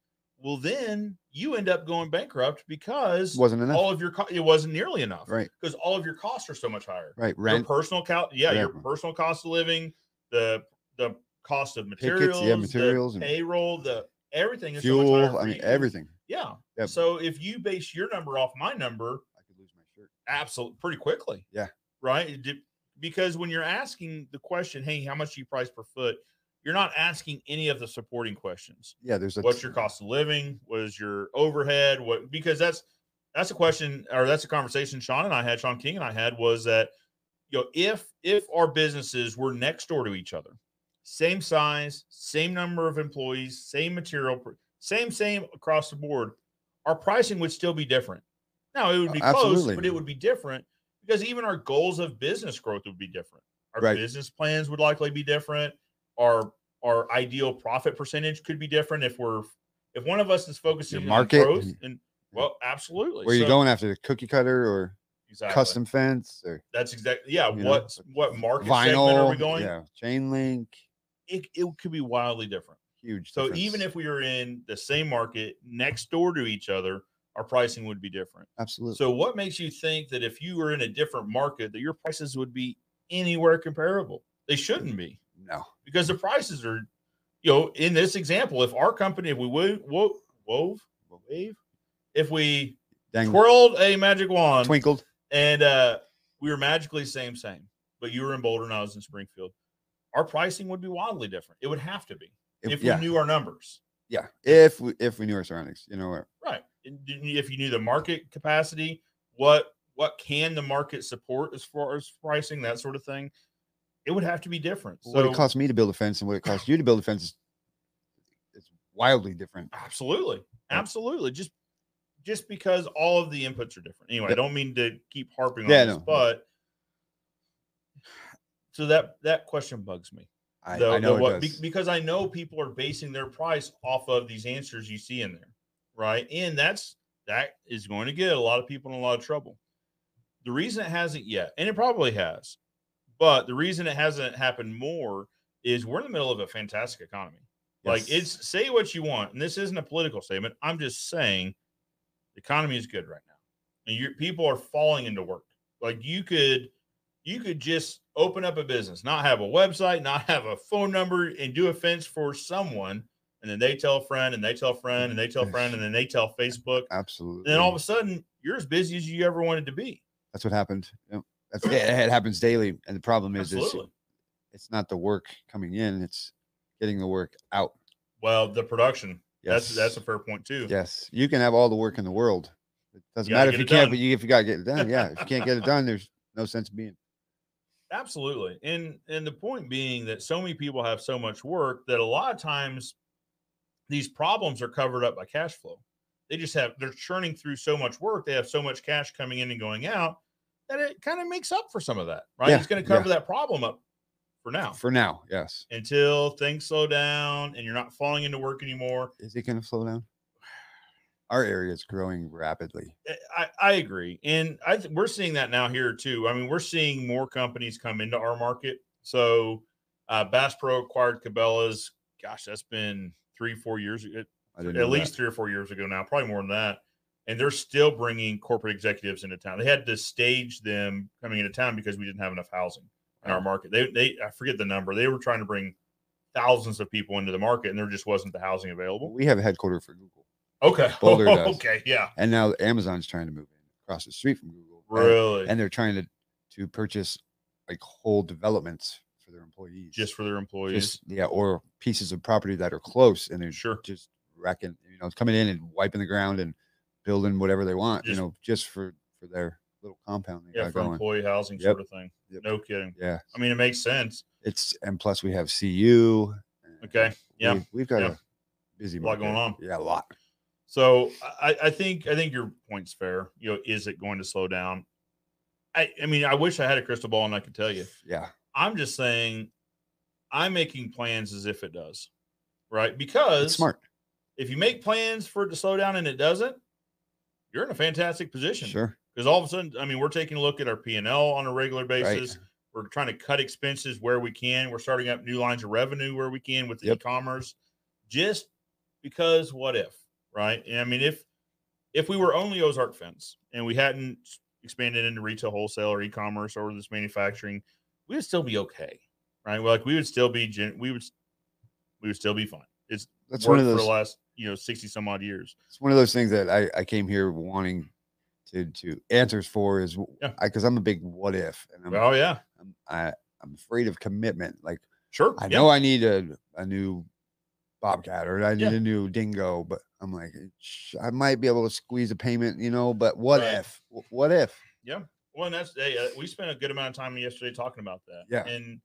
Well, then you end up going bankrupt because wasn't enough. all of your co- it wasn't nearly enough. Right. Because all of your costs are so much higher. Right. Your Rent. personal cost, yeah, your Yeah. personal cost of living, the the cost of yeah, materials, materials the and- payroll, the everything is so much higher fuel. for I mean, you. everything. Yeah. Yep. So if you base your number off my number, I could lose my shirt. absolutely pretty quickly. Yeah. Right. It did- because when you're asking the question, hey, how much do you price per foot? You're not asking any of the supporting questions. Yeah, there's a. What's your cost of living? What is your overhead? What because that's that's a question or that's a conversation Sean and I had, Sean King and I had was that you know, if if our businesses were next door to each other, same size, same number of employees, same material, pr- same same across the board, our pricing would still be different. Now it would be close, but Absolutely. it would be different because even our goals of business growth would be different. Our Right. business plans would likely be different. Our our ideal profit percentage could be different if we're if one of us is focusing market on growth and- and well, absolutely. Where you So- going after the cookie cutter or Exactly. custom fence or That's exactly yeah. You know, What what market segment vinyl? are we going? Yeah, chain link. It, it could be wildly different. Huge. So difference. even if we were in the same market next door to each other, our pricing would be different. absolutely. So what makes you think that if you were in a different market, that your prices would be anywhere comparable? They shouldn't be no. because the prices are, you know, in this example, if our company, if we wove, wove, wove wave, if we Dang. twirled a magic wand, Twinkled. and uh, we were magically same same. But you were in Boulder and I was in Springfield. Our pricing would be wildly different. It would have to be If, if yeah. we knew our numbers, yeah. If we if we knew our surroundings, you know. or- right? And didn't you- If you knew the market capacity, what what can the market support as far as pricing, that sort of thing, it would have to be different. what it So cost me to build a fence and what it cost you to build a fence is it's wildly different. absolutely, absolutely, just just because all of the inputs are different. Anyway, I Yeah. don't mean to keep harping Yeah, on this, no. but so that that question bugs me. I, the- I the know what- it be- does. because I know people are basing their price off of these answers you see in there, right? And that's that is going to get a lot of people in a lot of trouble. The reason it hasn't yet, and it probably has, but the reason it hasn't happened more is we're in the middle of a fantastic economy. Like Yes. it's say what you want, and this isn't a political statement. I'm just saying the economy is good right now. And your people are falling into work. Like you could you could just open up a business, not have a website, not have a phone number, and do a fence for someone, and then they tell a friend and they tell a friend and they tell a friend and then they tell Facebook. absolutely. And then all of a sudden you're as busy as you ever wanted to be. That's what happened. Yep. That's it, it happens daily, and the problem is, is Absolutely. it's not the work coming in; it's getting the work out. Well, the production. Yes, That's that's a fair point too. yes. You can have all the work in the world. It doesn't gotta matter if get you it can't, done. but you, if you gotta get it done, yeah. If you can't get it done, there's no sense in being. Absolutely. And and the point being that so many people have so much work that a lot of times these problems are covered up by cash flow. They just have they're churning through so much work, they have so much cash coming in and going out that it kind of makes up for some of that, right? Yeah, It's going to cover that problem up for now For now, yes. until things slow down and you're not falling into work anymore. Is it gonna slow down? Our area is growing rapidly. eh, I, I agree. And I th- we're seeing that now here too. I mean, we're seeing more companies come into our market. So uh, Bass Pro acquired Cabela's. Gosh, that's been three, four years, eh, at I didn't know at that. least three or four years ago now, probably more than that. And they're still bringing corporate executives into town. They had to stage them coming into town because we didn't have enough housing in our Wow. market. They, they, I forget the number. They were trying to bring thousands of people into the market, and there just wasn't the housing available. we have a headquarter for Google, Okay, Boulder does. okay, yeah, and now Amazon's trying to move in across the street from Google. and- really, and they're trying to to purchase like whole developments for their employees. just for their employees. Just- yeah, or pieces of property that are close, and they're Sure. just wrecking. You know, coming in and wiping the ground and building whatever they want. Just- you know, just for for their little compound they Yeah, got for going. employee housing Yep. sort of thing. Yep. No kidding. Yeah, I mean, it makes sense. it's and plus we have CU. and Okay. Yeah. we've, we've got Yeah. a busy A lot going market. on. Yeah, a lot. So I, I think I think your point's fair. You know, is it going to slow down? I, I mean, I wish I had a crystal ball and I could tell you. Yeah, I'm just saying, I'm making plans as if it does, right? Because it's smart. if you make plans for it to slow down and it doesn't, you're in a fantastic position. Sure. Because all of a sudden, I mean, we're taking a look at our P and L on a regular Right. basis. We're trying to cut expenses where we can. We're starting up new lines of revenue where we can with the Yep. e-commerce. Just because what if, right? And I mean, if if we were only Ozark Fence and we hadn't expanded into retail wholesale or e-commerce or this manufacturing, we would still be okay. Right. Well, like we would still be gen- we would we would still be fine. It's That's worked one of for those. the last, you know, 60 some odd years. it's one of those things that I, I came here wanting to to answers for is w- Yeah. I because I'm a big what if and I'm, Oh yeah. I'm I, I'm afraid of commitment. Like Sure. I yeah. know I need a, a new bobcat or I need Yeah. a new dingo, but I'm like "Sh- I might be able to squeeze a payment, you know. But what Right. if? W- What if? Well, and that's hey, uh, we spent a good amount of time yesterday talking about that. Yeah. And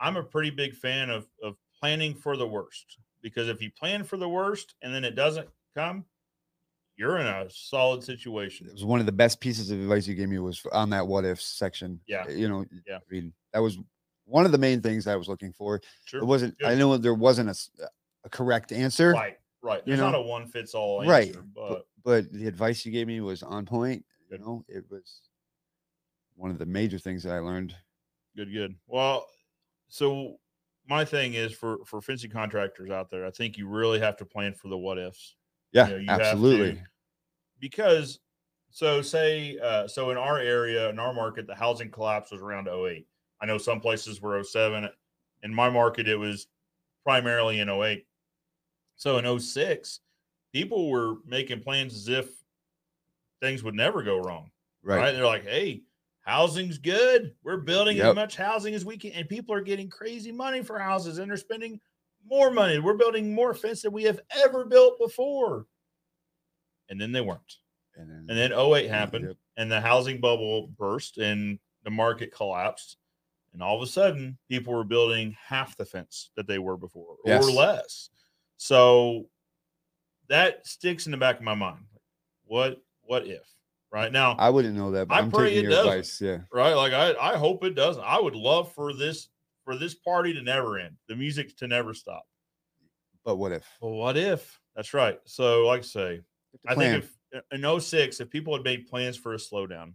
I'm a pretty big fan of of planning for the worst because if you plan for the worst and then it doesn't come, you're in a solid situation. It was one of the best pieces of advice you gave me was on that what if section. Yeah. uh, You know. Yeah. I mean that was one of the main things I was looking for. Sure. It wasn't. I Good. know there wasn't a s- a correct answer. right. Right. you There's not know, a one fits all answer, right, but but the advice you gave me was on point. You Good. know, it was one of the major things that I learned. good, good. Well, so my thing is for for fencing contractors out there, I think you really have to plan for the what ifs. Yeah, know, you have to- absolutely. because so say uh, so in our area in our market the housing collapse was around 08 i know some places were 07 in my market it was primarily in 08 so in 06 people were making plans as if things would never go wrong right, Right. they're like hey housing's good we're building as Yep. much housing as we can and people are getting crazy money for houses and they're spending more money we're building more fence than we have ever built before and then they weren't And and then, then 08 happened Yep. and the housing bubble burst and the market collapsed. And all of a sudden, people were building half the fence that they were before Yes. or less. So that sticks in the back of my mind. What what if? Right now, I wouldn't know that, but I I am pray taking it your doesn't. advice. Yeah. right? Like I, I hope it doesn't. I would love for this for this party to never end, the music to never stop. But what if? But what if? That's right. So, like I say, You I have to plan. think if uh, in 06, if people had made plans for a slowdown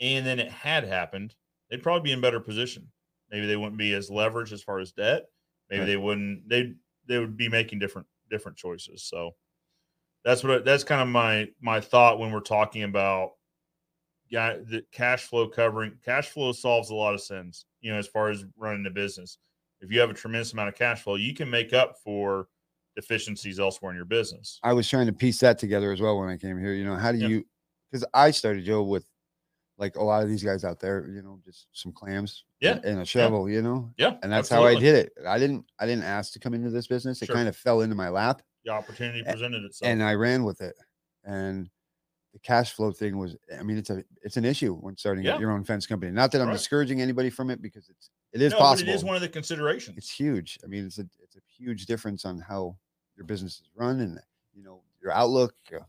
and then it had happened, they'd probably be in better position. Maybe they wouldn't be as leveraged as far as debt. Maybe Right. they wouldn't they they would be making different different choices. So that's what I, that's kind of my my thought when we're talking about guy the cash flow covering cash flow solves a lot of sins, you know, as far as running the business. If you have a tremendous amount of cash flow, you can make up for deficiencies elsewhere in your business. I was trying to piece that together as well when I came here. You know, how do Yeah. you? Because I started Joe with like a lot of these guys out there. You know, just some clams. Yeah, And, and a shovel. You know. Yeah. And that's how I absolutely. did it. I didn't. I didn't ask to come into this business. It Sure. kind of fell into my lap. the opportunity A- presented itself. and I ran with it. And the cash flow thing was, I mean, it's a it's an issue when starting Yeah. up your own fence company. Not that I'm Right. discouraging anybody from it because it's it is No, but possible. It is one of the it's considerations. huge. I mean, it's a it's a huge difference on how your business is run and you know your outlook. uh,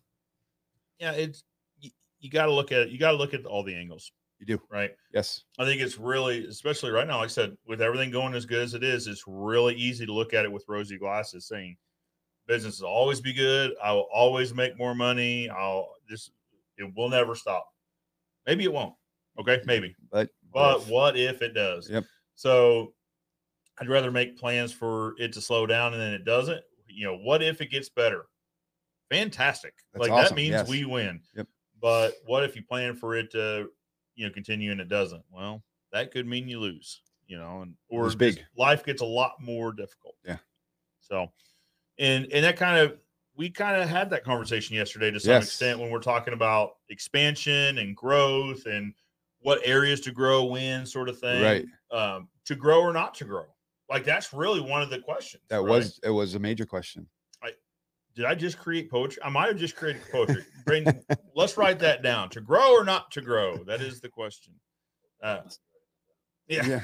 Yeah, it's you, you got to look at it. You got to look at all the angles, You do right? yes, I think it's really, especially right now, like I said, with everything going as good as it is, it's really easy to look at it with rosy glasses, saying business will always be good. I will always make more money. I'll this it will never stop. Maybe it won't. Okay, maybe. but But if- what if it does? Yep. So I'd rather make plans for it to slow down and then it doesn't. You know, what if it gets better? Fantastic. That's like that awesome, means yes. we win. Yep. But what if you plan for it to, you know, continue and it doesn't? Well, that could mean you lose, you know, and or It's just big. life gets a lot more difficult. Yeah. So and and that kind of we kind of had that conversation yesterday to some Yes. extent when we're talking about expansion and growth and what areas to grow in, sort of thing. right, Um, to grow or not to grow. Like that's really one of the questions. that right? was it was a major question. Did I just create poetry? I might have just created poetry. Brandon, let's write that down. To grow or not to grow? That is the question. Uh, yeah.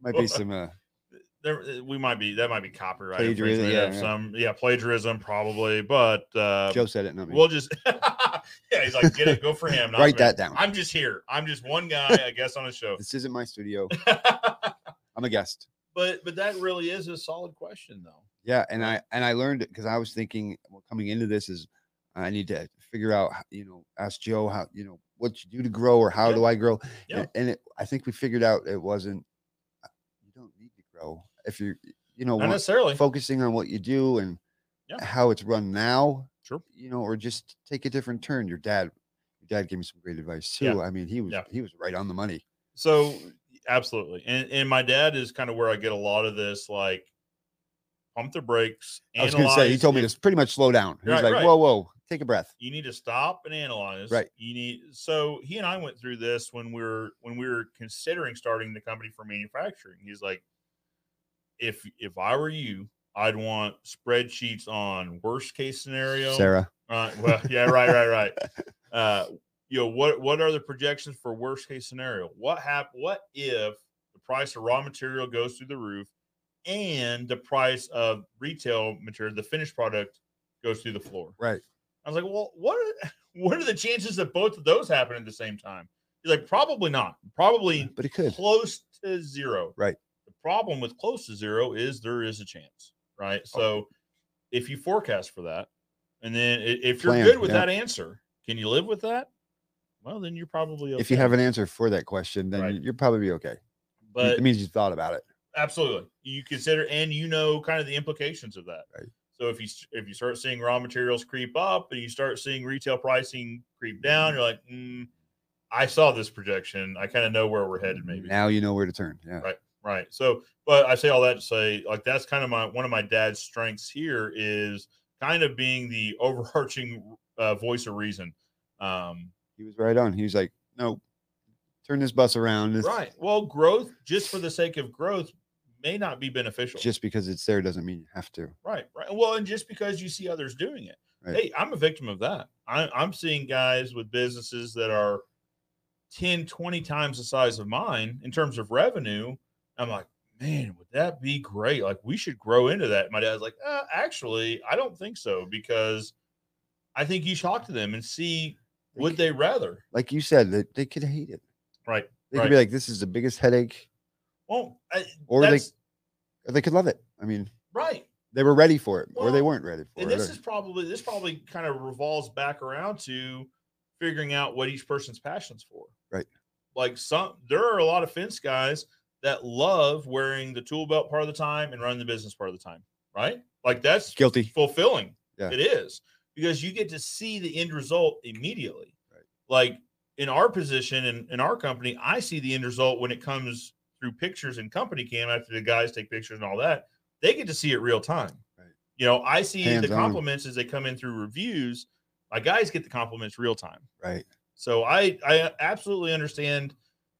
Might be some uh, there uh, we might be that might be copyright Plagiarism, infringement. yeah, yeah, yeah. some yeah plagiarism probably but uh Joe said it, not me. we'll just yeah he's like get it go for him not Write me. that down. i'm just here i'm just one guy i guess on a show this isn't my studio. I'm a guest. but but that really is a solid question though Yeah, and I and I learned it because I was thinking well, coming into this is I need to figure out h- you know ask Joe how you know what you do to grow or how Yeah. do I grow. Yeah. And, and it, I think we figured out it wasn't uh, you don't need to grow if you you know not want- necessarily focusing on what you do and Yeah. how it's run now. Sure. You know, or just take a different turn. Your dad, your dad gave me some great advice too. Yeah. I mean, he was Yeah. he was right on the money. so absolutely and and my dad is kind of where i get a lot of this like pump the brakes I was gonna say he analyze told me if- to s- pretty much slow down. He was Right, like, right. whoa, whoa, take a breath. you need to stop and analyze Right. you need so he and i went through this when we were when we were considering starting the company for manufacturing he's like if if i were you i'd want spreadsheets on worst case scenario Sarah. uh, well yeah right right right uh you know what what are the projections for worst case scenario what hap- what if the price of raw material goes through the roof and the price of retail material the finished product goes through the floor Right. I was like, well, what are, what are the chances that both of those happen at the same time? He's like, probably not. Probably But it could. close to zero. Right. The problem with close to zero is there is a chance, right? Oh. So if you forecast for that, and then i- if you're Plan, good with yeah. that answer, can you live with that? Well, then you're probably okay. If you have an answer for that question, then Right. you- you'll probably be okay. You- but it means you thought about it. absolutely you consider and you know kind of the implications of that Right. so if you s- if you start seeing raw materials creep up and you start seeing retail pricing creep down Mm-hmm. you're like mm, i saw this projection i kind of know where we're headed maybe Now you know where to turn. Yeah. Right. right so but i say all that to say like that's kind of my one of my dad's strengths here is kind of being the overarching uh, voice of reason um He was right on. He was like, no, turn this bus around. This, right well growth just for the sake of growth may not be beneficial Just because it's there doesn't mean you have to. Right, right. Well, and just because you see others doing it, Right. hey, I'm a victim of that. I, I'm seeing guys with businesses that are 10, 20 times the size of mine in terms of revenue. I'm like, man, would that be great? Like, we should grow into that. My dad's like, uh, actually, I don't think so because I think you should talk to them and see They would could- they rather. Like you said, that they could hate it. Right. They could be like, this is the biggest headache, Well, I, Or they- that's or they could love it. I mean, right. they were ready for it, or they Well, weren't ready for and it. this or- is probably this probably kind of revolves back around to figuring out what each person's passions for Right. like some there are a lot of fence guys that love wearing the tool belt part of the time and running the business part of the time right like that's guilty. fulfilling Yeah. it is because you get to see the end result immediately Right. like in our position and in, our company i see the end result when it comes through pictures and company cam after the guys take pictures and all that they get to see it real time Right. you know i see the Hands-on. compliments as they come in through reviews my guys get the compliments real time Right. so I I absolutely understand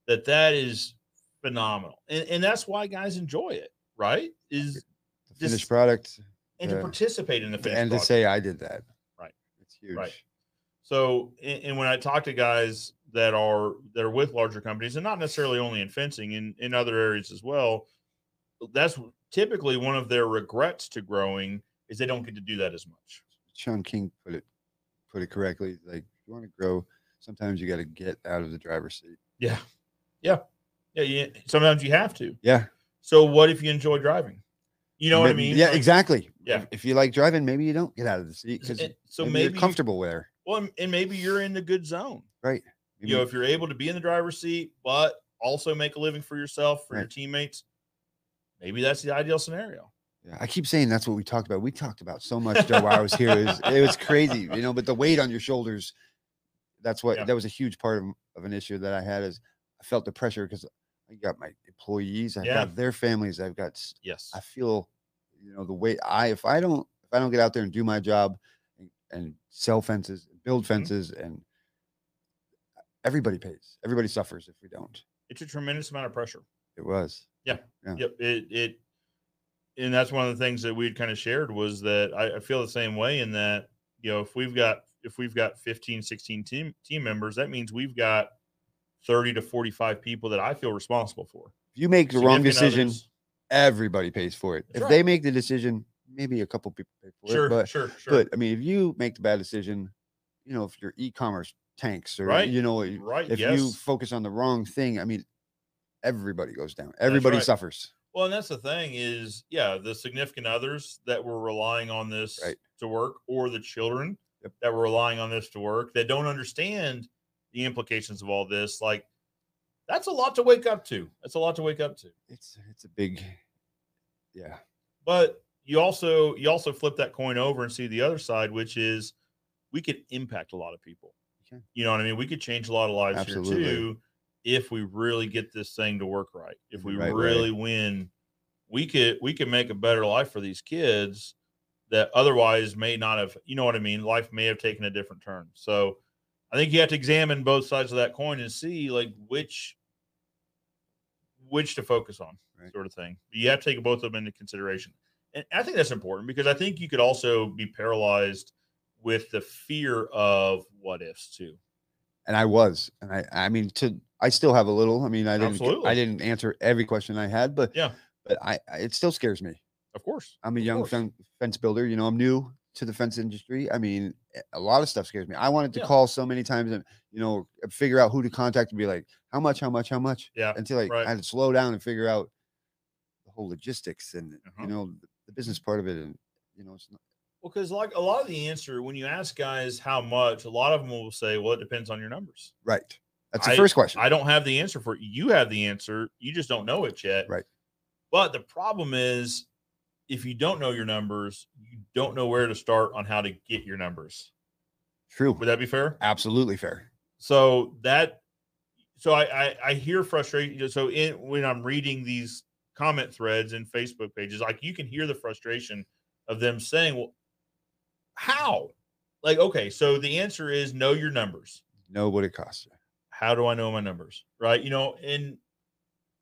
that that is phenomenal, and and that's why guys enjoy it, right? Is The This- finished product. and Yeah. to participate in the and finish to product. say I did that. Right. It's huge. Right. So and, and when I talk to guys that are that are with larger companies, and not necessarily only in fencing, in in other areas as well, that's typically one of their regrets to growing is they don't get to do that as much. Sean King put it put it correctly. Like you want to grow, sometimes you got to get out of the driver's seat. Yeah, yeah, yeah. yeah. Sometimes you have to. Yeah. So what if you enjoy driving? You know what I Ma- mean? Yeah, Like- exactly. Yeah. If, if you like driving, maybe you don't get out of the seat because And so maybe, maybe you're you- comfortable there. Well, and- and maybe you're in the good zone. Maybe You know, if you're able to be in the driver's seat, but also make a living for yourself, for your Right. teammates, maybe that's the ideal scenario. Yeah, I keep saying that's what we talked about. We talked about so much Joe while I was here. It was, it was crazy, you know. But the weight on your shoulders, that's what Yeah. that was a huge part of, of an issue that I had is I felt the pressure because I got my employees, I've Yeah. got their families, I've got s- Yes. I feel, you know, the way I if I don't if I don't get out there and do my job and, and sell fences, Mm-hmm. build fences, and everybody pays, everybody suffers if we don't. It's a tremendous amount of pressure. It was Yep. It, it, and that's one of the things that we'd kind of shared was that I, I feel the same way in that you know if we've got if we've got 15 16 team team members that means we've got 30 to 45 people that i feel responsible for If you make the wrong Significant decision, others. everybody pays for it. That's if right. they make the decision, maybe a couple people pay for sure it. But sure sure but I mean, if you make the bad decision, you know, if your e-commerce tanks or Right. you know, if right if yes you focus on the wrong thing, I mean, everybody goes down. Everybody right. suffers. Well, and that's the thing is, yeah, the significant others that were relying on this Right. to work, or the children Yep. that were relying on this to work, that don't understand the implications of all this. Like, that's a lot to wake up to. That's a lot to wake up to. It's it's a big, yeah. But you also you also flip that coin over and see the other side, which is we could impact a lot of people. We can. You know what I mean? We could change a lot of lives Absolutely. here too if we really get this thing to work right. If In the we right way. really win, we could we could make a better life for these kids that otherwise may not have, you know what I mean? Life may have taken a different turn. So I think you have to examine both sides of that coin and see like which which to focus on, Right. sort of thing. You have to take both of them into consideration. And I think that's important because I think you could also be paralyzed with the fear of what ifs too. And I was, and I I mean to I still have a little. I mean, I didn't Absolutely. I didn't answer every question I had, but Yeah. but I, I it still scares me. Of course. I'm a Of young course. fen- fence builder. You know, I'm new to the fence industry. I mean, eh, a lot of stuff scares me. I wanted to Yeah. call so many times and you know figure out who to contact and be like, how much, how much, how much, Yeah. until like right. I had to slow down and figure out the whole logistics and Uh-huh. you know th- the business part of it. And you know, it's not, Well, because like a lot of the answer when you ask guys how much, a lot of them will say, "Well, it depends on your numbers." right. That's the first question. I don't have the answer for it. You have the answer. You just don't know it yet. Right. But the problem is, if you don't know your numbers, you don't know where to start on how to get your numbers. True. Would that be fair? Absolutely fair. so that so I, I i hear frustration so in when i'm reading these comment threads and facebook pages like you can hear the frustration of them saying well how like okay so the answer is know your numbers Know what it costs you. how do i know my numbers right you know and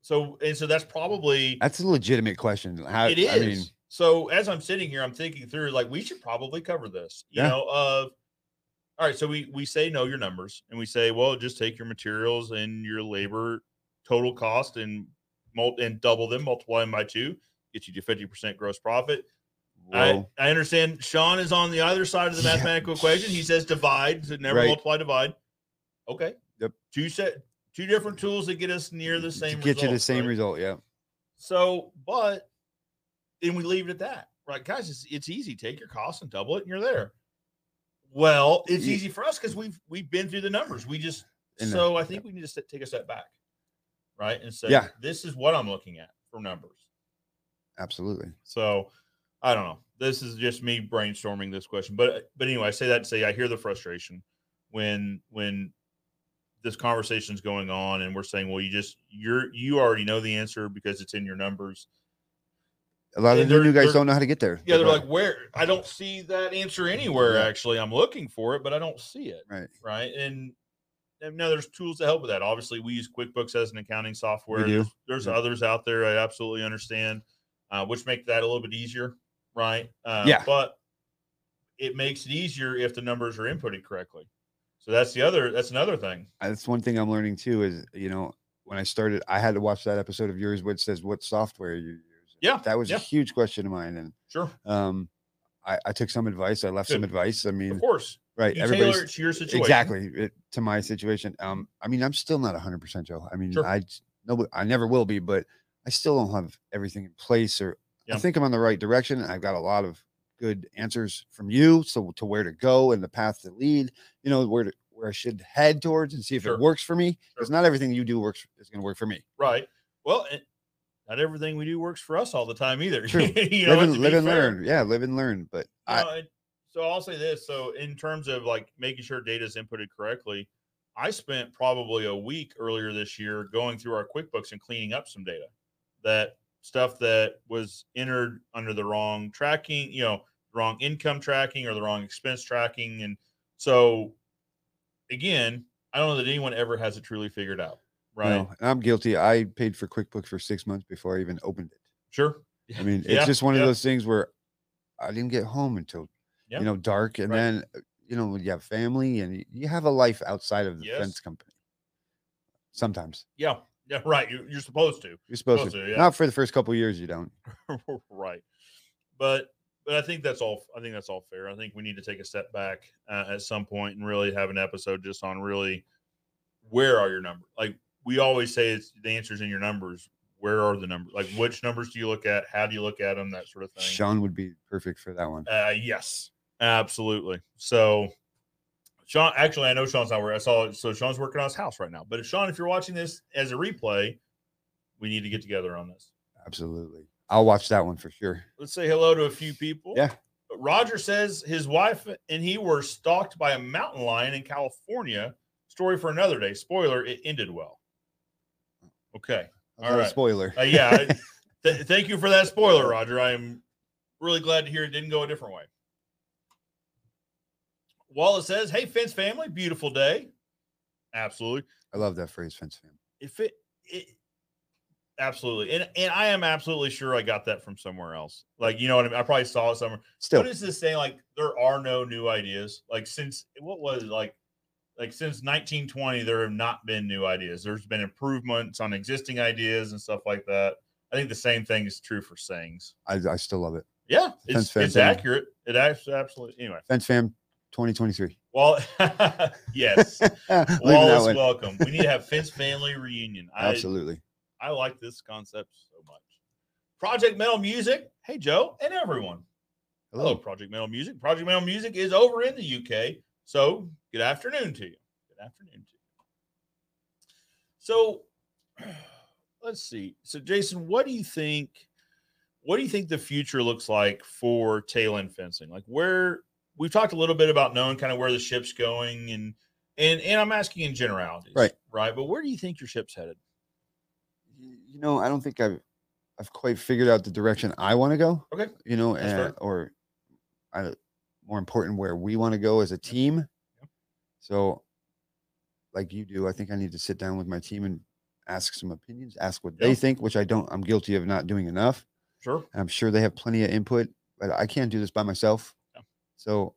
so and so that's probably That's a legitimate question. How, it is. I mean, so as I'm sitting here, I'm thinking through like we should probably cover this. You Yeah. know, of all right, so we we say know your numbers and we say, well, just take your materials and your labor total cost and mul- and double them, multiply them by two, get you to 50% gross profit. I, well, I understand Sean is on the other side of the Yeah. mathematical equation. He says divide, so never Right. multiply, divide. Okay. Yep. Two set two different tools that get us near the to same get you the result, same right? result. Yeah. So, but and we leave it at that, right, guys? It's it's easy. Take your costs and double it, and you're there. Well, it's Ye- easy for us because we've we've been through the numbers. We just And, uh, so I think we need to st- take a step back, right, and say, Yeah. this is what I'm looking at for numbers. Absolutely. So I don't know. This is just me brainstorming this question, but but anyway, I say that to say I hear the frustration when when this conversation's going on and we're saying, well, you just you're you already know the answer because it's in your numbers. A lot of And the they're- new guys they're- don't know how to get there. Yeah, they're go- like, where? I don't see that answer anywhere. Yeah. Actually, I'm looking for it, but I don't see it. Right. Right. And, and now there's tools to help with that. Obviously, we use QuickBooks as an accounting software. do. There's, there's Yeah. others out there. I absolutely understand, uh, which make that a little bit easier. Right. Uh, Yeah. But it makes it easier if the numbers are inputted correctly. So that's the other. That's another thing. Uh, that's one thing I'm learning too is you know when I started I had to watch that episode of yours which says what software you use. Yeah, that was yeah. a huge question of mine, and Sure. um, I, I took some advice. I left some Good. advice. I Of mean, course. right? You Everybody's tailor it to your situation. exactly it, to my situation. Um, I mean, I'm still not 100 percent Joe. I mean, Sure. I j- no, I never will be, but I still don't have everything in place, or Yeah. I think I'm on the right direction. I've got a lot of good answers from you, so to where to go and the path to lead. You know where to, where I should head towards and see if Sure. it works for me. Because Sure. not everything you do works is going to work for me. Right. Well, and not everything we do works for us all the time either. True. You know, live to and, be live and fair. learn. Yeah, live and learn. But You I, know, and so I'll say this. So in terms of like making sure data is inputted correctly, I spent probably a week earlier this year going through our QuickBooks and cleaning up some data that stuff that was entered under the wrong tracking, you know, wrong income tracking or the wrong expense tracking. And so again, I don't know that anyone ever has it truly figured out. you Right. know, and I'm guilty. I paid for QuickBooks for six months before I even opened it. Sure. I mean, it's Yeah, just one yeah. of those things where I didn't get home until Yeah, you know dark, and right. then uh, you know you have family and y- you have a life outside of the Yes. fence company. Sometimes Yeah, yeah, right. You're, you're supposed to. you're supposed Supposed to, to, yeah. not for the first couple of years you don't. right but but i think that's all i think that's all fair i think we need to take a step back uh, at some point and really have an episode just on really where are your numbers like we always say it's the answers in your numbers where are the numbers like which numbers do you look at how do you look at them that sort of thing Sean would be perfect for that one. uh, yes, absolutely. So, Sean, actually, I know Sean's not working. I saw so Sean's working on his house right now. But if Sean, if you're watching this as a replay, we need to get together on this. Absolutely, I'll watch that one for sure. Let's say hello to a few people. Yeah. Roger says his wife and he were stalked by a mountain lion in California. Story for another day. Spoiler: It ended well. Okay. All All right. right. spoiler. Uh, yeah. I- th- thank you for that spoiler, Roger. I am really glad to hear it didn't go a different way. Wallace says, "Hey, Fence family, beautiful day." Absolutely. I love that phrase, fence family. If it, it absolutely, and and I am absolutely sure I got that from somewhere else. Like you know what I mean? I probably saw it somewhere. Still, What is this saying? Like there are no new ideas. Like since what was it? like like since 1920, there have not been new ideas. There's been improvements on existing ideas and stuff like that. I think the same thing is true for sayings. I, I still love it. Yeah, That's it's, it's fantastic. accurate. It actually absolutely anyway. Fence fam, 2023. Well, yes, Leaving that Wallace, one. welcome. We need to have Fence family reunion. I, Absolutely. I like this concept so much. Project Metal Music. Hey, Joe, and everyone. Hello. Hello. Project Metal Music. Project Metal Music is over in the UK. So, good afternoon to you. Good afternoon to you. So, let's see. So, Jason, what do you think? What do you think the future looks like for tail end fencing? Like, where we've talked a little bit about knowing kind of where the ship's going, and and and I'm asking in generalities, Right. Right. But where do you think your ship's headed? Y- You know, I don't think I've I've quite figured out the direction I want to go. Okay. You know, That's and, fair. or I, more important, where we want to go as a team. So, like you do, I think I need to sit down with my team and ask some opinions, ask what they Yeah. think, which I don't. I'm guilty of not doing enough. Sure. And I'm sure they have plenty of input, but I can't do this by myself. Yeah. So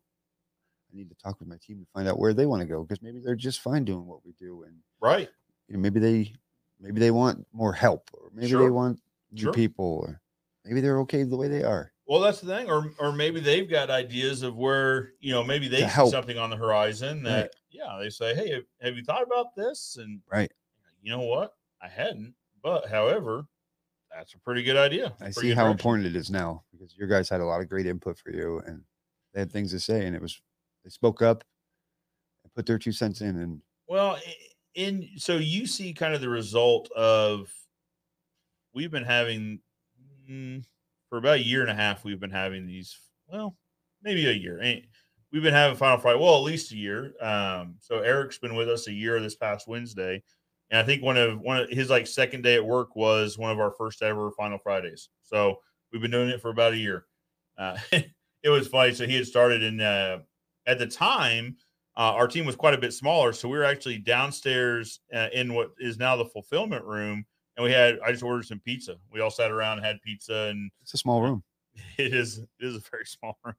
I need to talk with my team to find out where they want to go because maybe they're just fine doing what we do, and Right. you know, maybe they maybe they want more help, or maybe they Sure. want new Sure. people, or maybe they're okay the way they are. Well, that's the thing, or or maybe they've got ideas of where you know maybe they To see help. something on the horizon that Right. yeah they say, hey, have, have you thought about this? And Right. you know what, I hadn't, but however, that's a pretty good idea. I Pretty see good how direction. important it is now because your guys had a lot of great input for you, and they had things to say, and it was they spoke up and put their two cents in, and Well, i- in so you see kind of the result of we've been having mm, for about a year and a half. We've been having these. Well, maybe a year. Ain't we've been having Final Friday. Well, at least a year. Um, so Eric's been with us a year this past Wednesday, and I think one of one of his like second day at work was one of our first ever Final Fridays. So we've been doing it for about a year. Uh, it was funny. So he had started in uh, at the time uh, our team was quite a bit smaller, so we were actually downstairs uh, in what is now the fulfillment room, and we had I just ordered some pizza. We all sat around and had pizza, and it's a small room. it is it is a very small room.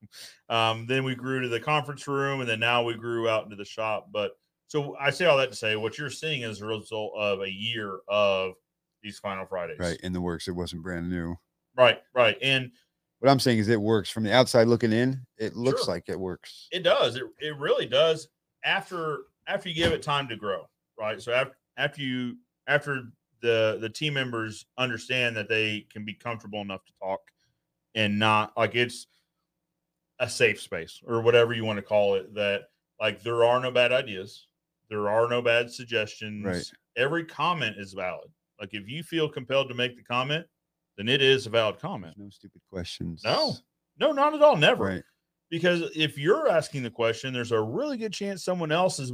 Um, then we grew to the conference room, and then now we grew out into the shop. But so I say all that to say, what you're seeing is a result of a year of these Final Fridays, Right in the works, it wasn't brand new. right, right, and What I'm saying is, it works from the outside looking in. It looks Sure. like it works. It does. It, it really does. After after you give it time to grow, right? So after after you after the the team members understand that they can be comfortable enough to talk and not like it's a safe space or whatever you want to call it that like there are no bad ideas there are no bad suggestions Right. every comment is valid like if you feel compelled to make the comment then it is a valid comment There's no stupid questions. no not at all never Right. because if you're asking the question, there's a really good chance someone else is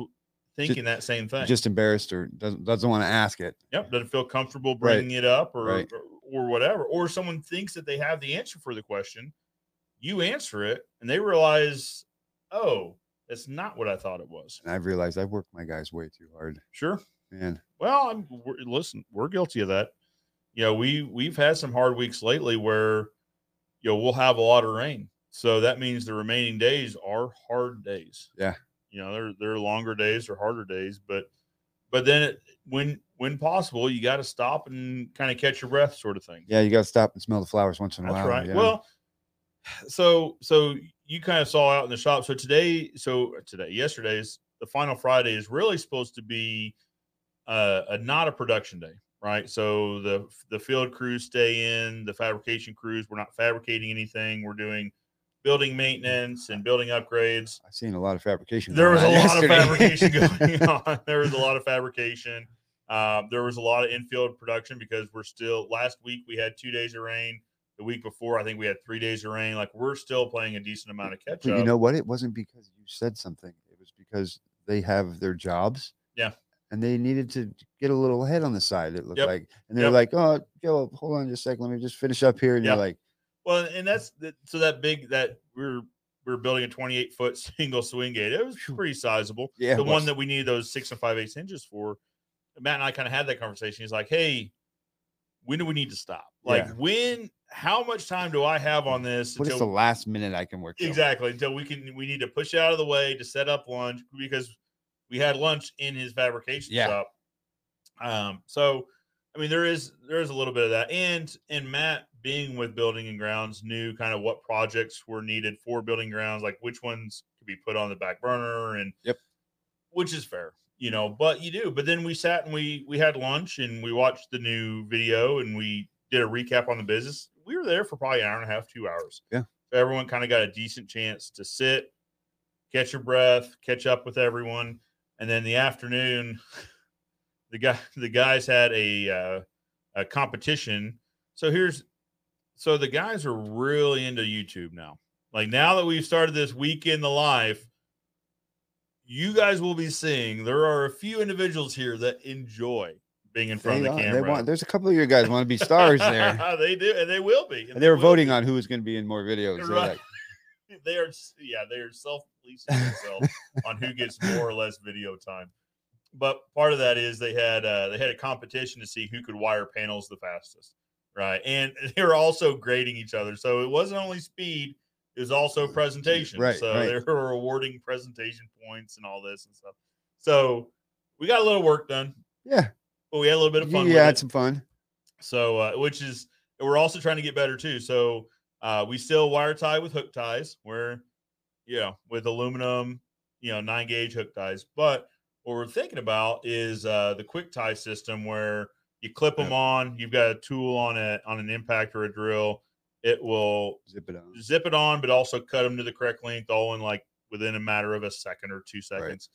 thinking that same thing. Just embarrassed or doesn't doesn't want to ask it. yep, doesn't feel comfortable Right. bringing it up or, Right. or or whatever, or someone thinks that they have the answer for the question. You answer it, and they realize, oh, that's not what I thought it was. And I've realized I've worked my guys way too hard. Sure. Man, Well, I'm we're, listen. We're guilty of that. You know, we we've had some hard weeks lately where you know, we'll have a lot of rain. So that means the remaining days are hard days. Yeah. You know, they're they're longer days or harder days, but but then it, when when possible, you got to stop and kind of catch your breath, sort of thing. Yeah, you got to stop and smell the flowers once in a That's while. right. yeah. Well, so so you kind of saw out in the shop. So today, so today, yesterday's the final Friday is really supposed to be uh, a not a production day, right? So the the field crews stay in, the fabrication crews. We're not fabricating anything. We're doing building maintenance and building upgrades. I've seen a lot of fabrication. There going was a on lot of yesterday. fabrication going on. There was a lot of fabrication. Um, there was a lot of infield production because we're still. Last week we had two days of rain. The week before, I think we had three days of rain. Like we're still playing a decent amount of catch But up. you know what? It wasn't because you said something. It was because they have their jobs. Yeah. And they needed to get a little ahead on the side. It looked Yep. like, and they're Yep. like, "Oh, Joe, hold on just a second. Let me just finish up here." And Yeah. you're like, well, and that's the, so that big that we're we're building a 28 foot single swing gate. It was Phew. pretty sizable. "Yeah, the it one was." that we need those six and five eighths inches for. Matt and I kind of had that conversation. He's like, "Hey, when do we need to stop? Like, Yeah. when? How much time do I have on this What is the last minute I can work?" till?" exactly until we can? We need to push it out of the way to set up lunch because we had lunch in his fabrication Yeah. shop. Um, so I mean, there is there is a little bit of that, and and Matt being with Building and Grounds knew kind of what projects were needed for Building Grounds, like which ones could be put on the back burner, and Yep. which is fair, you know. But you do. But then we sat and we we had lunch and we watched the new video and we did a recap on the business. We were there for probably an hour and a half, two hours. Yeah. So everyone kind of got a decent chance to sit, catch your breath, catch up with everyone, and then the afternoon the guy the guys had a uh, a competition. So here's so the guys are really into YouTube now. Like now that we've started this week in the life, you guys will be seeing there are a few individuals here that enjoy being in front They, of are- the they camera. want. There's a couple of your guys want to be stars there. they do, and they will be. And they were will voting be. on who was going to be in more videos. They're Right. like, They are, s- yeah, they are self policing themselves on who gets more or less video time. But part of that is they had uh, they had a competition to see who could wire panels the fastest, right? And they were also grading each other, so it wasn't only speed; it was also presentation. Right, so right. they were awarding presentation points and all this and stuff. So we got a little work done, yeah, but we had a little bit of fun. you with had it. some fun. So, uh, which is we're also trying to get better too. So, uh, we still wire tie with hook ties, where you know, with aluminum, you know, nine gauge hook ties. But what we're thinking about is uh, the quick tie system, where you clip them Yep. on. You've got a tool on a on an impact or a drill. It will Zip it on. zip it on, but also cut them to the correct length, all in like within a matter of a second or two Right. seconds.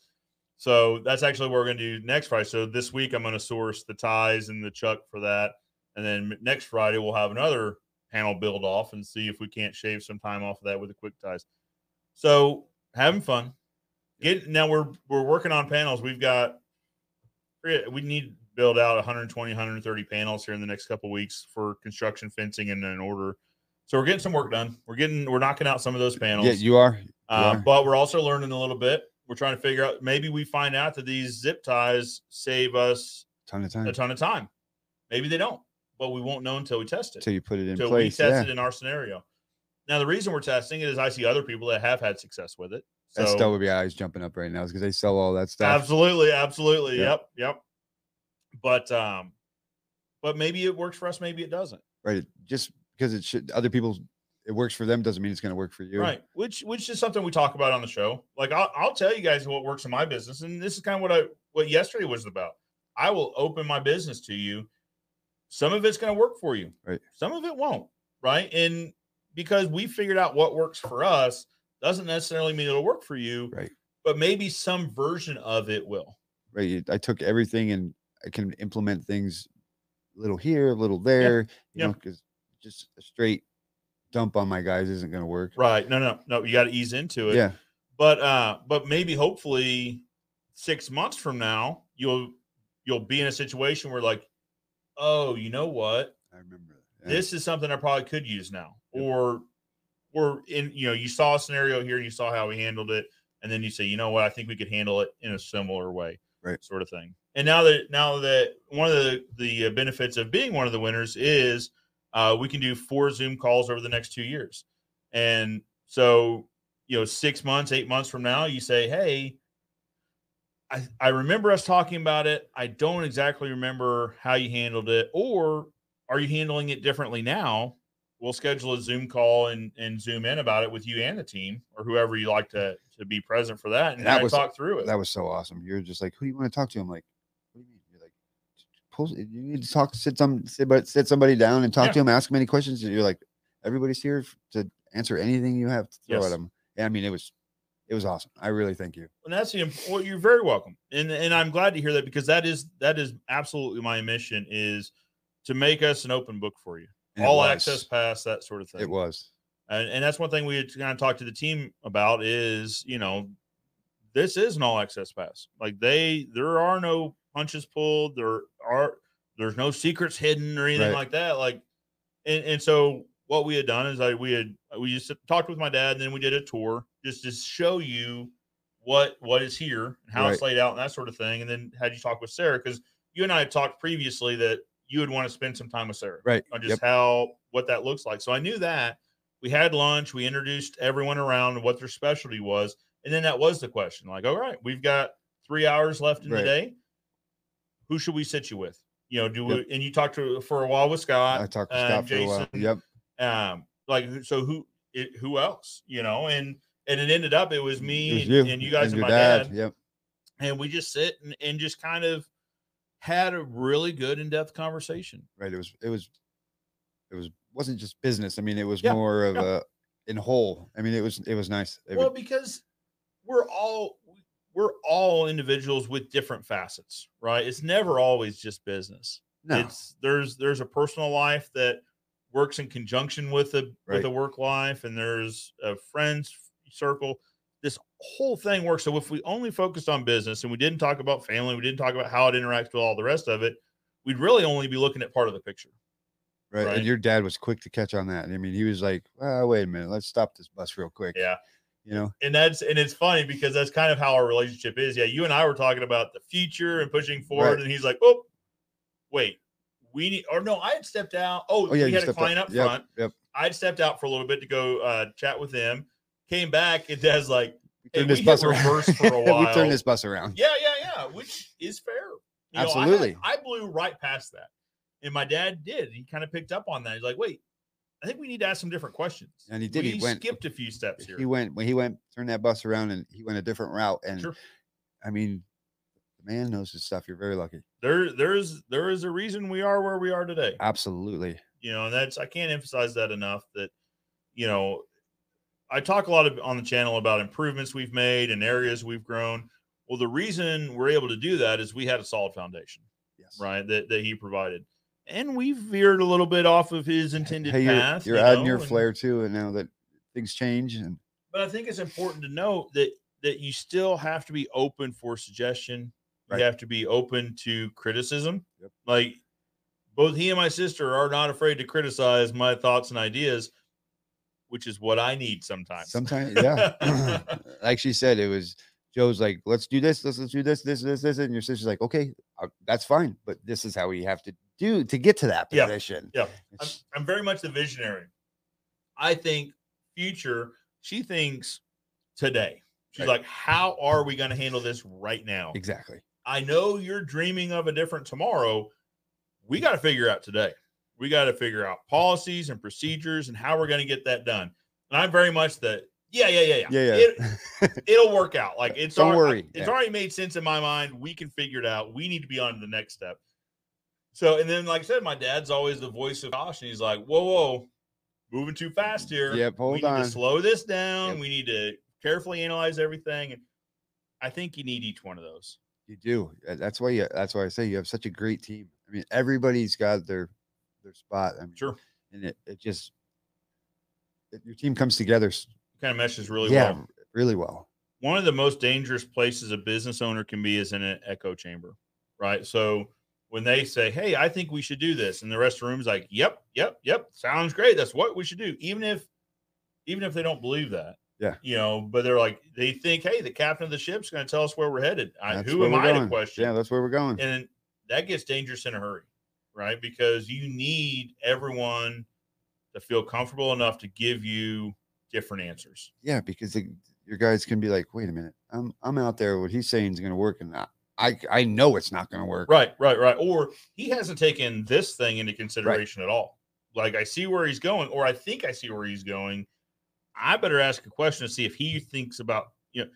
So that's actually what we're going to do next Friday. So this week I'm going to source the ties and the chuck for that, and then m- next Friday we'll have another panel build off and see if we can't shave some time off of that with the quick ties. So having fun. Get now we're we're working on panels. We've got forget- we need to build out 120 130 panels here in the next couple weeks for construction fencing and an order so we're getting some work done we're getting we're knocking out some of those panels Yeah, you are. uh, are. but we're also learning a little bit we're trying to figure out maybe we find out that these zip ties save us Ton of a time ton of time maybe they don't but we won't know until we test it until you put it in so place. we Yeah. tested in our scenario now the reason we're testing it is i see other people that have had success with it so That's still would be eyes jumping up right now because they sell all that stuff. Absolutely, absolutely. Yeah. Yep, yep. But um, but maybe it works for us. Maybe it doesn't. Right. it- Just because it should other people it works for them doesn't mean it's gonna work for you. Right. Which which is something we talk about on the show. Like I'll, I'll tell you guys what works in my business, and this is kind of what I what yesterday was about. I will open my business to you. Some of it's going to work for you. Right. Some of it won't. Right. And because we figured out what works for us doesn't necessarily mean it'll work for you. Right. But maybe some version of it will. Right. you- I took everything and I can implement things a little here, a little there, you yeah. know, because just a straight dump on my guys isn't gonna work. Right. No. No. No. You got to ease into it. Yeah. but uh but maybe hopefully six months from now you'll you'll be in a situation where like oh you know what I remember that. yeah. this is something i probably could use now Yep. or or in you know you saw a scenario here and you saw how we handled it and then you say you know what i think we could handle it in a similar way Right. sort uh, of thing and now that now that one of the the benefits of being one of the winners is Uh, we can do four Zoom calls over the next two years. And so, you know, six months, eight months from now, you say, hey, I, I remember us talking about it. I don't exactly remember how you handled it, or are you handling it differently now? We'll schedule a Zoom call and, and zoom in about it with you and the team or whoever you like to to be present for that and And that kinda was- talk through it. That was so awesome. You're just like, who do you want to talk to? I'm like, what do you mean? You're like, pull, you need to talk, sit some, sit, but sit somebody down and talk to them, ask them any questions. And you're like, everybody's here f- to answer anything you have to throw Yes. at them. And I mean, it was, it was awesome. I really thank you. and that's the imp- well, you're very welcome and and i'm glad to hear that because that is that is absolutely my mission is to make us an open book for you And it all was. access pass that sort of thing It was. and, and that's one thing we had kind of talked to the team about is you know this is an all access pass like they there are no punches pulled there are there's no secrets hidden or anything Right. like that like and, and so what we had done is i we had we just talked with my dad and then we did a tour just to show you what what is here and how it's laid out and that sort of thing and then had you talk with sarah because you and i had talked previously that you would want to spend some time with sarah Right. on just Yep. how what that looks like. So I knew that. We had lunch. We introduced everyone around and what their specialty was, and then that was the question. Like, all right, we've got three hours left in the Right. day. Who should we sit you with? You know, do Yep. we? And you talked to for a while with Scott. I talked to uh, Scott for a while. Jason, Yep. Um, like who- so who? It, who else? You know, and and it ended up it was me It was and, and you guys and, your my dad Yep. and we just sit and, and just kind of had a really good in depth conversation. right it was it was it was wasn't just business i mean it was Yeah, more of yeah. a in whole i mean it was it was nice It was- well because we're all we're all individuals with different facets right it's never always just business no it's there's there's a personal life that works in conjunction with the with Right. the work life and there's a friends circle this whole thing works so if we only focused on business and we didn't talk about family we didn't talk about how it interacts with all the rest of it we'd really only be looking at part of the picture right? right. and your dad was quick to catch on that i mean he was like oh, wait a minute let's stop this bus real quick Yeah. you know and that's and it's funny because that's kind of how our relationship is. Yeah, you and I were talking about the future and pushing forward, Right. and he's like, "Oh, wait, we need." Or no, I had stepped out. Oh, oh yeah we had you a stepped client up, yep, front. yep I'd stepped out for a little bit to go uh, chat with them. Came back, and Dad's like, we Hey, turned we this hit bus around reverse for a we turned while. this bus around "Yeah, yeah, yeah," which is fair. You know, I had- Absolutely. I, blew right past that, and my dad did. He kind of picked up on that. He's like, "Wait, I think we need to ask some different questions." And he did. We He went- skipped a few steps here. he went when he went turned that bus around and he went a different route and Sure. i mean the man knows his stuff you're very lucky there there's there is a reason we are where we are today absolutely you know and that's i can't emphasize that enough that you know i talk a lot of, on the channel about improvements we've made and areas we've grown well the reason we're able to do that is we had a solid foundation yes right that, that he provided and we veered a little bit off of his intended hey, you're, path you're you adding know, your and- flair too and now that things change and but I think it's important to note that that you still have to be open for suggestion. Right. You have to be open to criticism. Yep. Like both he and my sister are not afraid to criticize my thoughts and ideas, which is what I need sometimes. Sometimes, yeah. like she said, it was Joe's like, let's do this, let's, let's do this, this, this, this. And your sister's like, okay, uh, that's fine. But this is how we have to do to get to that Yeah, position. yeah. I'm, It's- I'm very much the visionary. I think future. She thinks today. She's Right. like, how are we going to handle this right now? exactly. I know you're dreaming of a different tomorrow. We got to figure out today. We got to figure out policies and procedures and how we're going to get that done. And I'm very much the yeah, yeah, yeah, yeah. Yeah, yeah. It, it'll work out. Like it's Don't al- worry. It's Yeah. already made sense in my mind. We can figure it out. We need to be on to the next step. So, and then, like I said, my dad's always the voice of caution. He's like, "Whoa, whoa, moving too fast here. Yep, we hold need on. to slow this down. Yep. We need to carefully analyze everything." And I think you need each one of those. You do. Uh, That's why you that's why I say you have such a great team. I mean, everybody's got their their spot. I mean, Sure. And it, it just it, your team comes together s- kind of meshes really yeah, well. really well. One of the most dangerous places a business owner can be is in an echo chamber, right? So when they say, "Hey, I think we should do this," and the rest of the room's like, "Yep, yep, yep, sounds great. That's what we should do," even if even if they don't believe that. Yeah. You know, but they're like they think, "Hey, the captain of the ship's going to tell us where we're headed. I, That's who where am we're I to going. question?" Yeah, that's where we're going. and that gets dangerous in a hurry, right? Because you need everyone to feel comfortable enough to give you different answers. Yeah, because the, your guys can be like, wait a minute, I'm I'm out there. What he's saying is going to work, and I, I I know it's not going to work. Right, right, right. Or he hasn't taken this thing into consideration at all. Like I see where he's going, or I think I see where he's going. I better ask a question to see if he thinks about you know.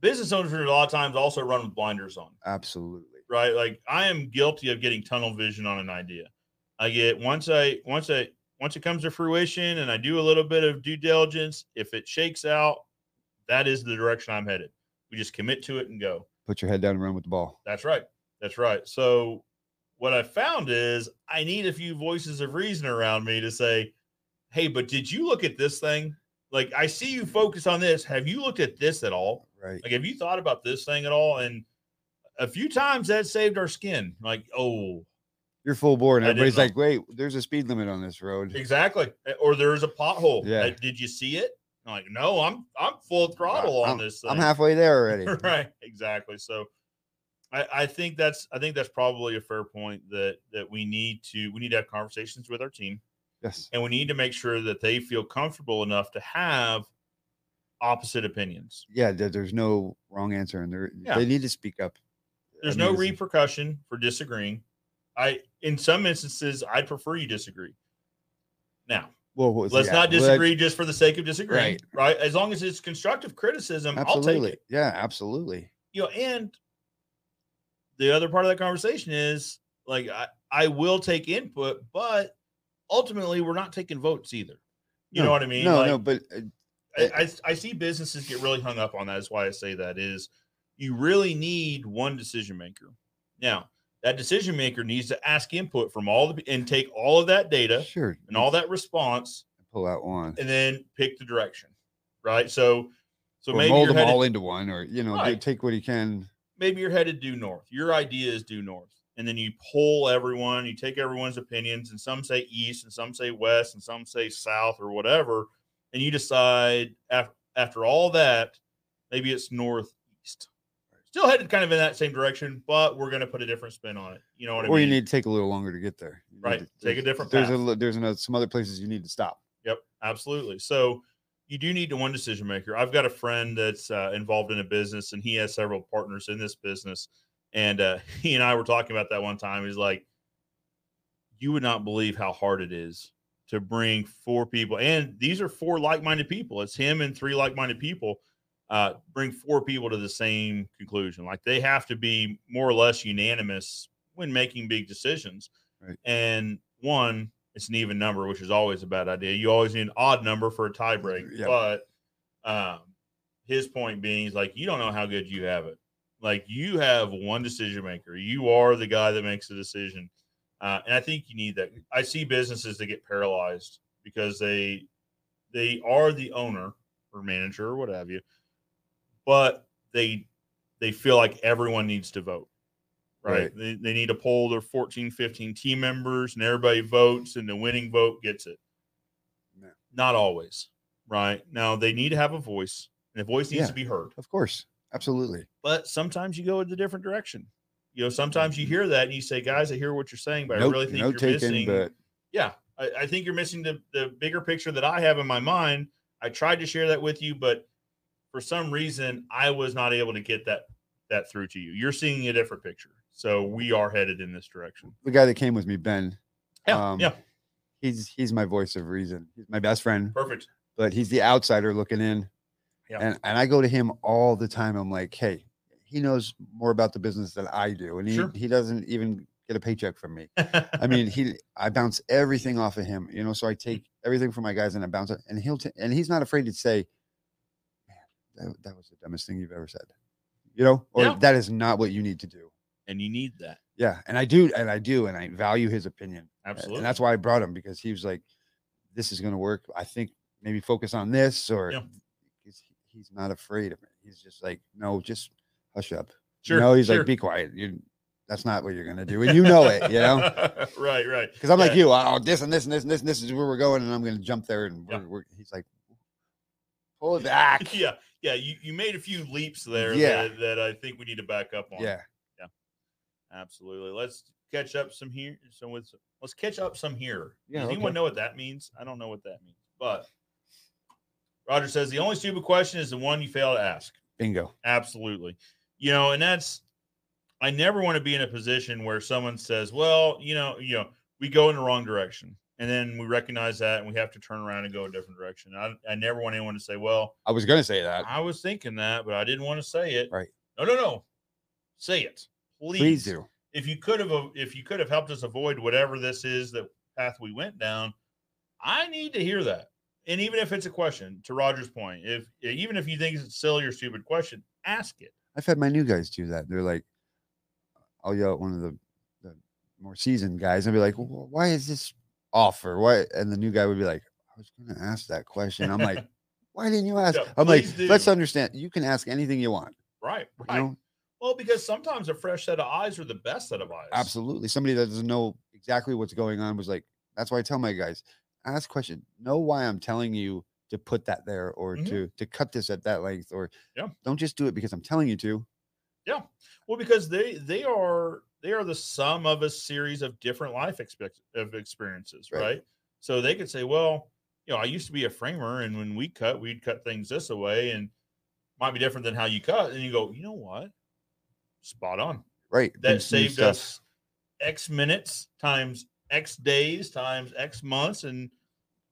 Business owners a lot of times also run with blinders on. Absolutely. right? Like I am guilty of getting tunnel vision on an idea. I get once I once I once it comes to fruition and I do a little bit of due diligence, if it shakes out, that is the direction I'm headed. We just commit to it and go. Put your head down and run with the ball. That's right. That's right. So what I found is I need a few voices of reason around me to say, "Hey, but did you look at this thing? Like I see you focus on this. Have you looked at this at all?" Right. Like, have you thought about this thing at all? And a few times that saved our skin. Like, oh, You're full bore, and I didn't everybody's know. like, wait, there's a speed limit on this road. exactly. Eh, Or there's a pothole. Yeah. Like, Did you see it? I'm like, no, I'm I'm full throttle on this thing. I'm halfway there already. right. Exactly. So I, I think that's I think that's probably a fair point that that we need to we need to have conversations with our team yes. and we need to make sure that they feel comfortable enough to have opposite opinions. Yeah. There, there's no wrong answer, and they Yeah. they need to speak up. I There's mean, no this is- repercussion for disagreeing. I, in some instances, I'd prefer you disagree. Now, Well, what was- let's yeah, not let- disagree just for the sake of disagreeing, right? Right. As long as it's constructive criticism, I'll Absolutely. take it. Yeah. Absolutely. You know, and the other part of that conversation is like I, I will take input, but ultimately we're not taking votes either. You know what I mean? No, Like, no, but uh, I, I, I see businesses get really hung up on that. Is why I say that is you really need one decision maker. Now that decision maker needs to ask input from all the and take all of that data sure. and all that response Pull out one. and then pick the direction. Right. So so or maybe mold you're them headed, all into one, or you know, Right. take what he can. maybe you're headed due north. Your idea is due north. And then you poll everyone, you take everyone's opinions, and some say east, and some say west, and some say south, or whatever. And you decide after, after all that, maybe it's northeast. Still headed kind of in that same direction, but we're going to put a different spin on it. You know what I or mean? you need to take a little longer to get there. You need Right, to- take a there's- different There's a path. li- there's another, some other places you need to stop. Yep, absolutely. So you do need the one decision maker. I've got a friend that's uh, involved in a business, and he has several partners in this business. And uh, he and I were talking about that one time. He's like, "You would not believe how hard it is to bring four people, and these are four like-minded people. It's him and three like-minded people." Uh, bring four people to the same conclusion. Like they have to be more or less unanimous when making big decisions. Right. And one, it's an even number, which is always a bad idea. You always need an odd number for a tie break. Yeah. But um, his point being is like, you don't know how good you have it. Like you have one decision maker. You are the guy that makes the decision, uh, and I think you need that. I see businesses that get paralyzed because they they are the owner or manager or what have you, but they they feel like everyone needs to vote right, Right. They, they need to poll their 14 15 team members and everybody votes and the winning vote gets it No. not always right now they need to have a voice and the voice needs Yeah. to be heard Of course, absolutely. but sometimes you go in a different direction you know sometimes Mm-hmm. you hear that and you say guys i hear what you're saying but i Note- really think note you're taken, missing but yeah I, I think you're missing the, the bigger picture that i have in my mind i tried to share that with you but for some reason i was not able to get that that through to you you're seeing a different picture so we are headed in this direction the guy that came with me, Ben, yeah Um, yeah he's he's my voice of reason. He's my best friend, perfect but he's the outsider looking in. Yeah. And and I go to him all the time. I'm like, hey, he knows more about the business than I do, and he Sure. he doesn't even get a paycheck from me. I mean, he I bounce everything off of him, you know. So I take everything from my guys and I bounce it, and he'll t- and he's not afraid to say, "Man, that, that was the dumbest thing you've ever said," you know, or Yeah. "That is not what you need to do." and you need that Yeah, and I do, and I do, and I value his opinion, a- absolutely and that's why I brought him because he was like, "This is going to work." I think maybe focus on this, or Yeah. he's, he's not afraid of it. He's just like, "No, just hush up." sure you know, he's sure. like, "Be quiet." You, that's not what you're going to do, and you know it. You know. right right Because I'm like Yeah. you, oh, this and this and this and this, and this is where we're going, and I'm going to jump there, and Yeah. we're, we're, he's like, pull it back. yeah yeah you, you made a few leaps there Yeah. that, that i think we need to back up on Yeah. Absolutely. Let's catch up some here. So with let's catch up some here. Yeah, Does okay. anyone know what that means? I don't know what that means. But Roger says the only stupid question is the one you fail to ask. Bingo. Absolutely. You know, and that's I never want to be in a position where someone says, "Well, you know, you know, we go in the wrong direction." And then we recognize that and we have to turn around and go a different direction. I, I never want anyone to say, "Well, I was gonna say that. I was thinking that, but I didn't want to say it." Right. No, no, no. Say it. Please, Please do. if you could have uh, if you could have helped us avoid whatever this is that path we went down i need to hear that and even if it's a question to roger's point if even if you think it's a silly or stupid question ask it I've had my new guys do that. They're like, I'll yell at one of the, the more seasoned guys and be like, "Wh- why is this off or why? And the new guy would be like, I was going to ask that question. I'm like, why didn't you ask? Yeah, I'm like, please do. let's understand. You can ask anything you want. right You right know, well because sometimes a fresh set of eyes are the best set of eyes absolutely. Somebody that doesn't know exactly what's going on was like, that's why I tell my guys, ask question. Know why I'm telling you to put that there or Mhm. to to cut this at that length or Yeah. don't just do it because I'm telling you to. well because they they are they are the sum of a series of different life expect of experiences right. Right. so they could say well you know i used to be a framer and when we cut we'd cut things this way and might be different than how you cut and you go you know what spot on Right. that brings new saved stuff. us x minutes times x days times x months and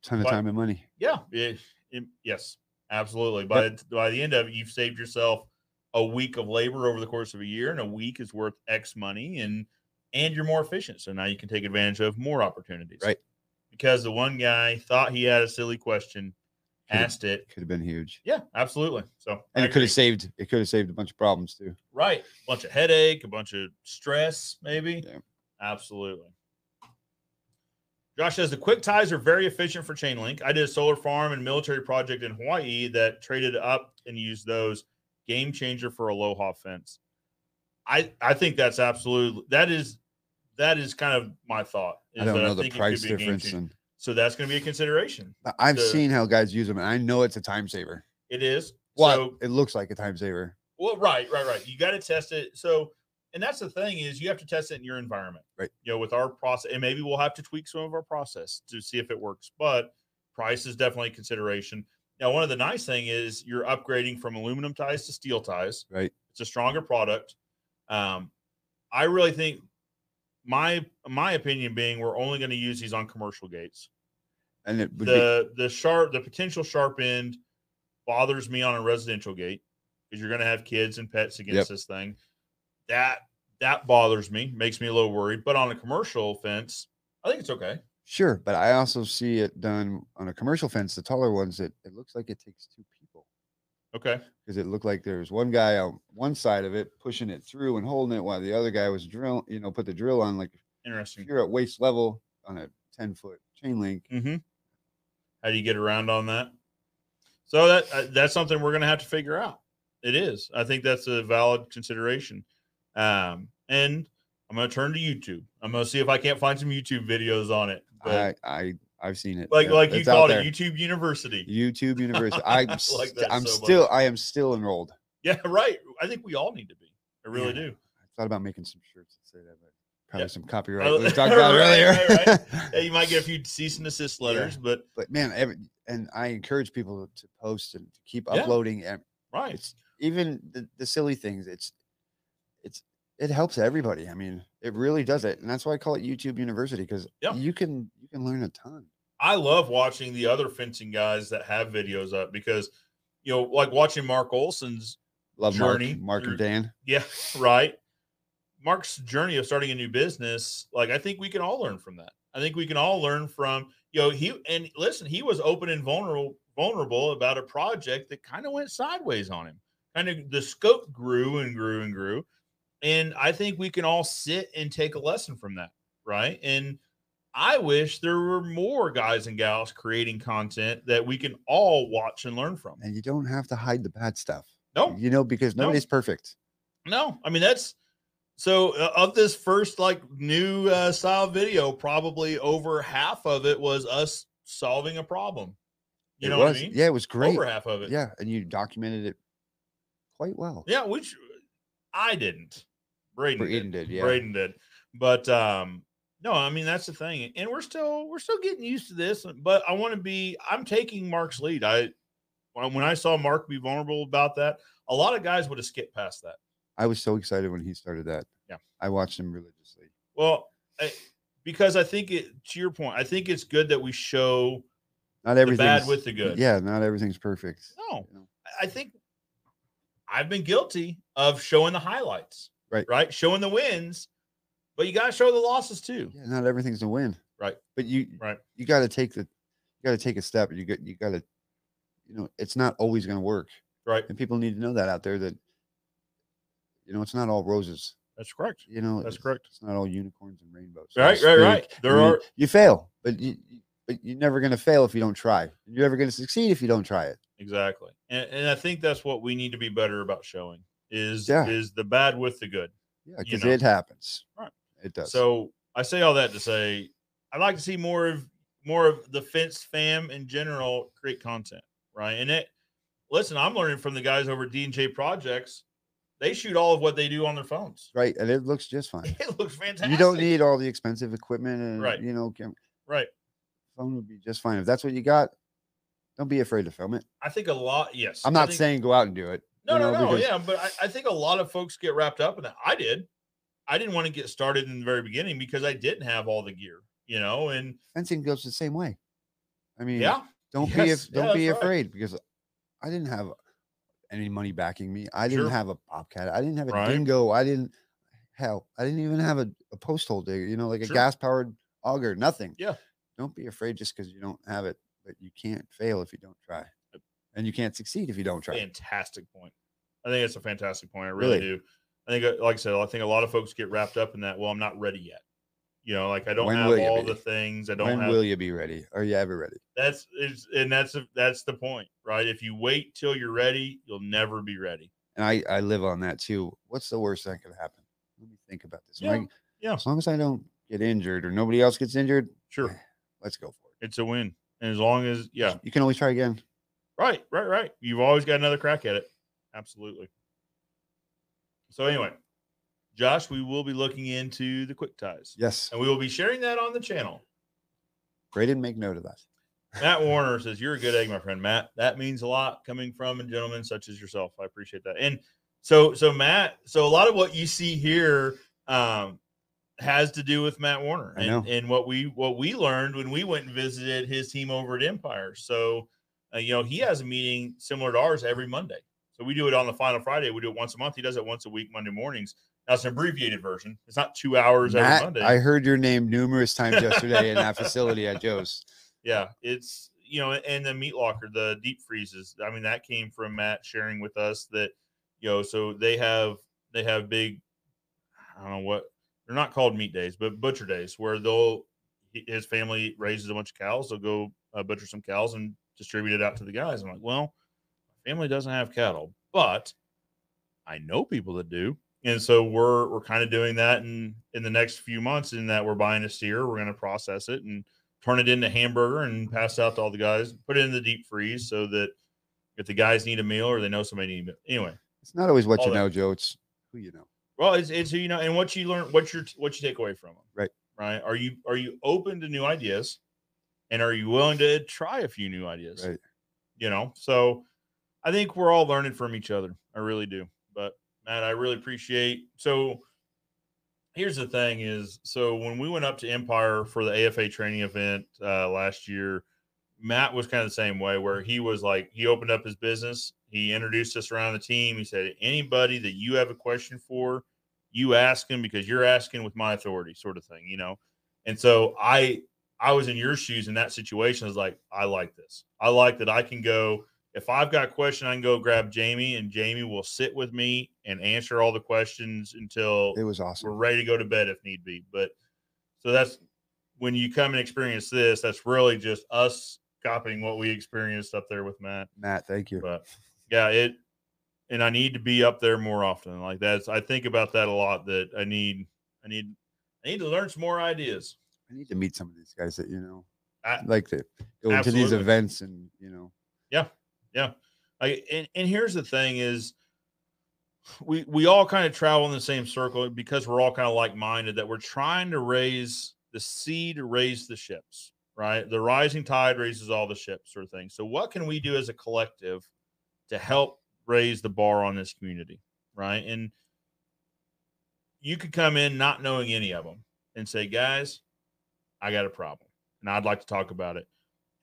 ton of but- time and money. yeah, it, it- yes, absolutely. By the by the end of it, you've saved yourself a week of labor over the course of a year, and a week is worth X money, and and you're more efficient. So now you can take advantage of more opportunities, Right. Because the one guy thought he had a silly question, Could've- asked it. could have been huge. Yeah, absolutely. So And I it agree. could have saved it could have saved a bunch of problems too. right a bunch of headache, a bunch of stress, maybe. Yeah. Absolutely. Josh says the quick ties are very efficient for chain link. I did a solar farm and military project in Hawaii that traded up and used those. Game changer for Aloha fence. I I think that's absolutely that is that is kind of my thought. I is don't that know the think it could price be a game difference, changer. and So that's going to be a consideration. but I've the- seen how guys use them, and I know it's a time saver. It is. Well, So it looks like a time saver. Well, right, right, right. You got to test it. So, and that's the thing is you have to test it in your environment, Right. You know, with our process, and maybe we'll have to tweak some of our process to see if it works. But price is definitely a consideration. Now, one of the nice thing is you're upgrading from aluminum ties to steel ties. Right. It's a stronger product. Um, I really think my my opinion being we're only going to use these on commercial gates And it would be the the sharp the potential sharp end bothers me on a residential gate because you're going to have kids and pets against Yep. this thing. That that bothers me, makes me a little worried. But on a commercial fence, I think it's okay. sure, but I also see it done on a commercial fence, the taller ones. It it looks like it takes two people Okay, because it looked like there was one guy on one side of it pushing it through and holding it while the other guy was drill, you know, put the drill on. Like if interesting. you're at waist level on a ten foot chain link, Mm-hmm. How do you get around on that? So that uh, that's something we're going to have to figure out. It is. I think that's a valid consideration. Um, and I'm going to turn to YouTube. I'm going to see if I can't find some YouTube videos on it. But I I I've seen it. like Yep, like you it's out called there. it YouTube University. YouTube University. I'm I like st- that I'm so much. still I am still enrolled. Yeah, right. I think we all need to be. I really do. Yeah. I thought about making some shirts that say that, but probably Yeah. some copyright Oh, we were talking about right, earlier. right, Yeah, you might get a few cease and desist letters, but But man, every, and I encourage people to post and to keep Yeah. uploading. And right. it's even the, the silly things. It's it's it helps everybody. I mean, it really does it, and that's why I call it YouTube University because Yeah. you can you can learn a ton. I love watching the other fencing guys that have videos up because you know, like watching Mark Olson's Love Journey Mark, Mark through- and Dan. yeah, right. Mark's journey of starting a new business, like I think we can all learn from that. I think we can all learn from, you know, he and listen, he was open and vulnerable vulnerable about a project that kind of went sideways on him. Kind of the scope grew and grew and grew. And I think we can all sit and take a lesson from that, right? And I wish there were more guys and gals creating content that we can all watch and learn from. And you don't have to hide the bad stuff, No, you know, because No. nobody's perfect. No, I mean that's so uh, of this first like new uh, style video, probably over half of it was us solving a problem. You It know was, what I mean? Yeah, it was great. Over half of it. Yeah, and you documented it quite well. Yeah, which I didn't. Braden, Braden did. did, yeah. Braden did. But um, no, I mean that's the thing, and we're still we're still getting used to this. But I want to be. I'm taking Mark's lead. I when I saw Mark be vulnerable about that, a lot of guys would have skipped past that. I was so excited when he started that. Yeah. I watched him religiously. Well, I, because I think it to your point, I think it's good that we show Not the everything. bad with the good. Yeah, not everything's perfect. No, you know. I- I think I've been guilty of showing the highlights, Right. Right, showing the wins, but you got to show the losses too. Yeah, not everything's a win. Right. But you Right. you got to take the you got to take a step. You got you got to you know, it's not always going to work. Right, And people need to know that out there that you know, it's not all roses. that's correct. You know, That's it's- correct. It's not all unicorns and rainbows. so to Right, right, speak. right. I There mean, are you fail, but you you- but you're never going to fail if you don't try. You're never going to succeed if you don't try it. exactly, and, and I think that's what we need to be better about showing is Yeah. is the bad with the good. Yeah, You because know. it happens. Right. It does. So I say all that to say I'd like to see more of more of the fence fam in general create content, right? And it listen, I'm learning from the guys over at D and J Projects. They shoot all of what they do on their phones. right, and it looks just fine. It looks fantastic. You don't need all the expensive equipment and Right. you know, cam- right. phone would be just fine. If that's what you got, don't be afraid to film it. I think a lot. Yes, I'm I not think- saying go out and do it. no, you no, know, no. because- Yeah, but I, I think a lot of folks get wrapped up in that. I did. I didn't want to get started in the very beginning because I didn't have all the gear, you know. And Fencing goes the same way. I mean, yeah, don't be Yes, af- yeah, don't be that's right. afraid because I didn't have any money backing me. I didn't Sure. have a bobcat. I didn't have a Right. dingo. I didn't hell. I didn't even have a, a post hole digger. You know, like Sure. a gas powered auger. Nothing. Yeah. Don't be afraid just because you don't have it. But you can't fail if you don't try, and you can't succeed if you don't try. fantastic point. I think it's a fantastic point. I really, Really? do. I think, uh, like I said, I think a lot of folks get wrapped up in that. Well, I'm not ready yet. You know, like I don't When will have you all be? the things. I don't When have. will you be ready? Are you ever ready? That's is, and that's that's the point, right? If you wait till you're ready, you'll never be ready. and I I live on that too. What's the worst that could happen? Let me think about this. Am I- Yeah, yeah. As long as I don't get injured or nobody else gets injured, Sure, let's go for it. it's a win, and as long as yeah, You can always try again. Right, right, right. You've always got another crack at it. Absolutely. So anyway, Josh, we will be looking into the quick ties. Yes. And we will be sharing that on the channel. Braden, make note of that. Matt Warner says, You're a good egg, my friend. Matt, that means a lot coming from a gentleman such as yourself. I appreciate that. And so so Matt, so a lot of what you see here um has to do with Matt Warner I and, know. and what we what we learned when we went and visited his team over at Empire. So uh, you know, he has a meeting similar to ours every Monday. So we do it on the final Friday. We do it once a month. He does it once a week, Monday mornings. Now it's an abbreviated version. It's not two hours every Matt, Monday. I heard your name numerous times yesterday in that facility at Joe's. Yeah, it's you know, and the meat locker, the deep freezes. I mean, that came from Matt sharing with us that you know, so they have they have big. I don't know what they're not called meat days, but butcher days where they'll hi- his family raises a bunch of cows. They'll go uh, butcher some cows and distribute it out to the guys. I'm like, well, my family doesn't have cattle, but I know people that do. And so we're we're kind of doing that in in the next few months. In that we're buying a steer, we're going to process it and turn it into hamburger and pass it out to all the guys. Put it in the deep freeze so that if the guys need a meal or they know somebody need a meal. Anyway, It's not always what All you that. know, Joe. It's who you know. well, it's it's you know, and what you learn, what you what you take away from them, Right. Right? Are you are you open to new ideas, and are you willing to try a few new ideas? Right. You know, so I think we're all learning from each other. I really do. But Matt, I really appreciate. So here's the thing: is so when we went up to Empire for the AFA training event uh, last year, Matt was kind of the same way, where he was like, he opened up his business, he introduced us around the team. He said, anybody that you have a question for, you ask him because you're asking with my authority, sort of thing, you know. And so I, I was in your shoes in that situation. I was like, I like this. I like that I can go. If I've got a question, I can go grab Jamie, and Jamie will sit with me and answer all the questions until It was awesome. we're ready to go to bed if need be. But so that's when you come and experience this, that's really just us copying what we experienced up there with Matt. Matt, thank you. But yeah, it and I need to be up there more often. Like that's I think about that a lot that I need I need I need to learn some more ideas. I need to meet some of these guys that you know. I- like to go into these Absolutely. events and you know. Yeah. And and here's the thing is we we all kind of travel in the same circle because we're all kind of like-minded that we're trying to raise the sea to raise the ships right the rising tide raises all the ships sort of thing so what can we do as a collective to help raise the bar on this community right and you could come in not knowing any of them and say guys i got a problem and i'd like to talk about it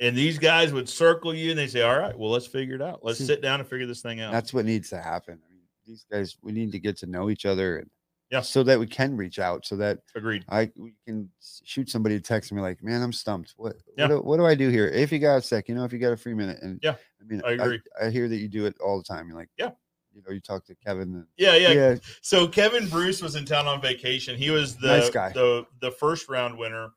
and these guys would circle you and they say all right well let's figure it out let's See, sit down and figure this thing out That's what needs to happen. I mean, these guys, we need to get to know each other, and Yeah. so that we can reach out, so that agreed I we can s- shoot somebody a text and be like, "Man, I'm stumped. What Yeah. what, do, what do I do here? If you got a sec, you know, if you got a free minute." And Yeah, I mean, I agree. I, hear that you do it all the time. You're like, Yeah. you know, you talk to Kevin. And, yeah yeah yeah, So Kevin Bruce was in town on vacation. He was the Nice guy. the the first round winner.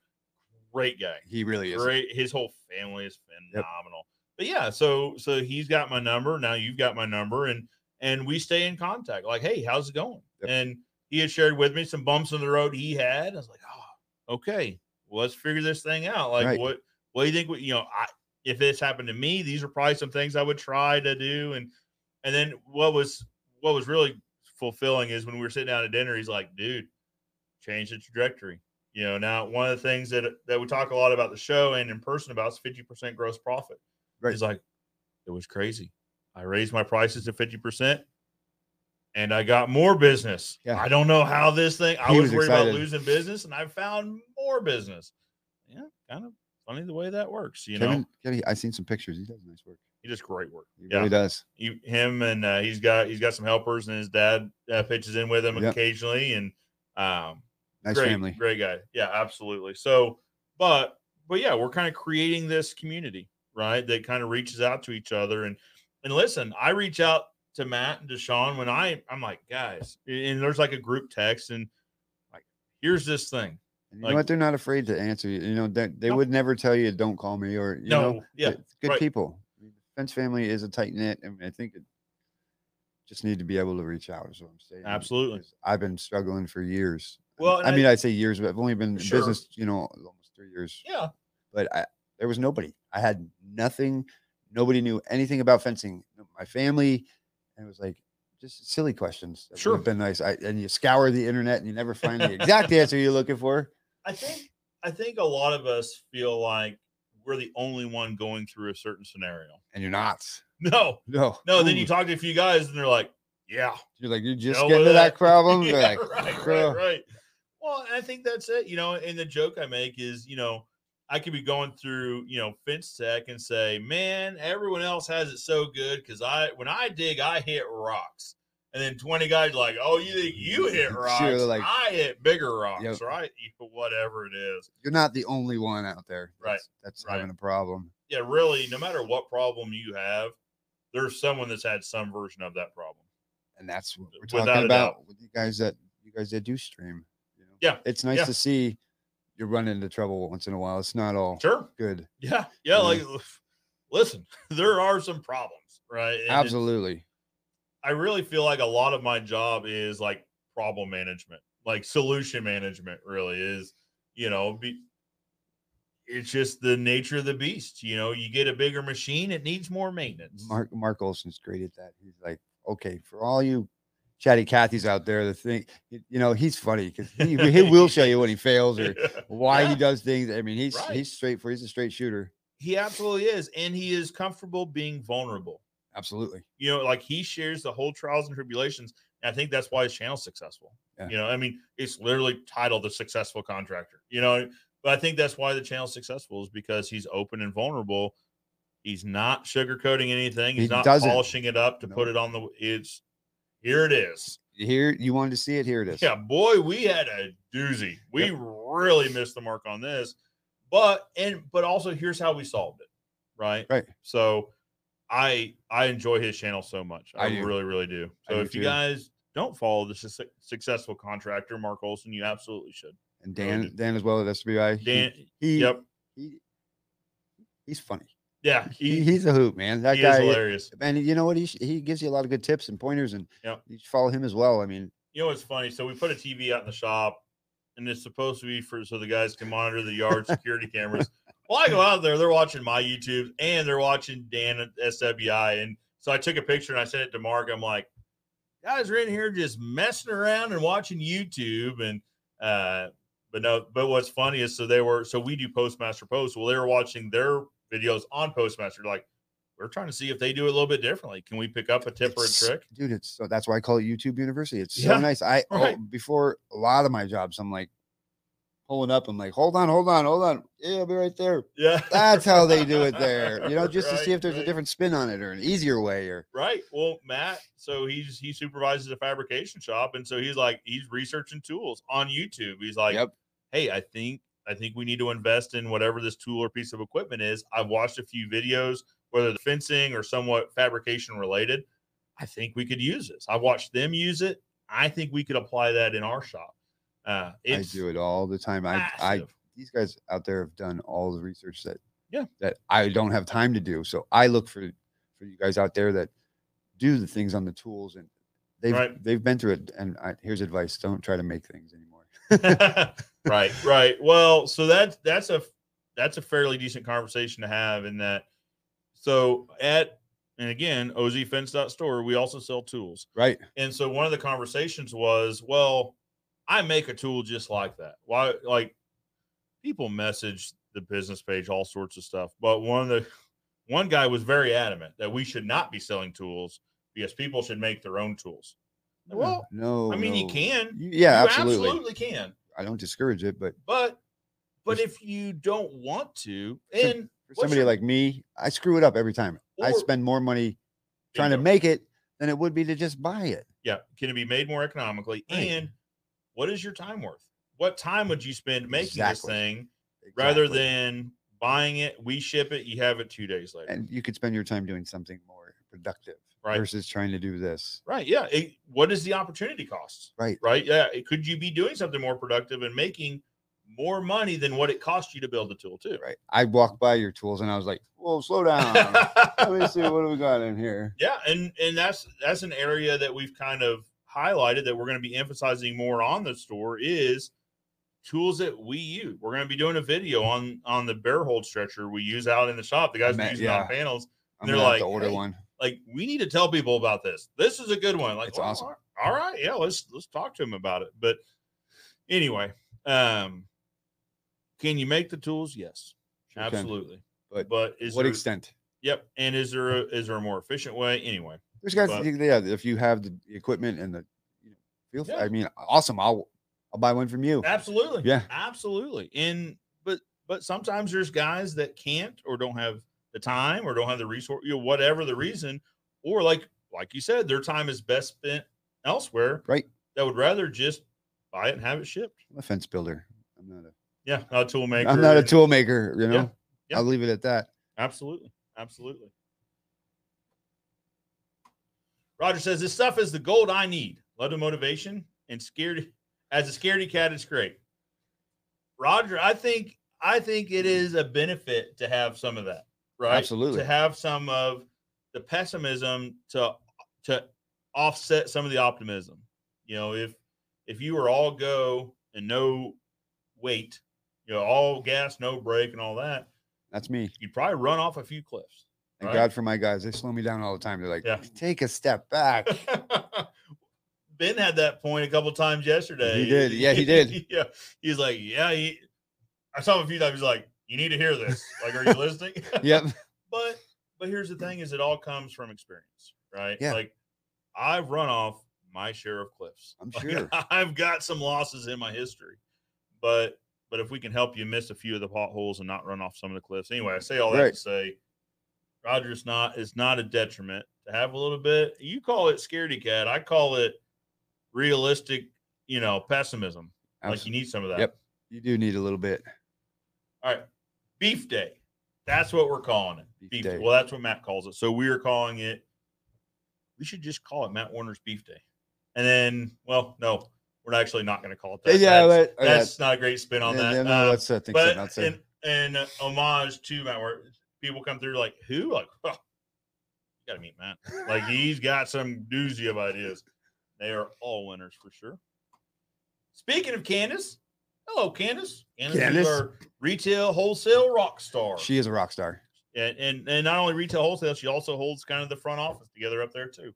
Great guy. he really is. Great. His whole family is phenomenal. But yeah, so so he's got my number. Now you've got my number, and and we stay in contact. Like, hey, how's it going? Yep. And he had shared with me some bumps in the road he had. I was like, oh, okay, well, let's figure this thing out. Like, Right. what what do you think? We, you know, I if this happened to me, these are probably some things I would try to do. And and then what was what was really fulfilling is when we were sitting down at dinner, he's like, dude, change the trajectory. You know, now one of the things that that we talk a lot about the show and in person about is 50% gross profit. Right. He's like, it was crazy. I raised my prices to 50% and I got more business. Yeah. I don't know how this thing I He was, was worried about excited. losing business and I found more business. Yeah, kind of funny the way that works, you Kevin, know. Kevin, I seen some pictures. He does nice work. He does great work. He Yeah really does. you, him and uh, he's got he's got some helpers and his dad uh, pitches in with him Yep. occasionally and um Nice great family. great guy yeah absolutely so but but yeah we're kind of creating this community right that kind of reaches out to each other and and listen I reach out to Matt and Deshaun when I I'm like guys and- and there's like a group text and like here's this thing And you like- know what? They're not afraid to answer you. You know, they, they No. would never tell you, "Don't call me," or you no know, yeah it's good right. people. I mean, the Fence family is a tight knit, and I think it just need to be able to reach out. Is what I'm saying. Absolutely. because I've been struggling for years. I mean- Well, and I I- mean, I, would say years, but I've only been in Sure. business, you know, almost three years. yeah But I, there was nobody. I had nothing. Nobody knew anything about fencing. My family, and it was like just silly questions. that would've Sure. been nice. I, and you scour the internet, and you never find the exact answer you're looking for. I think I think a lot of us feel like we're the only one going through a certain scenario. And you're not. No, No. no. Then you Ooh. talk to a few guys, and they're like, "Yeah, You're like, you're just dealt getting with to that problem. You're Yeah, like, right, "Bro." right, right. Well, and I think that's it. You know, and the joke I make is, you know, I could be going through, you know, fence tech and say, "Man, everyone else has it so good because I, when I dig, I hit rocks." And then twenty guys like, "Oh, you think you hit Sure, rocks? like- I hit bigger rocks, Yep. right? Whatever it is." You're not the only one out there. Right, That's, that's right. having a problem. yeah, really, no matter what problem you have, there's someone that's had some version of that problem. And that's what we're Without talking a doubt. about with you guys that you guys that do stream. You know? Yeah, It's nice yeah. to see you run into trouble once in a while. It's not all Sure. good. Yeah. Yeah. Yeah. Like, listen, there are some problems, right? And it's- Absolutely. I really feel like a lot of my job is like problem management, like solution management, really is, you know, be, it's just the nature of the beast. You know, you get a bigger machine, it needs more maintenance. Mark Mark Olson's great at that. He's like, okay, for all you chatty Cathy's out there, the thing you you know, he's funny because he, he will show you when he fails or why Yeah. he does things. I mean, he's Right. he's straight for he's a straight shooter. he absolutely is. And he is comfortable being vulnerable. Absolutely. you know, like he shares the whole trials and tribulations. And I think that's why his channel's successful. Yeah. You know, I mean, it's literally titled The Successful Contractor, you know, but I think that's why the channel's successful is because he's open and vulnerable. He's not sugarcoating anything, he's He not doesn't. polishing it up to put it on the it's here it is. Here you wanted to see it, here it is. Yeah, boy, we had a doozy. We Yep. really missed the mark on this. But and but also here's how we solved it. Right. Right. So I I enjoy his channel so much. I, I do. really really do. I So do if you too. guys don't follow the Suc- successful contractor Mark Olson, you absolutely should. and Really Dan good. Dan as well at SBI. Dan, he, he, yep, he he's funny. yeah, He, he, he's a hoop man. That he is guy, hilarious. and you know what? He sh- he gives you a lot of good tips and pointers, and Yep. you should follow him as well. I mean, You know what's funny? So we put a TV out in the shop, and it's supposed to be for so the guys can monitor the yard security cameras. Well, I go out there, they're watching my YouTube and they're watching Dan at SWI. And so I took a picture and I sent it to Mark. I'm like, guys are in here just messing around and watching YouTube and uh but no, but what's funny is so they were so we do Postmaster Post. Well, they were watching their videos on Postmaster, like we're trying to see if they do it a little bit differently. Can we pick up a tip or a It's- trick? dude. It's so that's why I call it YouTube University. It's Yeah, so nice. I oh, right. before a lot of my jobs, I'm like pulling up. I'm like, hold on, hold on, hold on. Yeah, I'll be right there. Yeah. That's how they do it there. You know, just to see Right, if there's a right. different spin on it or an easier way or Right. Well, Matt, so he's he supervises a fabrication shop, and so he's like he's researching tools on YouTube. He's like, Yep. hey, I think I think we need to invest in whatever this tool or piece of equipment is. I've watched a few videos, whether the fencing or somewhat fabrication related. I think we could use this. I watched them use it. I think we could apply that in our shop. Uh, I it's do it all the time. I, I massive. these guys out there have done all the research that Yeah. that I don't have time to do. So I look for for you guys out there that do the things on the tools and they've Right. they've been through it. And I, here's advice: don't try to make things anymore. right, right. Well, so that's that's a that's a fairly decent conversation to have in that. So at and again, ozfence.store, we also sell tools. Right? And so one of the conversations was, well, I make a tool just like that. Why like people message the business page all sorts of stuff, but one of the one guy was very adamant that we should not be selling tools because people should make their own tools. Well, no. I mean, you Oh, no. can. You- yeah, you absolutely. absolutely can I don't discourage it, but but but There's- if you don't want to Sure. and for What's somebody your- like me, I screw it up every time. I Or- spend more money trying to Bingo. make it than it would be to just buy it. yeah can it be made more economically Right. and what is your time worth what time would you spend making this Exactly. thing rather Exactly. than buying it we ship it you have it two days later and you could spend your time doing something more productive Right. versus trying to do this. right yeah it, what is the opportunity cost Right. right yeah it, could you be doing something more productive and making more money than what it cost you to build the tool too Right. I walked by your tools and I was like, "Whoa, slow down. Let me see what do we got in here." Yeah, and and that's that's an area that we've kind of highlighted that we're going to be emphasizing more on the store is tools that we use. We're going to be doing a video on Mm-hmm. on the bear hold stretcher we use out in the shop. The guys Man, are using yeah. on panels. I'm They're gonna have like, to order "Hey, one. Like we need to tell people about this. This is a good one. Like It's well, awesome. All right, yeah, let's let's talk to them about it. But anyway, um can you make the tools? Yes, Sure can. absolutely. But but is What there, extent? Yep. And is there a, is there a more efficient way? Anyway. There's guys. But- yeah, if you have the equipment and the, you know, feel. f- Yeah. I mean, awesome. I'll I'll buy one from you. Absolutely. Yeah. Absolutely. And but but sometimes there's guys that can't or don't have the time or don't have the resource, you know, whatever the reason, or like like you said, their time is best spent elsewhere. Right. That would rather just buy it and have it shipped. I'm a fence builder. I'm not a. Yeah, not a tool maker. am not a and- tool maker. You know. yeah. I'll leave it at that. Absolutely. Absolutely. Roger says this stuff is the gold I need. Love the motivation and scared as a scaredy cat, it's great. Roger, I think I think it is a benefit to have some of that, right? Absolutely. To have some of the pessimism to to offset some of the optimism. You know, if if you were all go and no weight, you know, all gas, no brake, and all that, That's me. you'd probably run off a few cliffs. Thank Right. God for my guys. They slow me down all the time. They're like, Yeah. take a step back. ben had that point a couple times yesterday. He did. Yeah, he did. yeah. He's like, yeah, he, I saw him a few times. He's like, you need to hear this. Like, are you listening? yep. But but here's the thing is it all comes from experience, right? Yeah. Like I've run off my share of cliffs. I'm Like, sure. I've got some losses in my history. But but if we can help you miss a few of the potholes and not run off some of the cliffs. Anyway, I say all that Right. to say Roger, it's not it's not a detriment to have a little bit. You call it scaredy cat. I call it realistic, you know, pessimism. Like you Absolutely. need some of that. Yep. You do need a little bit. All right. Beef Day. That's what we're calling it. Beef Beef, Day. Day. Well, that's what Matt calls it. So we are calling it, we should just call it Matt Warner's Beef Day. And then, well, no, we're actually not going to call it that. yeah, That's, but- okay. that's not a great spin on Yeah, that. yeah, no, Uh, that's, I think so. but That's and, and uh, homage to Matt Warner. People come through like, who? Like, oh, you got to meet Matt. Like, he's got some doozy of ideas. They are all winners for sure. Speaking of Candace, hello, Candace. Candace, is Candace. our retail wholesale rock star. she is a rock star. and, and and not only retail wholesale, she also holds kind of the front office together up there too.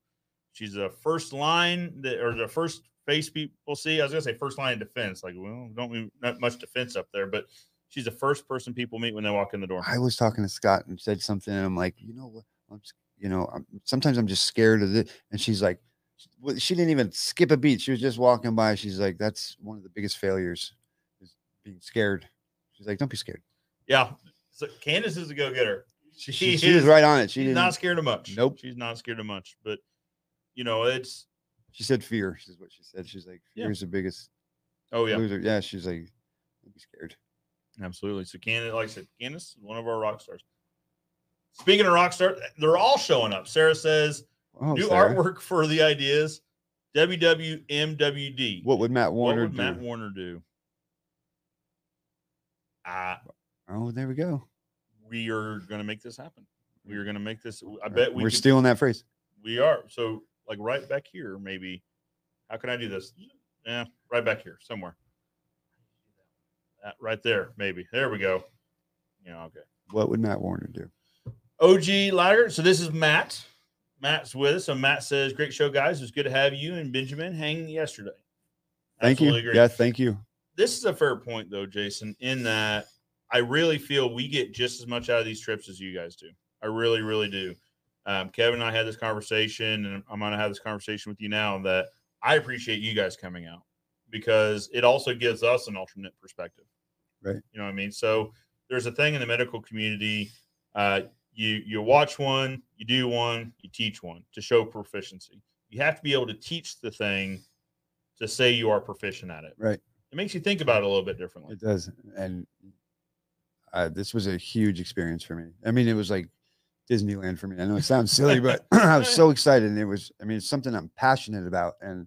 She's the first line that, or the first face people see. I was gonna say first line of defense. Like, well, don't we not much defense up there, but she's the first person people meet when they walk in the door. I was talking to Scott and said something, and I'm like, you know what? I'm, s- you know, I'm, sometimes I'm just scared of it. And she's like, sh- well, she didn't even skip a beat. She was just walking by. She's like, that's one of the biggest failures is being scared. She's like, don't be scared. Yeah. So Candace is a go getter. She, She, she was right on it. She She's didn't. not scared of much. Nope. She's not scared of much. But you know, it's she said fear. Is what she said. She's like, Yeah. fear is the biggest oh yeah, loser. Yeah. She's like, don't be scared. absolutely. So Candace, like I said, Candace is one of our rock stars. Speaking of rock stars, they're all showing up. Sarah says Oh, new Sarah, artwork for the ideas. WWMWD. What would Matt What Warner would Matt do? Warner do? Ah, oh, there we go. we are gonna make this happen. We are gonna make this. I All bet right, we we're could- stealing that phrase. We are. So like right back here, maybe. How can I do this? Yeah, right back here somewhere. That right there, maybe. There we go. Yeah, okay. What would Matt Warner do? OG Liger. So this is Matt. Matt's with us. So Matt says, Great show, guys. It was good to have you and Benjamin hang yesterday. Thank you. Absolutely agree. Yeah. Thank you. This is a fair point though, Jason, in that I really feel we get just as much out of these trips as you guys do. I really, really do. Um, Kevin and I had this conversation, and I'm going to have this conversation with you now that I appreciate you guys coming out because it also gives us an alternate perspective. Right. You know what I mean? So there's a thing in the medical community. Uh, you you watch one, you do one, you teach one to show proficiency. You have to be able to teach the thing to say you are proficient at it. Right. It makes you think about it a little bit differently. It does, and uh, this was a huge experience for me. I mean, it was like Disneyland for me. I know it sounds silly, but I was so excited, and it was. I mean, it's something I'm passionate about, and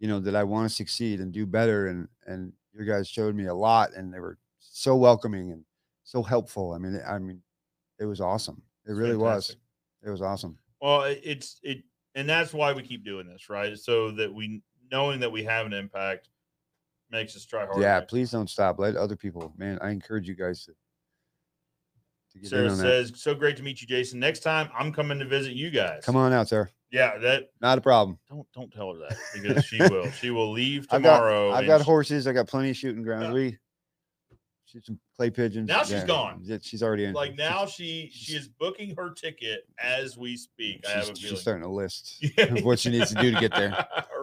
you know that I want to succeed and do better. And and your guys showed me a lot, and they were so welcoming and so helpful. I mean, I mean, it was awesome. It It's really fantastic. was. It was awesome. Well, it- it's it, and that's why we keep doing this, right? So that we knowing that we have an impact makes us try harder. yeah, next please don't stop. Let other people, man. I encourage you guys to. to get in Sarah on that. says, "So great to meet you, Jason. Next time, I'm coming to visit you guys. "Come on out, Sarah. yeah. That Not a problem." don't don't tell her that because she will. She will leave I've got- tomorrow. I've and got she- horses. I got plenty of shooting grounds. Yeah. We shoot some clay pigeons. Now she's gone. Yeah, she's already in. Like She's- now, she she is booking her ticket as we speak. I have she's, a she's feeling. starting a list. Yeah. of what she needs to do to get there.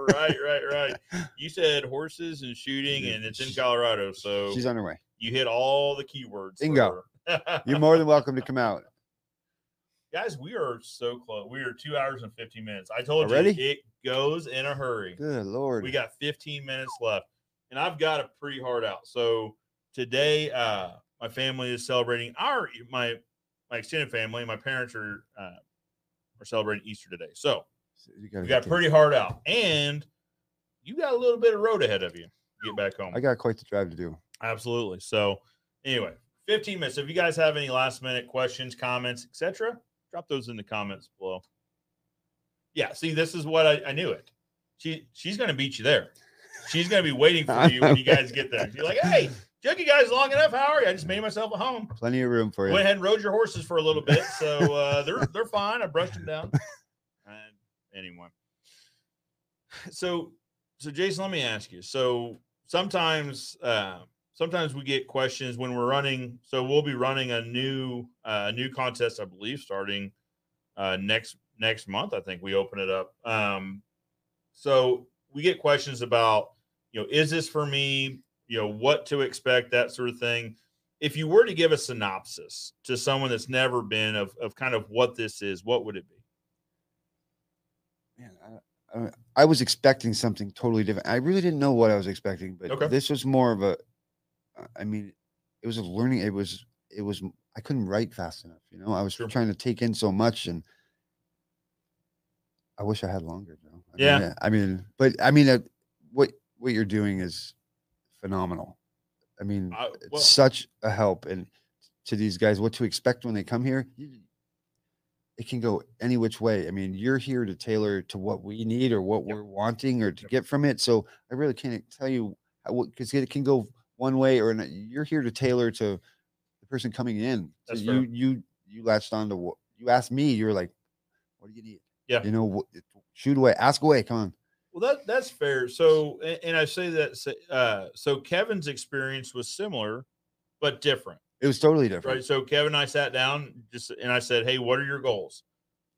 right, right, right. You said horses and shooting, Yeah, and it's in she's- Colorado, so She's on her way. you hit all the keywords. for Bingo. her. You're more than welcome to come out. Guys, we are so close. We are two hours and 15 minutes. I told Already? you it goes in a hurry. Good lord. We got 15 minutes left, and I've got a pretty hard out. So today, uh, my family is celebrating our my my extended family. My parents are uh, are celebrating Easter today. So You gotta we get got there. pretty hard out, and you got a little bit of road ahead of you. to Get back home. I got quite the drive to do. Absolutely. So, anyway, 15 minutes. If you guys have any last minute questions, comments, etc., drop those in the comments below. Yeah, see, this is what I, I knew it. She she's gonna beat you there. She's gonna be waiting for you when you guys get there. She's like, hey, took you guys long enough. How are you? I just made myself at home. Plenty of room for you. Went ahead and rode your horses for a little bit, so uh, they're they're fine. I brushed them down. And anyway, so so Jason, let me ask you. So sometimes uh, sometimes we get questions when we're running. So we'll be running a new uh, a new contest, I believe, starting uh, next next month. I think we open it up. Um, so we get questions about you know is this for me? You know what to expect, that sort of thing if you were to give a synopsis to someone that's never been of, of kind of what this is, what would it be? Man, I, I, I was expecting something totally different. I really didn't know what I was expecting, but Okay. this was more of a. uh, I mean, it was a learning. It was. It was. m- I couldn't write fast enough. You know, I was Sure. trying to take in so much, and I wish I had longer. Though. I Yeah. Mean, I mean, but I mean, uh, what what you're doing is phenomenal. I mean, I, it's well, such a help and to these guys what to expect when they come here you- it can go any which way i mean you're here to tailor to what we need or what Yep. we're wanting or to Yep. get from it so i really can't tell you because it can go one way or another you're here to tailor to the person coming in so That's you fair. you you latched on to what you asked me you were like what do you need Yeah. you know what Shoot away. Ask away. Come on. Well, that that's fair. So, and, and I say that so- uh, so Kevin's experience was similar, but different, It was totally different. right? So Kevin and I sat down just and I said, "Hey, what are your goals?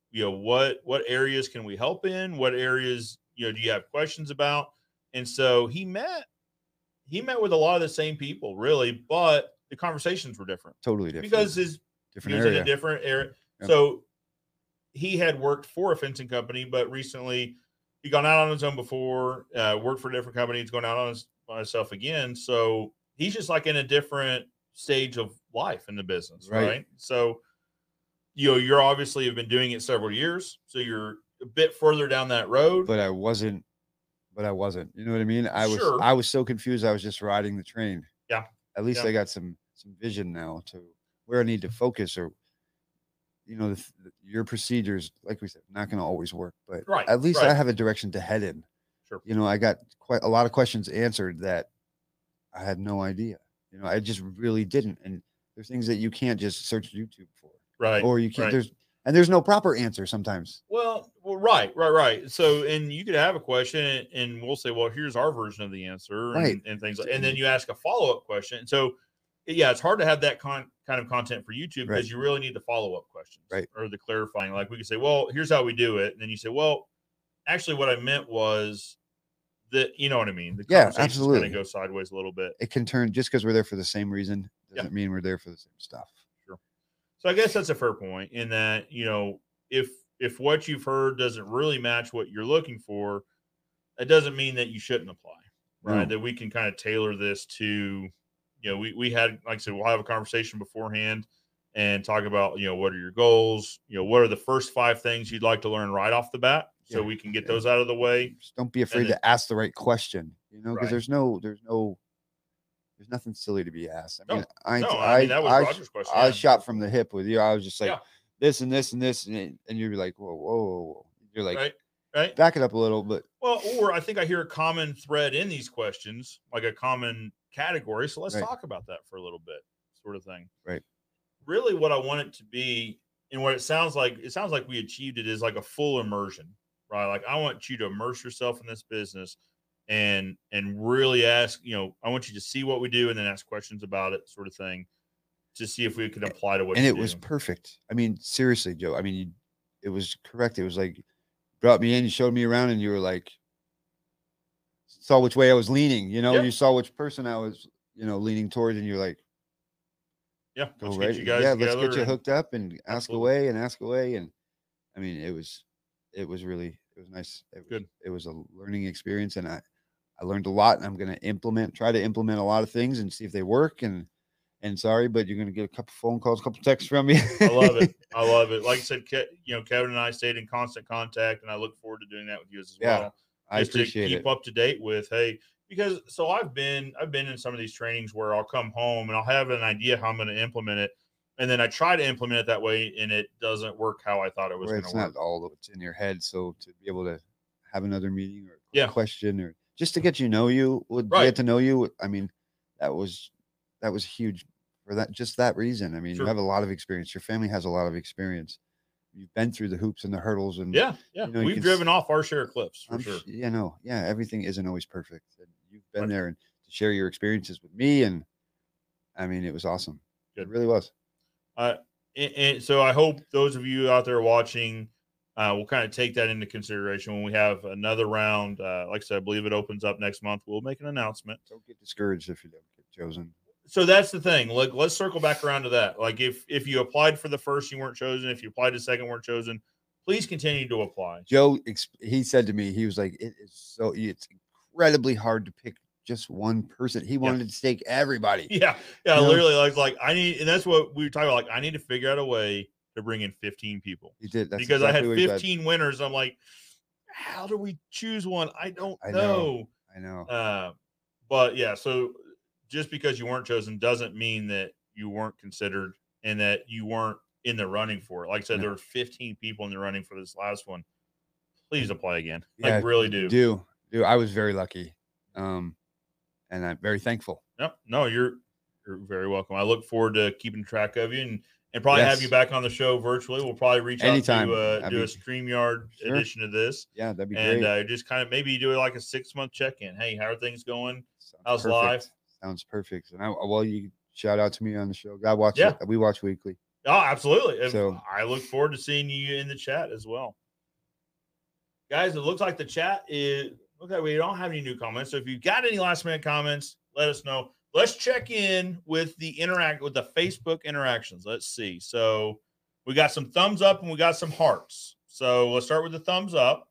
You know, what what areas can we help in? What areas you know do you have questions about?" And so he met he met with a lot of the same people, really, but the conversations were different, Totally different. because his different he was area. in a different area. Yep. So he had worked for a fencing company, but recently he gone out on his own before, uh, worked for a different company. He's going out on his by himself again. So he's just like in a different stage of life in the business, right? Right. So you know, you're obviously have been doing it several years, so you're a bit further down that road. but I wasn't. But I wasn't. You know what I mean? I was. Sure. I was so confused. I was just riding the train. Yeah. At least Yeah. I got some some vision now to where I need to focus, or you know, the, th- the- your procedures, like we said, not going to always work, but Right, at least I right. have a direction to head in. Sure. You know, I got quite a lot of questions answered that I had no idea. You know, I just really didn't. And there's things that you can't just search YouTube for, right. or you can't. right. There's and there's no proper answer sometimes. Well, well, right, right, right. So, and you could have a question, and, and we'll say, "Well, here's our version of the answer," and, Right. Mm-hmm. and things, like, and then you ask a follow up question. And so, yeah, it's hard to have that con- kind of content for YouTube Right. because you really need the follow up questions, Right. or the clarifying. Like we could say, "Well, here's how we do it," and then you say, "Well, actually, what I meant was that," you know what I mean? The Yeah, Kind absolutely. of go sideways a little bit. it can turn just because we're there for the same reason Yeah. doesn't mean we're there for the same stuff. So I guess that's a fair point in that, you know, if if what you've heard doesn't really match what you're looking for, it doesn't mean that you shouldn't apply. Right. No. That we can kind of tailor this to, you know, we, we had like I said, we'll have a conversation beforehand and talk about, you know, what are your goals, you know, what are the first five things you'd like to learn right off the bat so Yeah, we can get yeah. those out of the way. Just don't be afraid then- to ask the right question, you know, because Right. there's no, there's no, there's nothing silly to be asked. I No, mean, I, no, I, I, mean that was I sh- Roger's question. I yeah. shot from the hip with you. I was just like Yeah. this and this and this, and, it- and you'd be like, whoa, whoa, whoa, whoa. you're like, right. Right. back it up a little, but Well, or I think I hear a common thread in these questions, like a common category. So let's Right. talk about that for a little bit, sort of thing. Right. Really, what I want it to be, and what it sounds like, it sounds like we achieved it is like a full immersion, right? Like I want you to immerse yourself in this business, and and really ask, you know, I want you to see what we do, and then ask questions about it, sort of thing, to see if we can apply to what. and you it was do. perfect. I mean, seriously, Joe. I mean, you, it was correct. It was like brought me in, you showed me around, and you were like saw which way I was leaning. You know, Yeah. you saw which person I was, you know, leaning towards, and you're like, yeah. go Let's right, get you guys yeah, together. let's get you and- hooked up and ask Absolutely. away and ask away, and I mean, it was, it was really, it was nice. It was, Good. It was a learning experience, and I, I learned a lot, and I'm gonna implement, try to implement a lot of things, and see if they work, and. And sorry, but you're gonna get a couple phone calls, a couple texts from me. I love it. I love it. Like I said, Ke- you know, Kevin and I stayed in constant contact, and I look forward to doing that with you as Yeah, well. I just appreciate to keep it. up to date with. Hey, because so I've been I've been in some of these trainings where I'll come home and I'll have an idea how I'm going to implement it, and then I try to implement it that way, and it doesn't work how I thought it was Where going it's to work. not all that's in your head. So to be able to have another meeting or a Yeah. question or just to get you know you would Right. get to know you. I mean, that was that was huge for that just that reason. I mean, Sure. you have a lot of experience. Your family has a lot of experience. You've been through the hoops and the hurdles and Yeah, yeah, you know, you we've can s- driven off our share of cliffs for I'm sure. sh- yeah, no, yeah, everything isn't always perfect. and You've been Right. there and to share your experiences with me and I mean it was awesome. Good. It really was. and, and so I hope those of you out there watching uh, will kind of take that into consideration when we have another round. Uh, like I said, I believe it opens up next month. We'll make an announcement. Don't get discouraged if you don't get chosen. So that's the thing. Like, let's circle back around to that. Like, if if you applied for the first, you weren't chosen. If you applied to the second, weren't chosen. Please continue to apply. Joe, ex- he said to me, he was like, it is so, it's incredibly hard to pick just one person. He wanted to stake everybody. Yeah, yeah. Yeah. Literally, like, like I need, and that's what we were talking about. Like, I need to figure out a way to bring in 15 people He did. That's because exactly I what had he said. 15 winners. I'm like, how do we choose one? I don't I know. know. I know. Uh, but yeah, so just because you weren't chosen doesn't mean that you weren't considered and that you weren't in the running for it. Like I said, No. there were 15 people in the running for this last one. Please apply again. Mm-hmm. Yeah, like really do. Do, do. I was very lucky. Um, and I'm very thankful. Yep. No, you're you're very welcome. I look forward to keeping track of you and and probably have Yes. you back on the show virtually. We'll probably reach Anytime. out to uh, That'd do be- a StreamYard Sure. edition of this Yeah, that'd be and great. uh, just kind of maybe do like a six month check in. Hey, how are things going? Sounds how's live? Sounds perfect. And I, uh, well, you shout out to me on the show. I watch Yeah. it. We watch weekly. Oh, absolutely. And So- I look forward to seeing you in the chat as well. Guys, it looks like the chat is looks like we don't have any new comments. So if you've got any last minute comments, let us know. Let's check in with the interact with the Facebook interactions. Let's see. So we got some thumbs up and we got some hearts. So let's start with the thumbs up.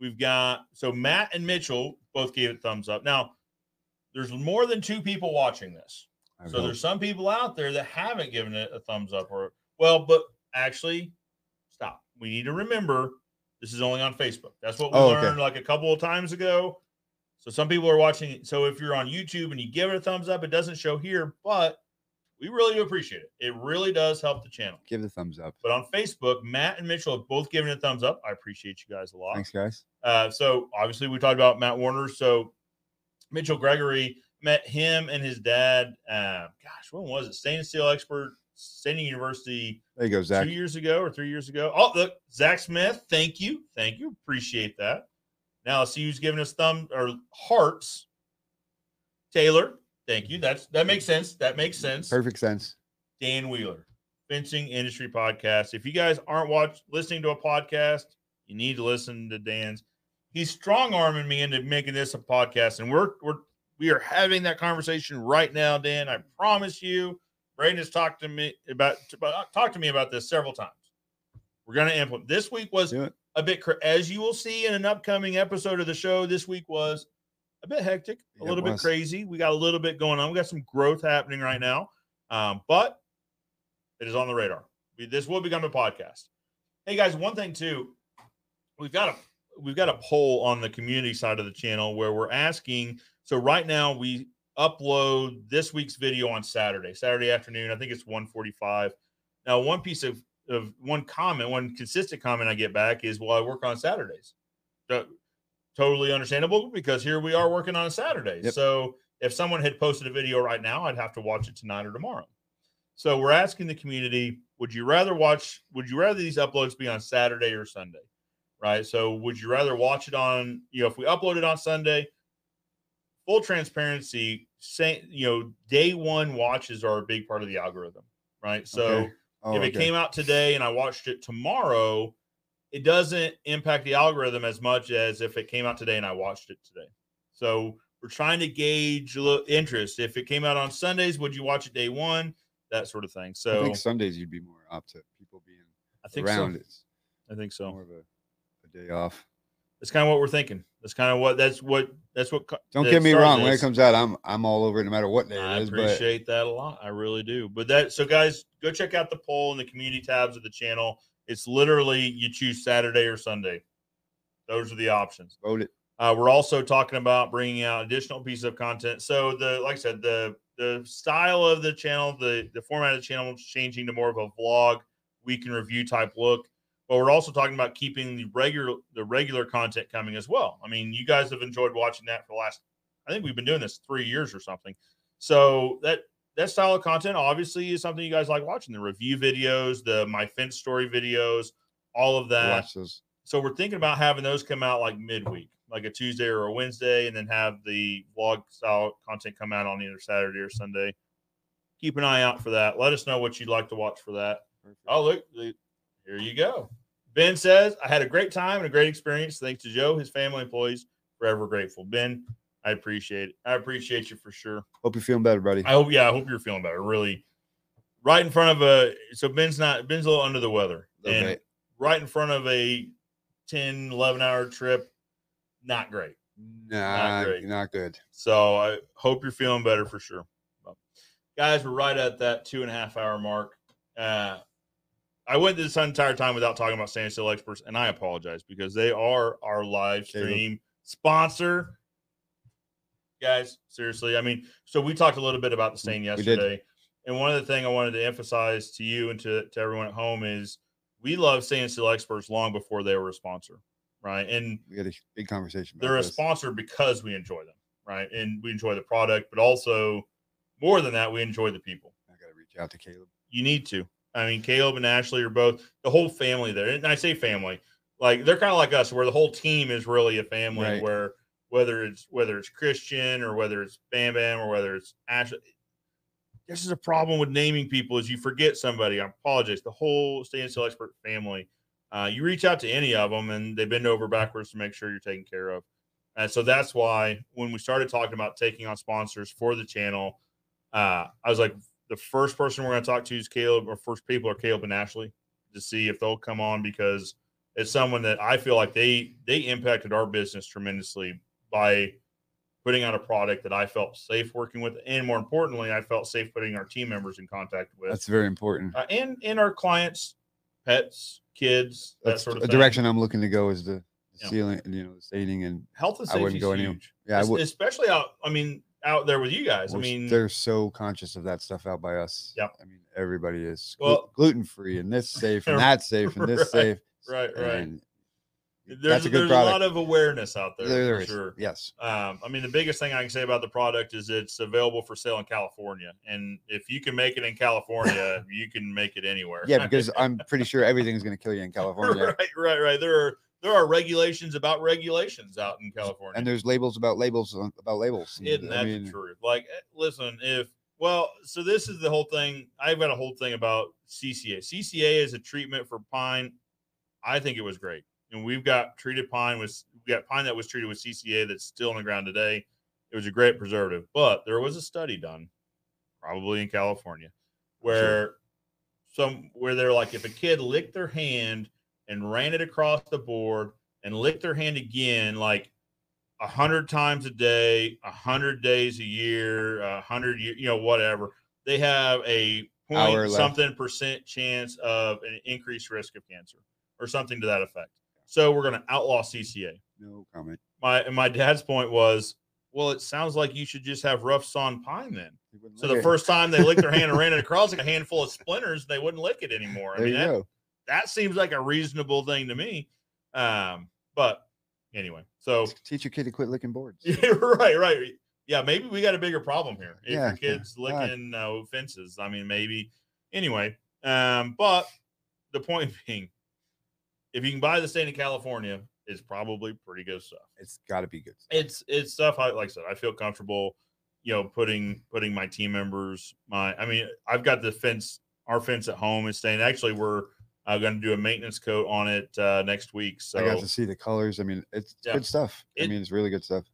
We've got so Matt and Mitchell both gave it thumbs up. Now, there's more than two people watching this. I So will. there's some people out there that haven't given it a thumbs up or well, but actually, stop. We need to remember this is only on Facebook. That's what we Oh, okay. learned like a couple of times ago. So some people are watching. it. So if you're on YouTube and you give it a thumbs up, it doesn't show here, but we really do appreciate it. It really does help the channel. give the thumbs up. But on Facebook, Matt and Mitchell have both given it a thumbs up. I appreciate you guys a lot. Thanks, guys. Uh, so obviously we talked about Matt Warner. So Mitchell Gregory met him and his dad. Uh, gosh, when was it? Stainless steel expert, Standing University, There you go, Zach. two years ago or three years ago. Oh, look, Zach Smith. Thank you, thank you, appreciate that. Now let's see who's giving us thumb or hearts. Taylor, thank you. That's that makes sense. That makes sense. Perfect sense. Dan Wheeler, Fencing Industry Podcast. If you guys aren't watch listening to a podcast, you need to listen to Dan's. He's strong arming me into making this a podcast, and we're we're we are having that conversation right now, Dan. I promise you. Braden has talked to me about talked to me about this several times. We're going to implement. This week was Do it. a bit, cra- as you will see in an upcoming episode of the show. This week was a bit hectic, a Yeah, it little bit was. crazy. We got a little bit going on. We got some growth happening right now, um, but it is on the radar. We, this will become a podcast. Hey guys, one thing too, we've got a we've got a poll on the community side of the channel where we're asking. So right now we upload this week's video on Saturday, Saturday afternoon. I think it's 1:45. Now, one piece of of one comment, one consistent comment I get back is, "Well, I work on Saturdays." To- totally understandable because here we are working on Saturdays. Yep. So if someone had posted a video right now, I'd have to watch it tonight or tomorrow. So we're asking the community, would you rather watch? Would you rather these uploads be on Saturday or Sunday? Right. So would you rather watch it on? You know, if we upload it on Sunday, full transparency, say you know, day one watches are a big part of the algorithm. Right. So Okay. Oh, if it okay. came out today and I watched it tomorrow, it doesn't impact the algorithm as much as if it came out today and I watched it today. So we're trying to gauge a little interest. If it came out on Sundays, would you watch it day one? That sort of thing. So I think Sundays you'd be more up to people being around. so. It's I think so. more of a, a day off. That's kind of what we're thinking. That's kind of what that's what that's what co- Don't that get me started wrong. When it this. comes out, I'm I'm all over it no matter what day I it is. But appreciate that a lot. I really do. But that so guys, go check out the poll in the community tabs of the channel. It's literally you choose Saturday or Sunday. Those are the options. vote it. Uh, we're also talking about bringing out additional pieces of content. So the like I said, the the style of the channel, the the format of the channel is changing to more of a vlog, week in review type look. But we're also talking about keeping the regular the regular content coming as well. I mean, you guys have enjoyed watching that for the last. I think we've been doing this three years or something. So that that style of content obviously is something you guys like watching. The review videos, the my fence story videos, all of that. Watch those. So we're thinking about having those come out like midweek, like a Tuesday or a Wednesday, and then have the vlog style content come out on either Saturday or Sunday. Keep an eye out for that. Let us know what you'd like to watch for that. Oh, look, the- here you go. Ben says, I had a great time and a great experience. Thanks to Joe, his family, employees, forever grateful. Ben, I appreciate it. I appreciate you for sure. Hope you're feeling better, buddy. I hope, yeah, I hope you're feeling better. Really, right in front of a, so Ben's not, Ben's a little under the weather. And Okay. right in front of a 10 11 hour trip not great Nah, great. not good. so i hope you're feeling better for sure But, guys we're right at that two and a half hour mark uh i went this entire time without talking about standstill experts and i apologize because they are our live Caleb. stream sponsor guys seriously i mean so we talked a little bit about the stain We did. yesterday and one of the thing i wanted to emphasize to you and to, to everyone at home is we love standstill experts long before they were a sponsor right and We had a big conversation. About they're a this. sponsor because we enjoy them right and we enjoy the product but also more than that we enjoy the people I gotta reach out to Caleb. you need to I mean, Caleb and Ashley are both the whole family there. And I say family, like they're kind of like us, where the whole team is really a family. Right. Where whether it's whether it's Christian or whether it's Bam Bam or whether it's Ashley, this is a problem with naming people is you forget somebody. I apologize. The whole Stand Still Expert family. Uh, you reach out to any of them, and they bend over backwards to make sure you're taken care of. And so that's why when we started talking about taking on sponsors for the channel, uh, I was like, the first person we're going to talk to is Caleb, or first people are Caleb and Ashley to see if they'll come on because it's someone that I feel like they they impacted our business tremendously by putting out a product that I felt safe working with, and more importantly, I felt safe putting our team members in contact with, That's very important. uh, and and our clients, pets, kids, that That's sort of the thing. direction I'm looking to go is the Yeah. ceiling, you know, the stating and Health and I wouldn't safety go is anywhere. huge, yeah, I Es- would. especially out. I mean, out there with you guys. I we're s- mean, they're so conscious of that stuff out by us. Yep. I mean, everybody is Well- gluten free and this safe and that safe and this Right, safe. right, right. and there's, that's a good there's product. a lot of awareness out there. There- there for is, sure. Yes. Um, I mean, the biggest thing I can say about the product is it's available for sale in California, and if you can make it in California, you can make it anywhere. Yeah, because I'm pretty sure everything's going to kill you in California. right, right, right. There are there are regulations about regulations out in California, And there's labels about labels on- about labels. and Isn't that I the mean, truth? Like, eh, listen, if well, so this is the whole thing. I've got a whole thing about CCA. CCA is a treatment for pine. I think it was great, and we've got treated pine with we got pine that was treated with CCA that's still in the ground today. It was a great preservative, but there was a study done, probably in California, where some where they're like, if a kid licked their hand and ran it across the board and licked their hand again, like a hundred times a day, a hundred days a year, a hundred year, you know, whatever, they have a Hour point left. something percent chance of an increased risk of cancer or something to that effect. So we're going to outlaw CCA no comment. my and my dad's point was, well, it sounds like you should just have rough sawn pine then. He wouldn't So lick the it. first time they licked their hand and ran it across like a handful of splinters, they wouldn't lick it anymore. I there mean, you that, go. that seems like a reasonable thing to me. Um, but anyway, so Teach your kid to quit licking boards. yeah, right, right. Yeah, maybe we got a bigger problem here. If Yeah, your kids yeah. licking uh, fences, I mean, maybe. Anyway, um, but the point being, if you can buy the state of California, it's probably pretty good stuff It's got to be good. it's it's stuff I like I said, I feel comfortable, you know, putting putting my team members, my I mean, I've got the fence, our fence at home is staying. Actually, we're uh, gonna do a maintenance coat on it uh next week. So I got to see the colors. I mean, it's Yeah. good stuff. I It- mean, it's really good stuff.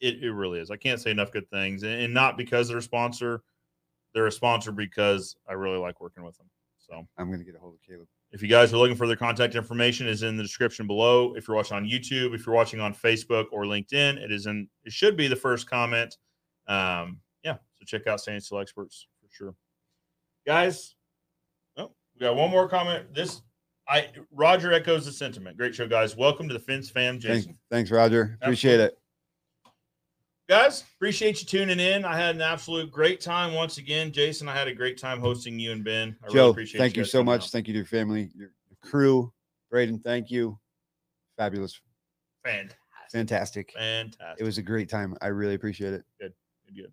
it, it really is. I can't say enough good things. And, and not because they're a sponsor, they're a sponsor because I really like working with them. So I'm gonna get a hold of Caleb. If you guys are looking for their contact information, is in the description below. If you're watching on YouTube, if you're watching on Facebook or LinkedIn, it is in. It should be the first comment. Um, yeah, so check out Standing Still Experts for sure, guys. Oh, we got one more comment. This I Roger echoes the sentiment. Great show, guys. Welcome to the Fence Fam, Thanks, Jason thanks, Roger. Appreciate it. guys appreciate you tuning in i had an absolute great time once again jason i had a great time hosting you and ben i Joe, appreciate thank you guys so coming much. out. Thank you to your family, your, your crew. Braden, thank you. Fabulous, fantastic fantastic. fantastic It was a great time. I really appreciate it. Good, good.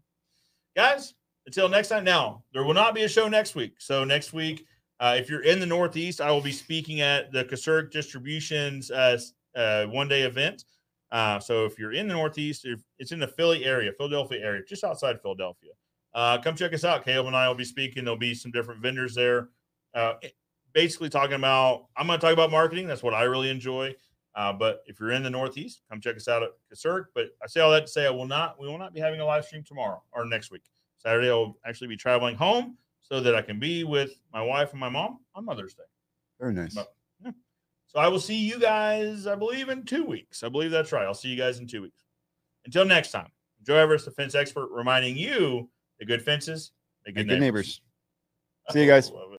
Guys, until next time. Now, there will not be a show next week. So next week, uh, if you're in the Northeast, I will be speaking at the Caserc Distributions uh, s- uh, one day event. Uh, so if you're in the Northeast, if it's in the Philly area, Philadelphia area, just outside Philadelphia, uh, come check us out. Caleb and I will be speaking. There'll be some different vendors there. Uh, it- basically talking about, I'm going to talk about marketing. That's what I really enjoy. Uh, but if you're in the Northeast, come check us out at Caserc. But I say all that to say I will not, we will not be having a live stream tomorrow or next week. Saturday, I will actually be traveling home so that I can be with my wife and my mom on Mother's Day. Very nice. Bye. So I will see you guys, I believe, in two weeks. I believe that's right. I'll see you guys in two weeks. Until next time, Joe Everest, the fence expert, reminding you the good fences, the Good, good, Oh, good neighbors. See you guys. Love it.